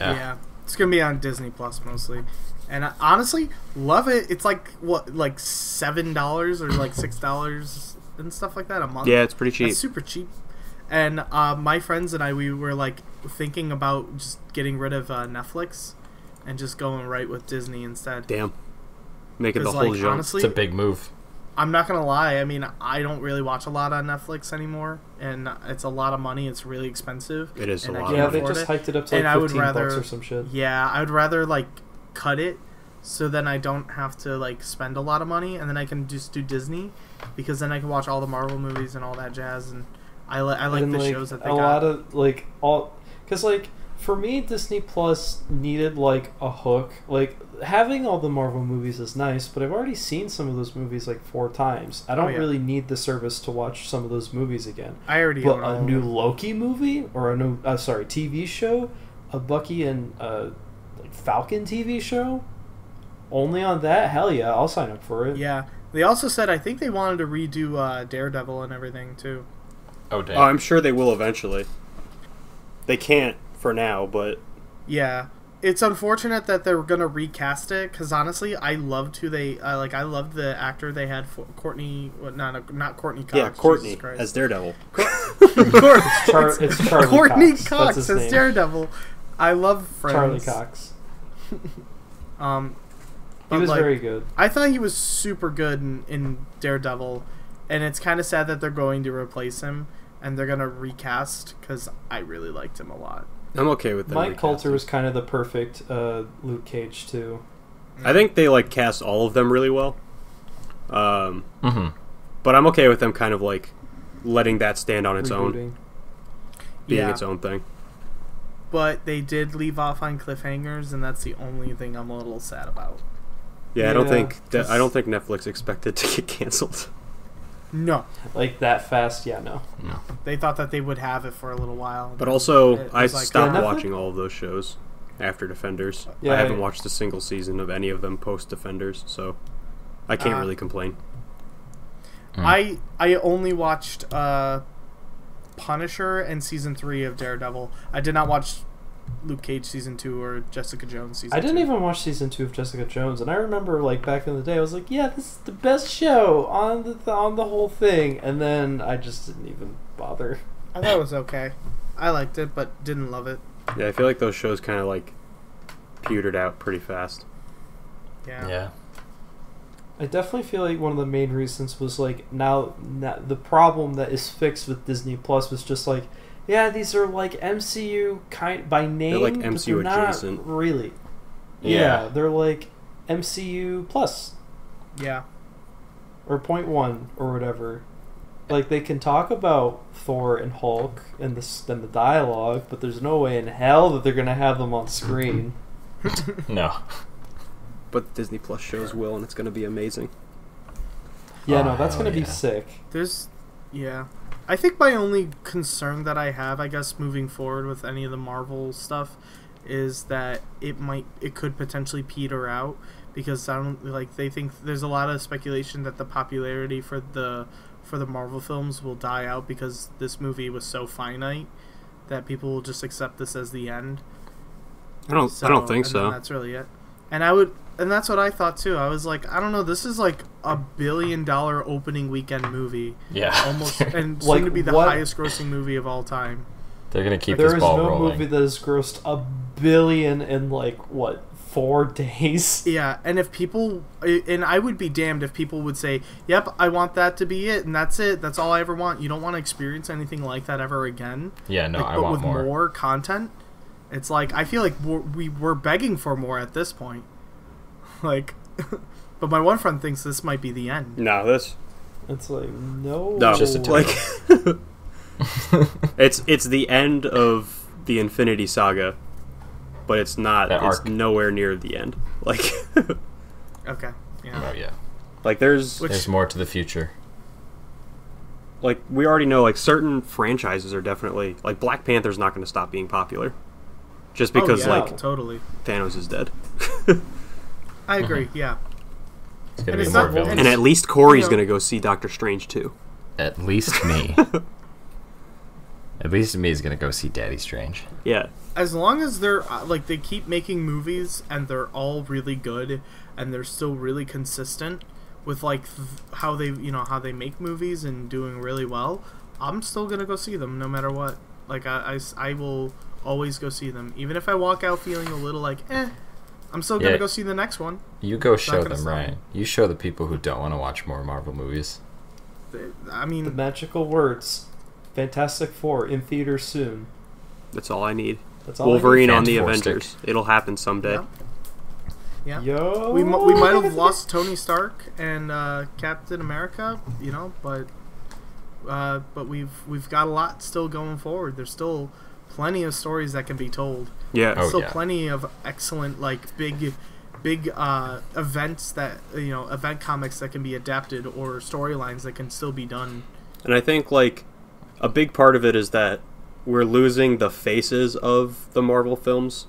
S3: Yeah. It's going to be on Disney Plus mostly. And I honestly love it. It's like what like $7 or like $6 and stuff like that a month.
S4: Yeah, it's pretty cheap.
S3: That's super cheap. And uh, my friends and I we were like thinking about just getting rid of uh, Netflix and just going right with Disney instead.
S4: Damn, make it the
S3: Cuz
S4: whole
S3: like
S4: genre.
S3: honestly
S2: It's a big move.
S3: I'm not gonna lie. I mean, I don't really watch a lot on Netflix anymore, and it's a lot of money. It's really expensive.
S4: It is a
S3: and I
S4: lot
S3: can't
S4: of
S6: Yeah,
S4: money.
S6: they
S3: afford
S6: just
S3: it.
S6: hiked it up to like
S3: And I would
S6: 15 bucks
S3: rather-
S6: or some shit.
S3: Yeah, I would rather like cut it so then I don't have to like spend a lot of money and then I can just do Disney because then I can watch all the Marvel movies and all that jazz and I, li- I like
S6: and,
S3: the shows that they
S6: a
S3: got.
S6: lot of like all because like for me disney plus needed like a hook like having all the marvel movies is nice but i've already seen some of those movies like four times i don't
S3: Oh, yeah.
S6: really need the service to watch some of those movies again
S3: I already
S6: but
S3: own all
S6: a
S3: of
S6: new
S3: them.
S6: loki movie or a new uh, sorry tv show a bucky and uh, like falcon tv show only on that hell yeah i'll sign up for it
S3: Yeah, they also said I think they wanted to redo uh, Daredevil and everything too.
S2: Oh damn.
S4: Oh,
S3: Um,
S4: I'm sure they will eventually. They can't for now, but
S3: Yeah, it's unfortunate that they're gonna recast it because honestly, I loved who they uh, like. I loved the actor they had for Courtney. Well, not not Courtney Cox.
S4: yeah, Courtney
S3: Jesus Christ.
S4: as Daredevil.
S3: [LAUGHS]
S6: [LAUGHS]
S3: Courtney-
S6: Char- it's Charlie
S3: Courtney
S6: Cox.
S3: Cox,
S6: That's his
S3: as
S6: name.
S3: Daredevil. I love Friends.
S6: charlie cox
S3: Um,
S6: he
S3: but,
S6: was
S3: like,
S6: very good
S3: I thought he was super good in, in Daredevil, and it's kind of sad that they're going to replace him and they're gonna recast because I really liked him a lot.
S4: I'm okay with that.
S6: Mike Coulter was kind of the perfect uh, Luke Cage too.
S4: I think they like cast all of them really well. Um,
S2: Mm-hmm.
S4: but I'm okay with them kind of like letting that stand on its own,
S6: rebooting.
S4: being
S3: Yeah.
S4: its own thing.
S3: But they did leave off on cliffhangers, and that's the only thing I'm a little sad about.
S4: Yeah, I don't
S6: Yeah,
S4: think that, I don't
S6: just-
S4: think Netflix expected to [LAUGHS] get canceled.
S3: No,
S6: Like that fast? Yeah, no.
S2: No.
S3: they thought that they would have it for a little while.
S4: But also,
S3: It
S4: I
S3: was like-
S4: stopped
S6: Yeah, Netflix-
S4: watching all of those shows after Defenders.
S6: Yeah,
S4: I haven't
S6: I-
S4: watched a single season of any of them post Defenders, so I can't
S3: Uh,
S4: really complain.
S6: Mm.
S2: Mm-hmm.
S3: I I only watched uh, Punisher and season three of Daredevil. I did not watch Luke Cage season two or Jessica Jones season.
S6: I didn't
S3: two.
S6: even watch season two of Jessica Jones, and I remember like back in the day, I was like, "Yeah, this is the best show on the on the whole thing," and then I just didn't even bother.
S3: I thought it was okay. I liked it, but didn't love it.
S4: Yeah, I feel like those shows kind of like pewtered out pretty fast.
S3: Yeah.
S2: Yeah.
S6: I definitely feel like one of the main reasons was like now, now the problem that is fixed with Disney Plus was just like, yeah, these are like MCU kind by name,
S4: like
S6: but
S4: MCU
S6: they're not
S4: adjacent.
S6: really.
S2: Yeah.
S6: yeah, they're like MCU Plus
S3: Yeah.
S6: or point one or whatever. Like they can talk about Thor and Hulk and this and the dialogue, but there's no way in hell that they're gonna have them
S2: [LAUGHS]
S6: on screen.
S2: No.
S4: But Disney Plus shows will, and it's going to be amazing.
S6: Yeah,
S2: Oh,
S6: no, that's
S2: hell
S6: gonna
S2: yeah.
S6: be sick.
S3: There's yeah. I think my only concern that I have, I guess moving forward with any of the Marvel stuff is that it might it could potentially peter out because I don't like they think there's a lot of speculation that the popularity for the for the Marvel films will die out because this movie was so finite that people will just accept this as the end.
S4: I don't. I don't think
S3: and then
S4: so.
S3: That's really it. And I would, and that's what I thought too. I was like, I don't know, this is like a billion dollar opening weekend movie,
S2: Yeah. [LAUGHS]
S3: almost,
S2: they're,
S3: and
S6: Like,
S3: soon to be the
S6: what-
S3: highest grossing movie of all time.
S2: gonna keep
S6: There
S2: this
S6: is
S2: ball
S6: no
S2: rolling.
S6: movie that has grossed a billion in like what four [LAUGHS] days.
S3: Yeah, and if people, I- and I would be damned if people would say, "Yep, I want that to be it, and that's it. That's all I ever want." You don't want to experience anything like that ever again.
S2: yeah. No.
S3: like,
S2: I
S3: but
S2: want
S3: with
S2: more.
S3: content, it's like I feel like we're, we we're begging for more at this point. [LAUGHS] Like, [LAUGHS] but my one friend thinks this might be the end.
S4: No, this
S6: It's like no,
S4: no.
S2: Just a
S4: like it's it's the end of the Infinity Saga, but it's not.
S2: That
S4: it's
S2: arc.
S4: nowhere near the end. [LAUGHS]
S6: [LAUGHS]
S4: Like
S3: Okay. Yeah.
S2: Oh yeah.
S4: like there's
S3: Which-
S2: There's more to the future.
S4: like we already know like certain franchises are definitely like Black Panther's not going to stop being popular, just because
S3: oh, yeah,
S4: like
S3: totally.
S4: Thanos is dead,
S2: [LAUGHS]
S3: I agree. Yeah.
S2: It's gonna
S3: And
S2: be
S3: it's
S2: more
S3: not-
S2: villains.
S4: and at least Corey's
S3: Yeah.
S4: going to go see Doctor Strange too.
S2: At least me. At least me is gonna go see Daddy Strange.
S4: Yeah,
S3: As long as they're uh, like they keep making movies and they're all really good and they're still really consistent with like th- how they you know how they make movies and doing really well, I'm still gonna go see them no matter what. Like I, I s- I will always go see them even if I walk out feeling a little like eh, I'm still gonna
S2: Yeah.
S3: go see the next one.
S2: You go show
S3: gonna
S2: them,
S3: sell.
S2: Ryan. You show the people who don't want to watch more Marvel movies.
S3: I
S6: The
S3: mean,
S6: magical words, Fantastic Four in theater soon.
S4: That's all I need.
S6: That's all. I need.
S4: Wolverine on the
S2: Fantastic.
S4: Avengers. It'll happen someday.
S3: Yeah. Yeah.
S6: Yo,
S3: we mu- we might
S2: [LAUGHS]
S3: have lost Tony Stark and uh, Captain America, you know, but uh, but we've we've got a lot still going forward. There's still plenty of stories that can be told.
S4: Yeah.
S2: Oh,
S3: still
S2: yeah.
S3: plenty of excellent like big big uh, events that you know event comics that can be adapted or storylines that can still be done
S4: And I think like a big part of it is that we're losing the faces of the Marvel films,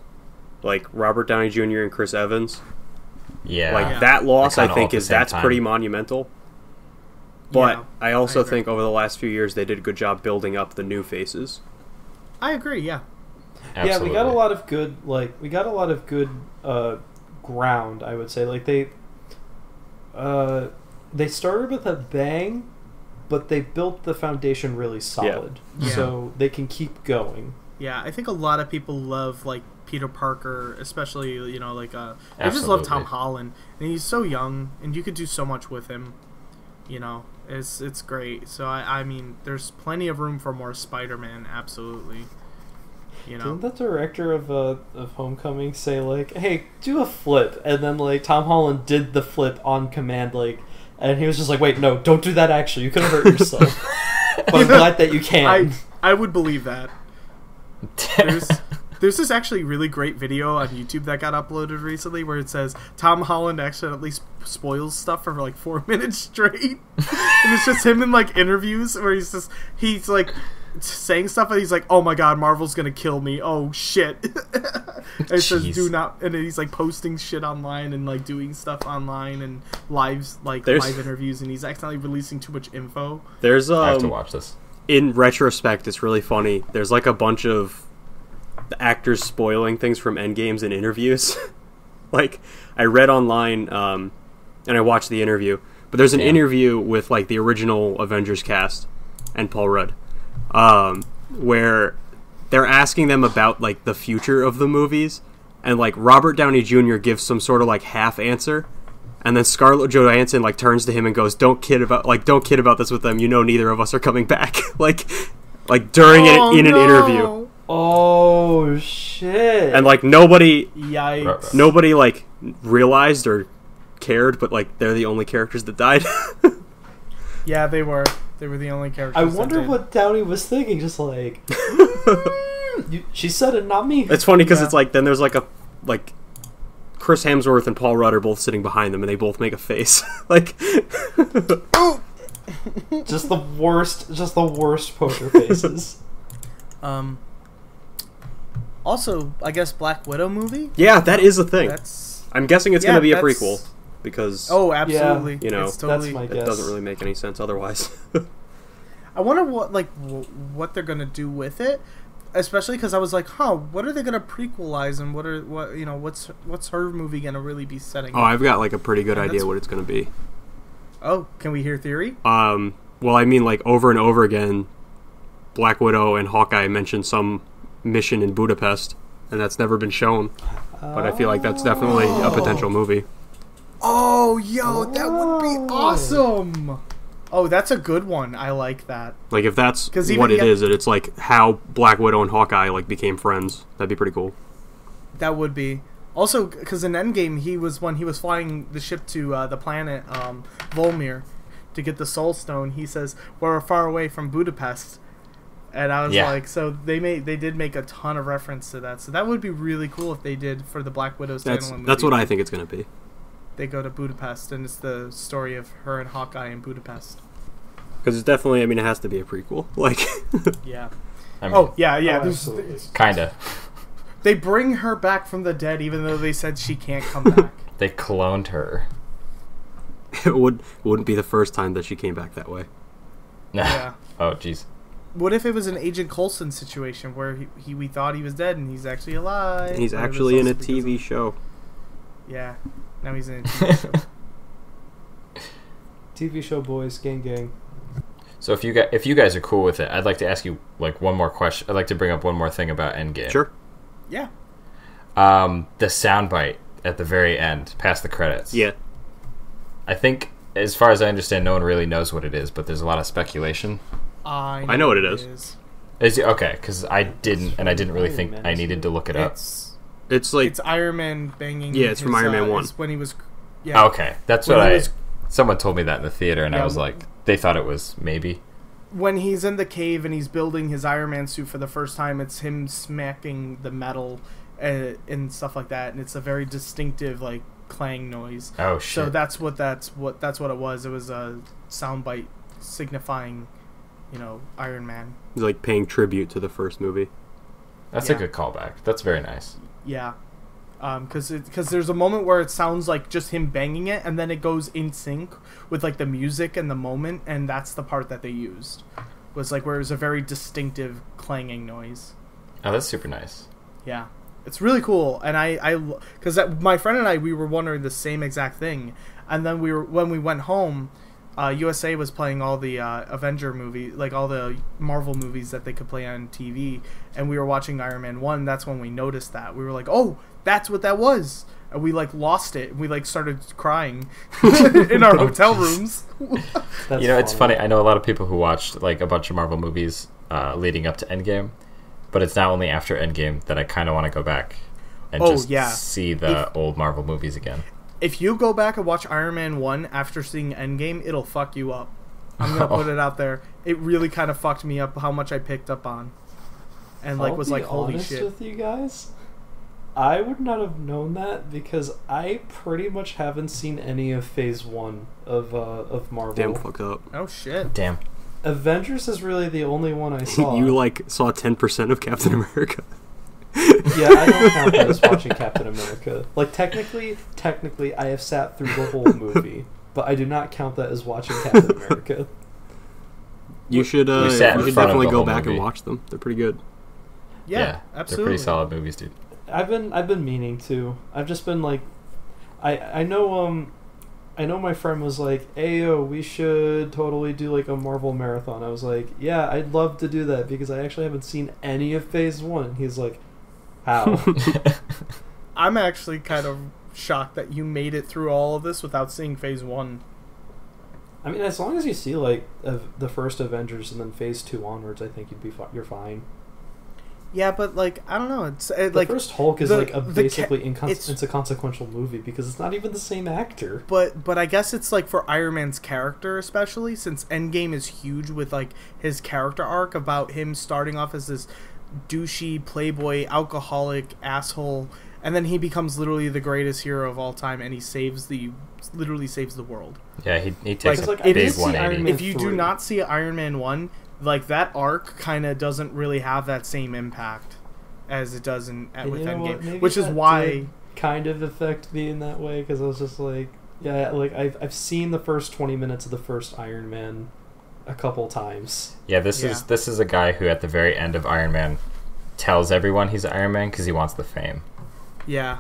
S4: like Robert Downey Jr. and Chris Evans.
S2: Yeah.
S4: Like
S3: Yeah.
S4: that loss,
S2: They're
S4: I
S2: kinda all at
S4: think
S2: the
S4: is
S2: same
S4: that's
S2: time.
S4: pretty monumental. But
S3: Yeah,
S4: I also
S3: agree.
S4: think over the last few years they did a good job building up the new faces.
S3: i agree yeah
S2: absolutely.
S6: Yeah, we got a lot of good like we got a lot of good uh, ground. I would say like they uh, they started with a bang, but they built the foundation really solid,
S3: Yeah.
S6: so they can keep going.
S3: yeah i think a lot of people love like peter parker especially you know like uh i just love tom
S2: Absolutely.
S3: holland and he's so young and you could do so much with him you know it's it's great so i i mean there's plenty of room for more spider-man absolutely you know
S6: Didn't the director of uh, of Homecoming say like, "Hey, do a flip," and then like Tom Holland did the flip on command, like, and he was just like, "Wait, no, don't do that. Actually, you could hurt yourself." but I'm glad that you can.
S3: I I would believe that. There's there's this actually really great video on YouTube that got uploaded recently where it says Tom Holland accidentally sp- spoils stuff for like four [LAUGHS] minutes straight, and it's just him in like interviews where he's just he's like saying stuff and he's like, oh my god, Marvel's gonna kill me. Oh shit. [LAUGHS] And it says
S1: Jeez.
S3: do not, and he's like posting shit online and like doing stuff online and lives like
S4: There's-
S3: live interviews, and he's accidentally releasing too much info.
S4: There's
S2: I have to
S4: um
S2: watch this.
S4: in retrospect it's really funny. There's like a bunch of the actors spoiling things from endgames in interviews. [LAUGHS] like I read online um, and I watched the interview, but there's an
S2: Yeah.
S4: interview with like the original Avengers cast and Paul Rudd, um, where they're asking them about like the future of the movies, and like Robert Downey Jr. gives some sort of like half answer. And then Scarlett Johansson like turns to him and goes, "Don't kid about like don't kid about this with them. You know neither of us are coming back." [LAUGHS] like, like during
S3: Oh,
S4: it in an interview,
S3: no.
S6: oh shit!
S4: and like nobody
S3: Yikes.
S2: Ruh-roh.
S4: nobody like realized or cared, but like they're the only characters that died. [LAUGHS]
S3: Yeah, they were. They were the only characters.
S6: I
S3: that
S6: wonder
S3: did.
S6: what Downey was thinking. Just like you, she said it, not me.
S4: it's funny because
S3: Yeah.
S4: it's like then there's like a like Chris Hemsworth and Paul Rudd are both sitting behind them, and they both make a face. [LAUGHS] like
S6: just the worst. Just the worst poker faces.
S3: Um. Also, I guess Black Widow movie.
S4: yeah, that is a thing.
S3: That's
S4: I'm guessing it's
S3: yeah,
S4: gonna be a
S3: that's-
S4: prequel because
S3: Oh, absolutely.
S4: you know,
S3: it's totally.
S6: That's my
S4: it
S6: guess.
S4: doesn't really make any sense otherwise. [LAUGHS]
S3: I wonder what like w- what they're gonna do with it, especially because I was like, huh, what are they gonna prequelize and what are what you know what's what's her movie gonna really be setting?
S4: oh,
S3: up?
S4: I've got like a pretty good
S3: Yeah,
S4: idea
S3: that's-
S4: what it's gonna be.
S3: oh, can we hear theory?
S4: Um, well, I mean, like over and over again, Black Widow and Hawkeye mention some mission in Budapest, and that's never been shown. But I feel like that's definitely a potential movie.
S3: Oh, yo, that would
S6: Oh.
S3: be awesome. Oh, that's a good one. I like that.
S4: Like if that's
S3: 'Cause even
S4: what it
S3: yet-
S4: is, that it's like how Black Widow and Hawkeye like became friends. That'd be pretty cool.
S3: That would be. Also, because in Endgame, he was when he was flying the ship to uh, the planet um, Volmir to get the Soul Stone. He says we're far away from Budapest, and I was
S2: Yeah.
S3: like, so they made they did make a ton of reference to that. So that would be really cool if they did for the Black Widow standalone
S4: That's
S3: movie.
S4: that's what I think it's gonna be.
S3: They go to Budapest, and it's the story of her and Hawkeye in Budapest.
S4: Because it's definitely, I mean, it has to be a prequel. [LAUGHS] Like,
S3: Yeah.
S2: I mean,
S3: Oh yeah, yeah.
S6: Oh,
S3: there's-
S6: absolutely.
S2: kinda.
S3: they bring her back from the dead, even though they said she can't
S2: [LAUGHS]
S3: come back.
S2: They cloned her.
S4: it would wouldn't be the first time that she came back that way.
S3: yeah.
S2: Oh, jeez.
S3: What if it was an Agent Coulson situation where he, he we thought he was dead and he's actually alive?
S4: And he's
S3: but it was
S4: actually in
S3: also
S4: a
S3: because
S4: TV show.
S3: of- yeah, now he's in. A TV
S4: [LAUGHS]
S3: show.
S6: TV show boys, gang gang.
S2: So if you guys, if you guys are cool with it, I'd like to ask you like one more question. I'd like to bring up one more thing about Endgame.
S4: Sure.
S3: yeah,
S2: Um, the soundbite at the very end, past the credits.
S4: Yeah.
S2: I think, as far as I understand, no one really knows what it is, but there's a lot of speculation.
S3: I
S4: know what it is.
S2: Is it, okay, because I didn't, and I didn't really think I needed to look it up.
S3: It's
S4: It's like
S3: it's Iron Man banging.
S4: Yeah, it's from Iron Man
S3: uh,
S4: 1.
S3: it's When he was, yeah,
S2: Oh, Okay, that's
S3: When
S2: what
S3: I
S2: I.
S3: was-
S2: Someone told me that in the theater, and I
S3: Yeah,
S2: was
S3: wh-
S2: like, they thought it was maybe.
S3: when he's in the cave and he's building his Iron Man suit for the first time, it's him smacking the metal and, and stuff like that, and it's a very distinctive like clang noise.
S2: Oh shit!
S3: So that's what that's what that's what it was. It was a soundbite signifying, you know, Iron Man.
S4: it's like paying tribute to the first movie.
S2: that's a
S3: yeah.
S2: good callback. That's very nice.
S3: Yeah, Um, because because there's a moment where it sounds like just him banging it, and then it goes in sync with like the music and the moment, and that's the part that they used. Was like where it was a very distinctive clanging noise.
S2: Oh, that's super nice.
S3: Yeah, it's really cool, and I I because my friend and I we were wondering the same exact thing, and then we were when we went home. Uh, USA was playing all the uh, Avenger movie, like all the Marvel movies that they could play on TV, and we were watching Iron Man one. That's when we noticed that we were like, "Oh, that's what that was," and we like lost it. We like started crying [LAUGHS] in our hotel rooms.
S6: That's
S2: you know, it's funny. I know a lot of people who watched like a bunch of Marvel movies uh, leading up to Endgame, but it's now only after Endgame that I kind of want to go back and
S3: Oh,
S2: just
S3: yeah.
S2: see the old Marvel movies again.
S3: If you go back and watch Iron Man 1 after seeing Endgame, it'll fuck you up. I'm going to put it out there. It really kind of fucked me up how much I picked up on. And like
S6: I'll
S3: was
S6: be
S3: like holy
S6: honest
S3: shit.
S6: With you guys, I would not have known that because I pretty much haven't seen any of Phase One of uh, of Marvel.
S4: Damn fucked up.
S3: Oh shit.
S2: Damn.
S6: Avengers is really the only one
S4: [LAUGHS]
S6: I saw.
S4: you like saw ten percent of [LAUGHS] Captain America.
S6: yeah, I don't count that as watching Captain America. Like technically, technically, I have sat through the whole movie, but I do not count that as watching Captain America.
S4: You should uh,
S2: We sat
S4: you
S2: in
S4: should
S2: front of
S4: definitely
S2: the
S4: go
S2: whole
S4: back and
S2: movie.
S4: watch them. They're pretty good.
S3: Yeah,
S2: They're
S3: absolutely.
S2: pretty solid movies, dude.
S6: I've been I've been meaning to. I've just been like, I I know um, I know my friend was like, "Ayo, we should totally do like a Marvel marathon." I was like, "Yeah, I'd love to do that because I actually haven't seen any of Phase One." And He's like, "How?"
S3: [LAUGHS] I'm actually kind of shocked that you made it through all of this without seeing phase 1.
S6: I mean, as long as you see like of the first Avengers and then Phase Two onwards, I think you'd be fi- you're fine.
S3: Yeah, but like I don't know. It's it,
S6: The
S3: like
S6: first Hulk is
S3: the-
S6: like
S3: the
S6: a
S3: ca-
S6: basically incon-
S3: it's-
S6: it's, a consequential movie because it's not even the same actor.
S3: but but I guess it's like for Iron Man's character especially since Endgame is huge with like his character arc about him starting off as this douchey playboy alcoholic asshole and then he becomes literally the greatest hero of all time and he saves the literally saves the world.
S2: Yeah, he, he takes
S3: It's
S2: a
S6: like, I did
S2: big
S6: see Iron
S2: 180.
S6: Man-
S3: If you do
S6: three.
S3: not see Iron Man 1, like that arc kind of doesn't really have that same impact as it does in at,
S6: And
S3: with
S6: you know what?
S3: Endgame,
S6: Maybe
S3: which is
S6: that
S3: why
S6: did kind of affect me in that way because I was just like, yeah, like I've I've seen the first twenty minutes of the first Iron Man a couple times.
S2: Yeah, this
S3: Yeah.
S2: is this is a guy who at the very end of Iron Man tells everyone he's Iron Man because he wants the fame.
S3: Yeah.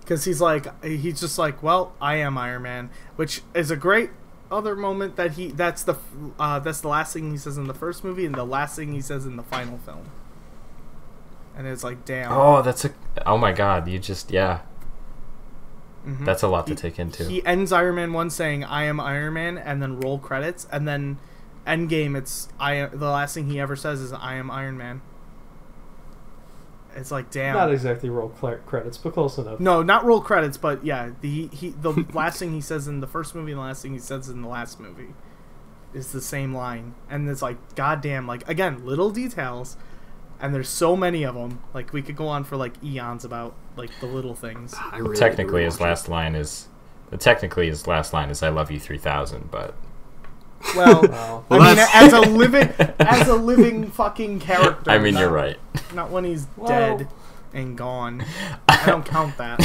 S3: Because he's like, he's just like, well, I am Iron Man, which is a great other moment that he, that's the, uh, that's the last thing he says in the first movie and the last thing he says in the final film. And it's like, damn.
S2: Oh, that's a oh my god! You just yeah,
S3: Mhm.
S2: that's a lot to
S3: He-
S2: take into.
S3: He ends Iron Man 1 saying, I am Iron Man, and then roll credits, and then endgame, it's, I am, the last thing he ever says is, I am Iron Man. It's like, damn.
S6: Not exactly roll cl- credits, but close enough.
S3: No, not roll credits, but yeah, the he the
S2: [LAUGHS]
S3: last thing he says in the first movie and the last thing he says in the last movie is the same line. And it's like goddamn like again, little details and there's so many of them. Like we could go on for like eons about like the little things.
S4: I really
S2: technically,
S4: is
S2: his last line is technically his last line is "I love you 3000, but [LAUGHS]
S3: Well,
S6: Wow.
S4: Well,
S3: I mean
S4: that's-
S3: as a living as a living fucking
S2: [LAUGHS]
S3: character.
S2: I mean
S3: not-
S2: you're right.
S3: Not when he's
S6: Well-
S3: dead and gone. I
S2: [LAUGHS]
S3: don't count that.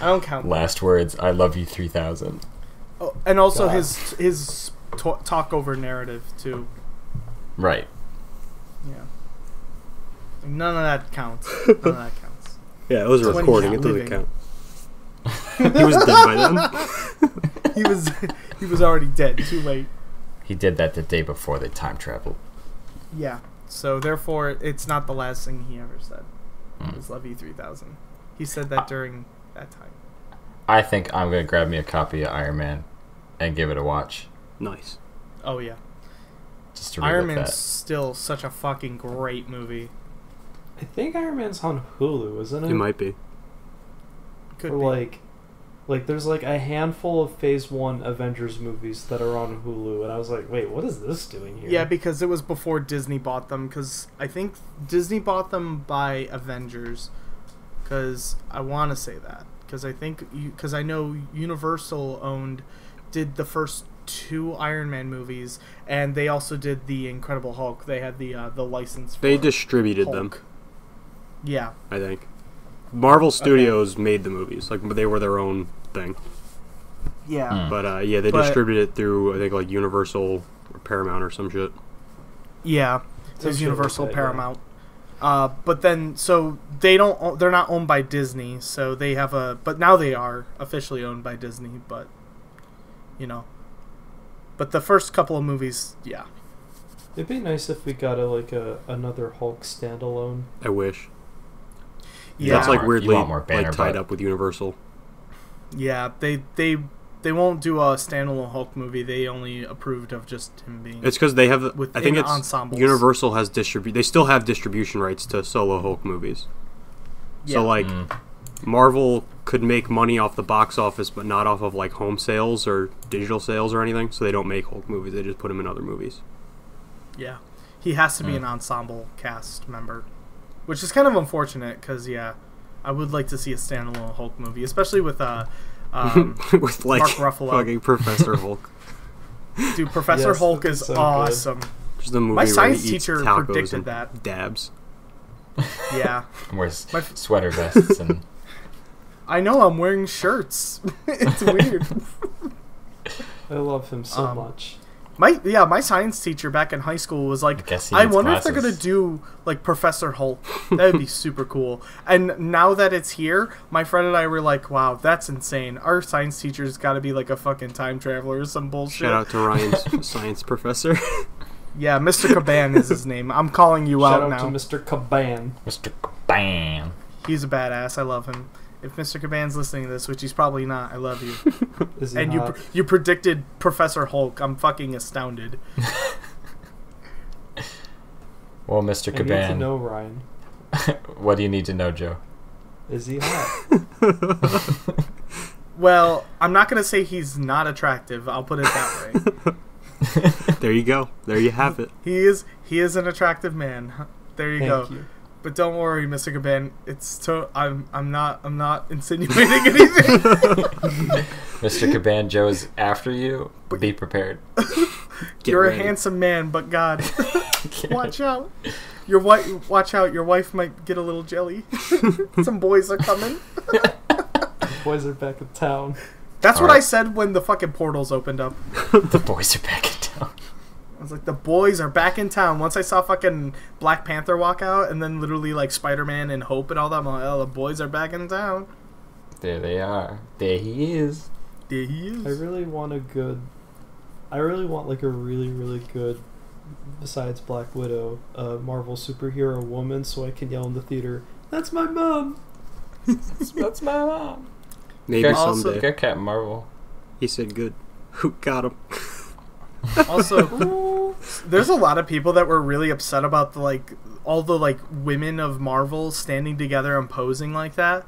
S3: I don't count
S2: Last words: "I love you 3000.
S3: Oh, and also
S6: God.
S3: his
S2: uh,
S3: his to- talk over narrative too.
S2: Right.
S3: Yeah. None of that counts. None of that counts.
S4: Yeah, it was a
S3: When
S4: recording.
S3: he's
S4: It doesn't
S3: living.
S4: count. [LAUGHS]
S3: [LAUGHS]
S4: he was dead by then.
S3: He was [LAUGHS] he was already dead. Too late.
S2: He did that the day before they time traveled.
S3: Yeah. So therefore, it's not the
S2: Hmm.
S4: Ah.
S3: last thing he ever said. It was "Love you 3000." He said that during that time.
S2: I think I'm gonna grab me a copy of Iron Man and give it a watch.
S4: Nice.
S3: Oh yeah,
S2: Just to
S3: Iron
S2: relive
S3: Man's
S2: that.
S3: still such a fucking great movie.
S6: I think Iron Man's on Hulu, isn't it?
S4: It
S2: Mm.
S4: might be.
S3: Could
S6: Or,
S3: be.
S6: like, like there's like a handful of Phase One Avengers movies that are on Hulu, and I was like, wait, what is this doing here?
S3: yeah, because it was before Disney bought them. Because I think Disney bought them by Avengers. Because I want to say that. Because I think because I know Universal owned did the first two Iron Man movies, and they also did the Incredible Hulk. They had the uh, the license. For
S4: They distributed
S3: Hulk.
S4: them,
S3: Yeah.
S4: I think. Marvel Studios made the movies. Like they were their own thing.
S3: Yeah.
S2: Hmm.
S4: But uh, yeah, they
S3: But-
S4: distributed it through I think like Universal or Paramount or some shit.
S3: Yeah,
S6: Some
S3: there's
S6: shit like
S3: Universal
S6: that, yeah.
S3: Paramount. Uh, but then, so they don't. o- They're not owned by Disney, so they have a. But now they are officially owned by Disney. But you know, but the first couple of movies, yeah,
S6: It'd be nice if we got a like a another Hulk standalone.
S4: I wish.
S3: yeah,
S4: That's like
S2: You
S4: weirdly
S2: want more banner
S4: like tied
S2: butt.
S4: up with Universal.
S3: yeah. They they they won't do a standalone Hulk movie. They only approved of just him being.
S4: It's because they have. I
S3: Within
S4: think it's
S3: ensembles.
S4: Universal has distribute. They still have distribution rights to solo Hulk movies.
S3: yeah.
S4: So like,
S2: Mm.
S4: Marvel could make money off the box office, but not off of like home sales or digital sales or anything. So they don't make Hulk movies. They just put them in other movies. [LAUGHS]
S3: yeah, he has to be
S2: Mm.
S3: an
S4: Hmm.
S3: ensemble cast member, which is kind of unfortunate because yeah, I would like to see a standalone Hulk movie, especially with
S4: [LAUGHS]
S3: uh. Um,
S4: With like
S3: Mark Ruffalo.
S4: fucking Professor Hulk.
S3: Dude, Professor
S6: Yes,
S3: Hulk
S6: that'd be
S3: is
S6: so good.
S3: awesome.
S4: Just the movie
S3: My
S4: where he
S3: science
S4: eats
S3: teacher
S4: tacos
S3: predicted
S4: and [LAUGHS]
S3: that.
S4: Dabs.
S3: Yeah.
S2: And wears
S3: My f-
S2: sweater vests
S3: [LAUGHS]
S2: and
S3: I know I'm wearing shirts. [LAUGHS] it's weird.
S6: I love him so
S3: Um,
S6: much.
S3: My yeah, my science teacher back in high school was like,
S2: guess he
S3: I
S2: needs
S3: wonder if they're gonna
S2: glasses."
S3: do like Professor Hulk. That
S6: [LAUGHS]
S3: would be super cool. And now that it's here, my friend and I were like, wow, that's insane. Our science teacher's got to be like a fucking time traveler or some bullshit.
S4: Shout out
S3: [LAUGHS]
S4: to Ryan's science professor. [LAUGHS]
S3: Yeah, Mr. Caban is
S6: [LAUGHS]
S3: his name. I'm calling you
S6: Shout
S3: out,
S6: out
S3: now.
S6: to Mr. Caban.
S2: Mr. Bam.
S3: He's a badass. I love him. If Mr. Caban's listening to this, which he's probably not, I love you.
S6: Is he
S3: and you
S6: not?
S3: pr- you predicted Professor Hulk. I'm fucking astounded.
S2: Well, Mr.
S6: I need to
S2: Caban,
S6: know Ryan.
S2: what do you need to know, Joe?
S6: Is he
S3: [LAUGHS]
S6: hot?
S3: Well, I'm not gonna say he's not attractive. I'll put it that way.
S6: [LAUGHS]
S4: there you go. There you
S3: [LAUGHS]
S4: have it.
S3: he is he is an attractive man. There you
S6: Thank
S3: go.
S6: you.
S3: But don't worry, Mr. Caban. It's to- I'm I'm not I'm not insinuating anything.
S2: Mr. Caban, Joe is after you. Be prepared.
S4: Get
S3: You're
S4: ready.
S3: a handsome man, but God, [LAUGHS] watch out. Your wife, watch out. Your wife might get a little jelly. [LAUGHS] Some boys are coming.
S6: Boys are back in town.
S3: That's
S2: All
S3: what I
S2: right.
S3: said when the fucking portals opened up.
S2: The boys are back in town.
S3: I was like, the boys are back in town. Once I saw fucking Black Panther walk out, and then literally like Spider Man and Hope and all that, I'm like, oh, the boys are back in town.
S2: There they are. There he is.
S3: There he is.
S6: I really want a good. I really want like a really really good, besides Black Widow, uh, Marvel superhero woman, so I can yell in the theater. That's my mom.
S2: That's my mom.
S4: Maybe
S3: Also-
S4: someday.
S2: Go Captain Marvel.
S4: He said, "Good. [LAUGHS] Who got
S3: Oh,
S4: him?"
S6: [LAUGHS]
S3: also, there's a lot of people that were really upset about the like all the like women of Marvel standing together and posing like that.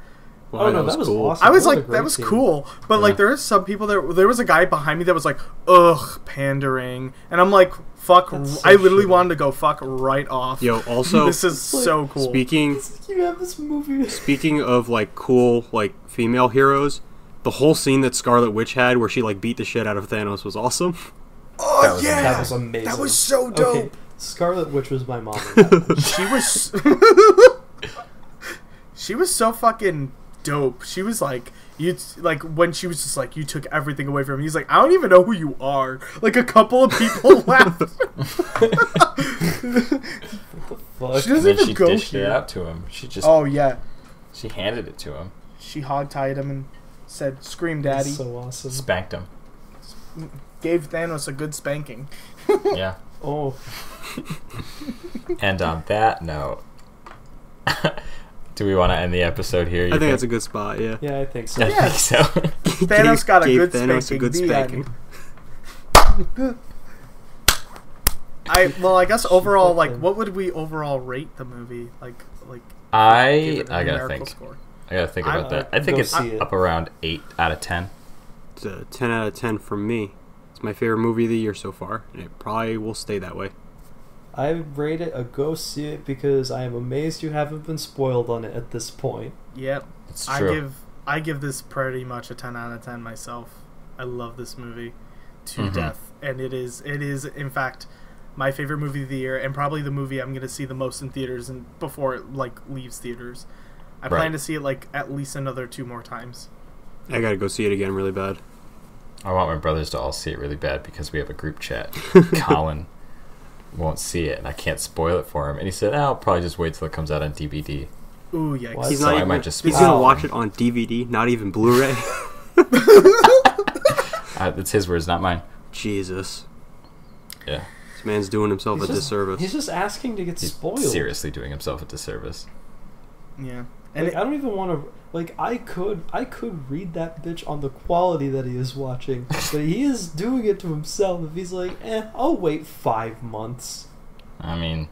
S4: Wow,
S6: Oh, no, that was awesome.
S3: I was
S6: What a
S3: like,
S6: great
S3: that was
S6: team.
S3: cool, but like there is some people that there was a guy behind me that was like, ugh, pandering, and I'm like, fuck,
S6: That's so
S3: I literally
S6: shitty.
S3: wanted to go fuck right off. [LAUGHS]
S4: Yo, also
S3: this is
S6: like,
S3: so cool.
S4: speaking
S6: You have this movie.
S4: Speaking of like cool like female heroes, the whole scene that Scarlet Witch had where she like beat the shit out of Thanos was awesome.
S3: oh
S2: That was-
S3: yeah,
S6: [LAUGHS] That was amazing.
S3: That was so
S6: Okay,
S3: dope.
S6: Scarlet Witch was my
S3: [LAUGHS]
S6: mom. in that one.
S3: She
S4: [LAUGHS]
S3: was. she was so fucking dope. She was like you t- like when she was just like you took everything away from me. He's like I don't even know who you are. Like a couple of
S4: [LAUGHS]
S3: people left.
S6: Fuck.
S3: She doesn't
S2: And
S3: even
S2: then she
S3: go
S2: dished it
S3: here.
S2: out to him. She just
S3: Oh yeah,
S2: she handed it to him.
S3: she hogtied him and said "Scream, Daddy."
S6: That's so awesome.
S2: Spanked him.
S3: Gave Thanos a good
S4: [LAUGHS]
S3: spanking.
S2: Yeah.
S6: oh,
S2: And on that note, [LAUGHS] Do we want to end the episode here? You
S4: I think that's a good spot. Yeah.
S6: Yeah, I think so.
S2: I think
S3: Yes.
S2: so.
S3: [LAUGHS] Thanos got a
S4: Gave
S3: good
S4: Thanos
S3: spanking.
S4: a good
S3: The
S4: spanking.
S3: end. I well, I
S4: [LAUGHS]
S3: guess overall, like, what would we overall rate the movie? Like, like
S2: I
S3: give it a
S2: I gotta
S3: numerical
S2: think.
S3: Score.
S2: I gotta think
S3: I-
S2: about that.
S6: I-
S2: I think
S6: go
S2: it's
S6: see it.
S2: up around eight out of ten.
S4: It's a ten out of ten from me. It's my favorite movie of the year so far, and it probably will stay that way.
S6: I rate it a go see it because I am amazed you haven't been spoiled on it at this point.
S3: Yep,
S2: It's
S3: I
S2: true.
S3: give I give this pretty much a ten out of ten myself. I love this movie to
S4: Mm-hmm.
S2: Mhm.
S3: death, and it is it is in fact my favorite movie of the year, and probably the movie I'm going to see the most in theaters and before it like leaves theaters. I
S2: Right.
S3: plan to see it like at least another two more times.
S4: I gotta go see it again really bad.
S2: I want my brothers to all see it really bad because we have a group
S6: [LAUGHS]
S2: chat. Colin won't see it, and I can't spoil it for him. And he said, "Ah, "I'll probably just wait till it comes out on DVD."
S3: Ooh, yikes!
S6: What?
S4: He's
S2: So
S4: not
S2: I
S4: even,
S2: might just speak
S4: He's gonna
S2: out.
S4: watch it on DVD, not even Blu-ray. [LAUGHS]
S2: Uh, it's his words, not mine.
S4: Jesus,
S2: Yeah,
S4: this man's doing himself a
S6: just,
S4: disservice.
S6: He's just asking to get
S2: he's
S6: spoiled.
S2: seriously doing himself a disservice.
S3: Yeah, and
S6: Like, [LAUGHS]
S3: it,
S6: I don't even want to. Like I could, I could read that bitch on the quality that he is watching, but he is doing it to himself. If he's like, eh, I'll wait five months.
S2: I mean,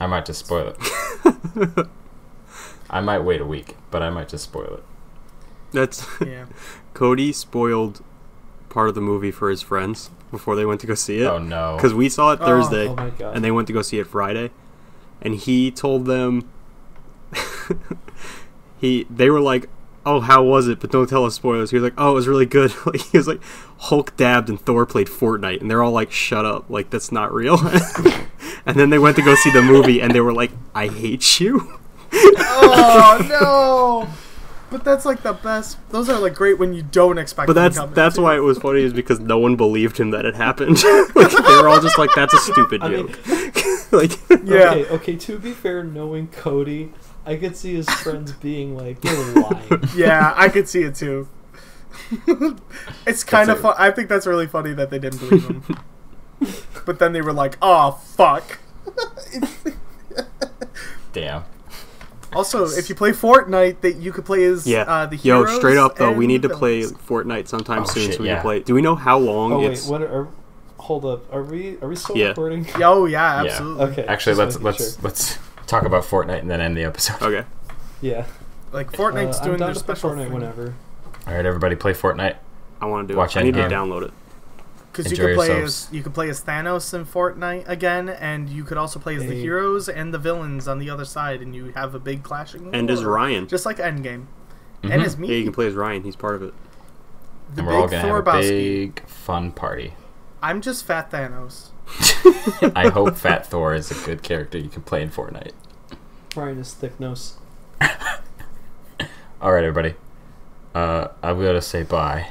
S2: I might just spoil it.
S6: [LAUGHS]
S2: I might wait a week, but I might just spoil it.
S4: That's
S3: yeah.
S4: Cody spoiled part of the movie for his friends before they went to go see
S2: Oh
S4: it
S2: no!
S4: because we saw it
S3: Oh.
S4: Thursday
S6: Oh my god!
S4: and they went to go see it Friday, and he told them [LAUGHS] he they were like. Oh, how was it? But don't tell us spoilers. He was like, "Oh, it was really good." [LAUGHS] Like he was like, Hulk dabbed and Thor played Fortnite, and they're all like, "Shut up! Like that's not real." [LAUGHS] and then they went to go see the movie, and they were like, "I hate you." [LAUGHS]
S3: oh no! But that's like the best. Those are like great when you don't expect.
S4: But
S3: them
S4: that's
S3: to come
S4: that's
S3: too.
S4: why it was funny is because no one believed him that it happened. [LAUGHS] like they were all just like, "That's a stupid
S6: I mean,
S4: joke." [LAUGHS] like,
S3: Yeah.
S6: Okay, okay, to be fair, knowing Cody, I could see his friends being like, you're
S2: [LAUGHS]
S6: lying.
S2: Oh,
S3: Yeah, I could see it
S6: [LAUGHS]
S3: too. it's kind of
S2: it.
S3: fun. I think that's really funny that they didn't believe
S6: [LAUGHS]
S3: him. but then they were like, "Oh fuck."
S2: Damn.
S3: Also, if you play Fortnite, that you could play as
S4: yeah,
S3: uh, the
S4: yo,
S3: heroes.
S4: straight up though, we
S3: and
S4: need to
S3: the
S4: play
S3: villains.
S4: Fortnite sometime
S2: Oh,
S4: soon,
S2: shit,
S4: so we
S2: yeah.
S4: can play. Do we know how long
S6: oh wait,
S4: it's?
S6: what are, hold up, are we are we still
S4: Yeah.
S6: recording?
S3: Yeah, Oh yeah,
S2: Yeah.
S3: absolutely.
S6: Okay.
S2: Actually,
S6: just
S2: let's
S6: making
S2: let's
S6: sure.
S2: let's talk about Fortnite and then end the episode.
S4: Okay,
S6: Yeah.
S3: Like
S6: Uh,
S3: Fortnite's
S6: I'm
S3: doing
S6: down
S3: their
S6: to play
S3: special
S6: Fortnite
S3: thing
S6: whenever.
S2: All right, everybody, play Fortnite.
S4: I want to do
S2: Watch
S4: it. I need to
S2: Endgame.
S4: download it.
S3: because you
S2: Enjoy
S3: could play
S2: yourselves.
S3: as you could play as Thanos in Fortnite again, and you could also play as the
S6: Hey.
S3: heroes and the villains on the other side, and you have a big clashing.
S4: And as
S3: war.
S4: Ryan, Mm-hmm.
S3: just like Endgame, and as me,
S4: yeah, you can play as Ryan. He's part of it.
S2: Mm-hmm.
S3: the
S2: And we're all
S3: big
S2: gonna have a
S3: Thorbowski.
S2: big fun party. [LAUGHS]
S3: I'm just Fat Thanos.
S2: I hope Fat Thor is a good character you can play in Fortnite.
S6: Brian is thick nose.
S2: All right, everybody. Uh, I'm gonna say bye.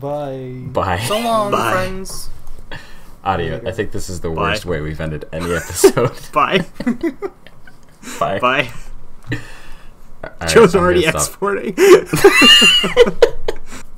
S6: Bye.
S2: Bye.
S3: [LAUGHS] So long,
S4: Bye.
S3: friends.
S2: Audio. I think this is the
S4: Bye.
S2: worst way we've ended any episode. [LAUGHS]
S4: Bye,
S2: bye.
S4: bye.
S2: All right,
S4: Joe's
S2: I'm gonna
S4: already
S2: stop.
S4: exporting.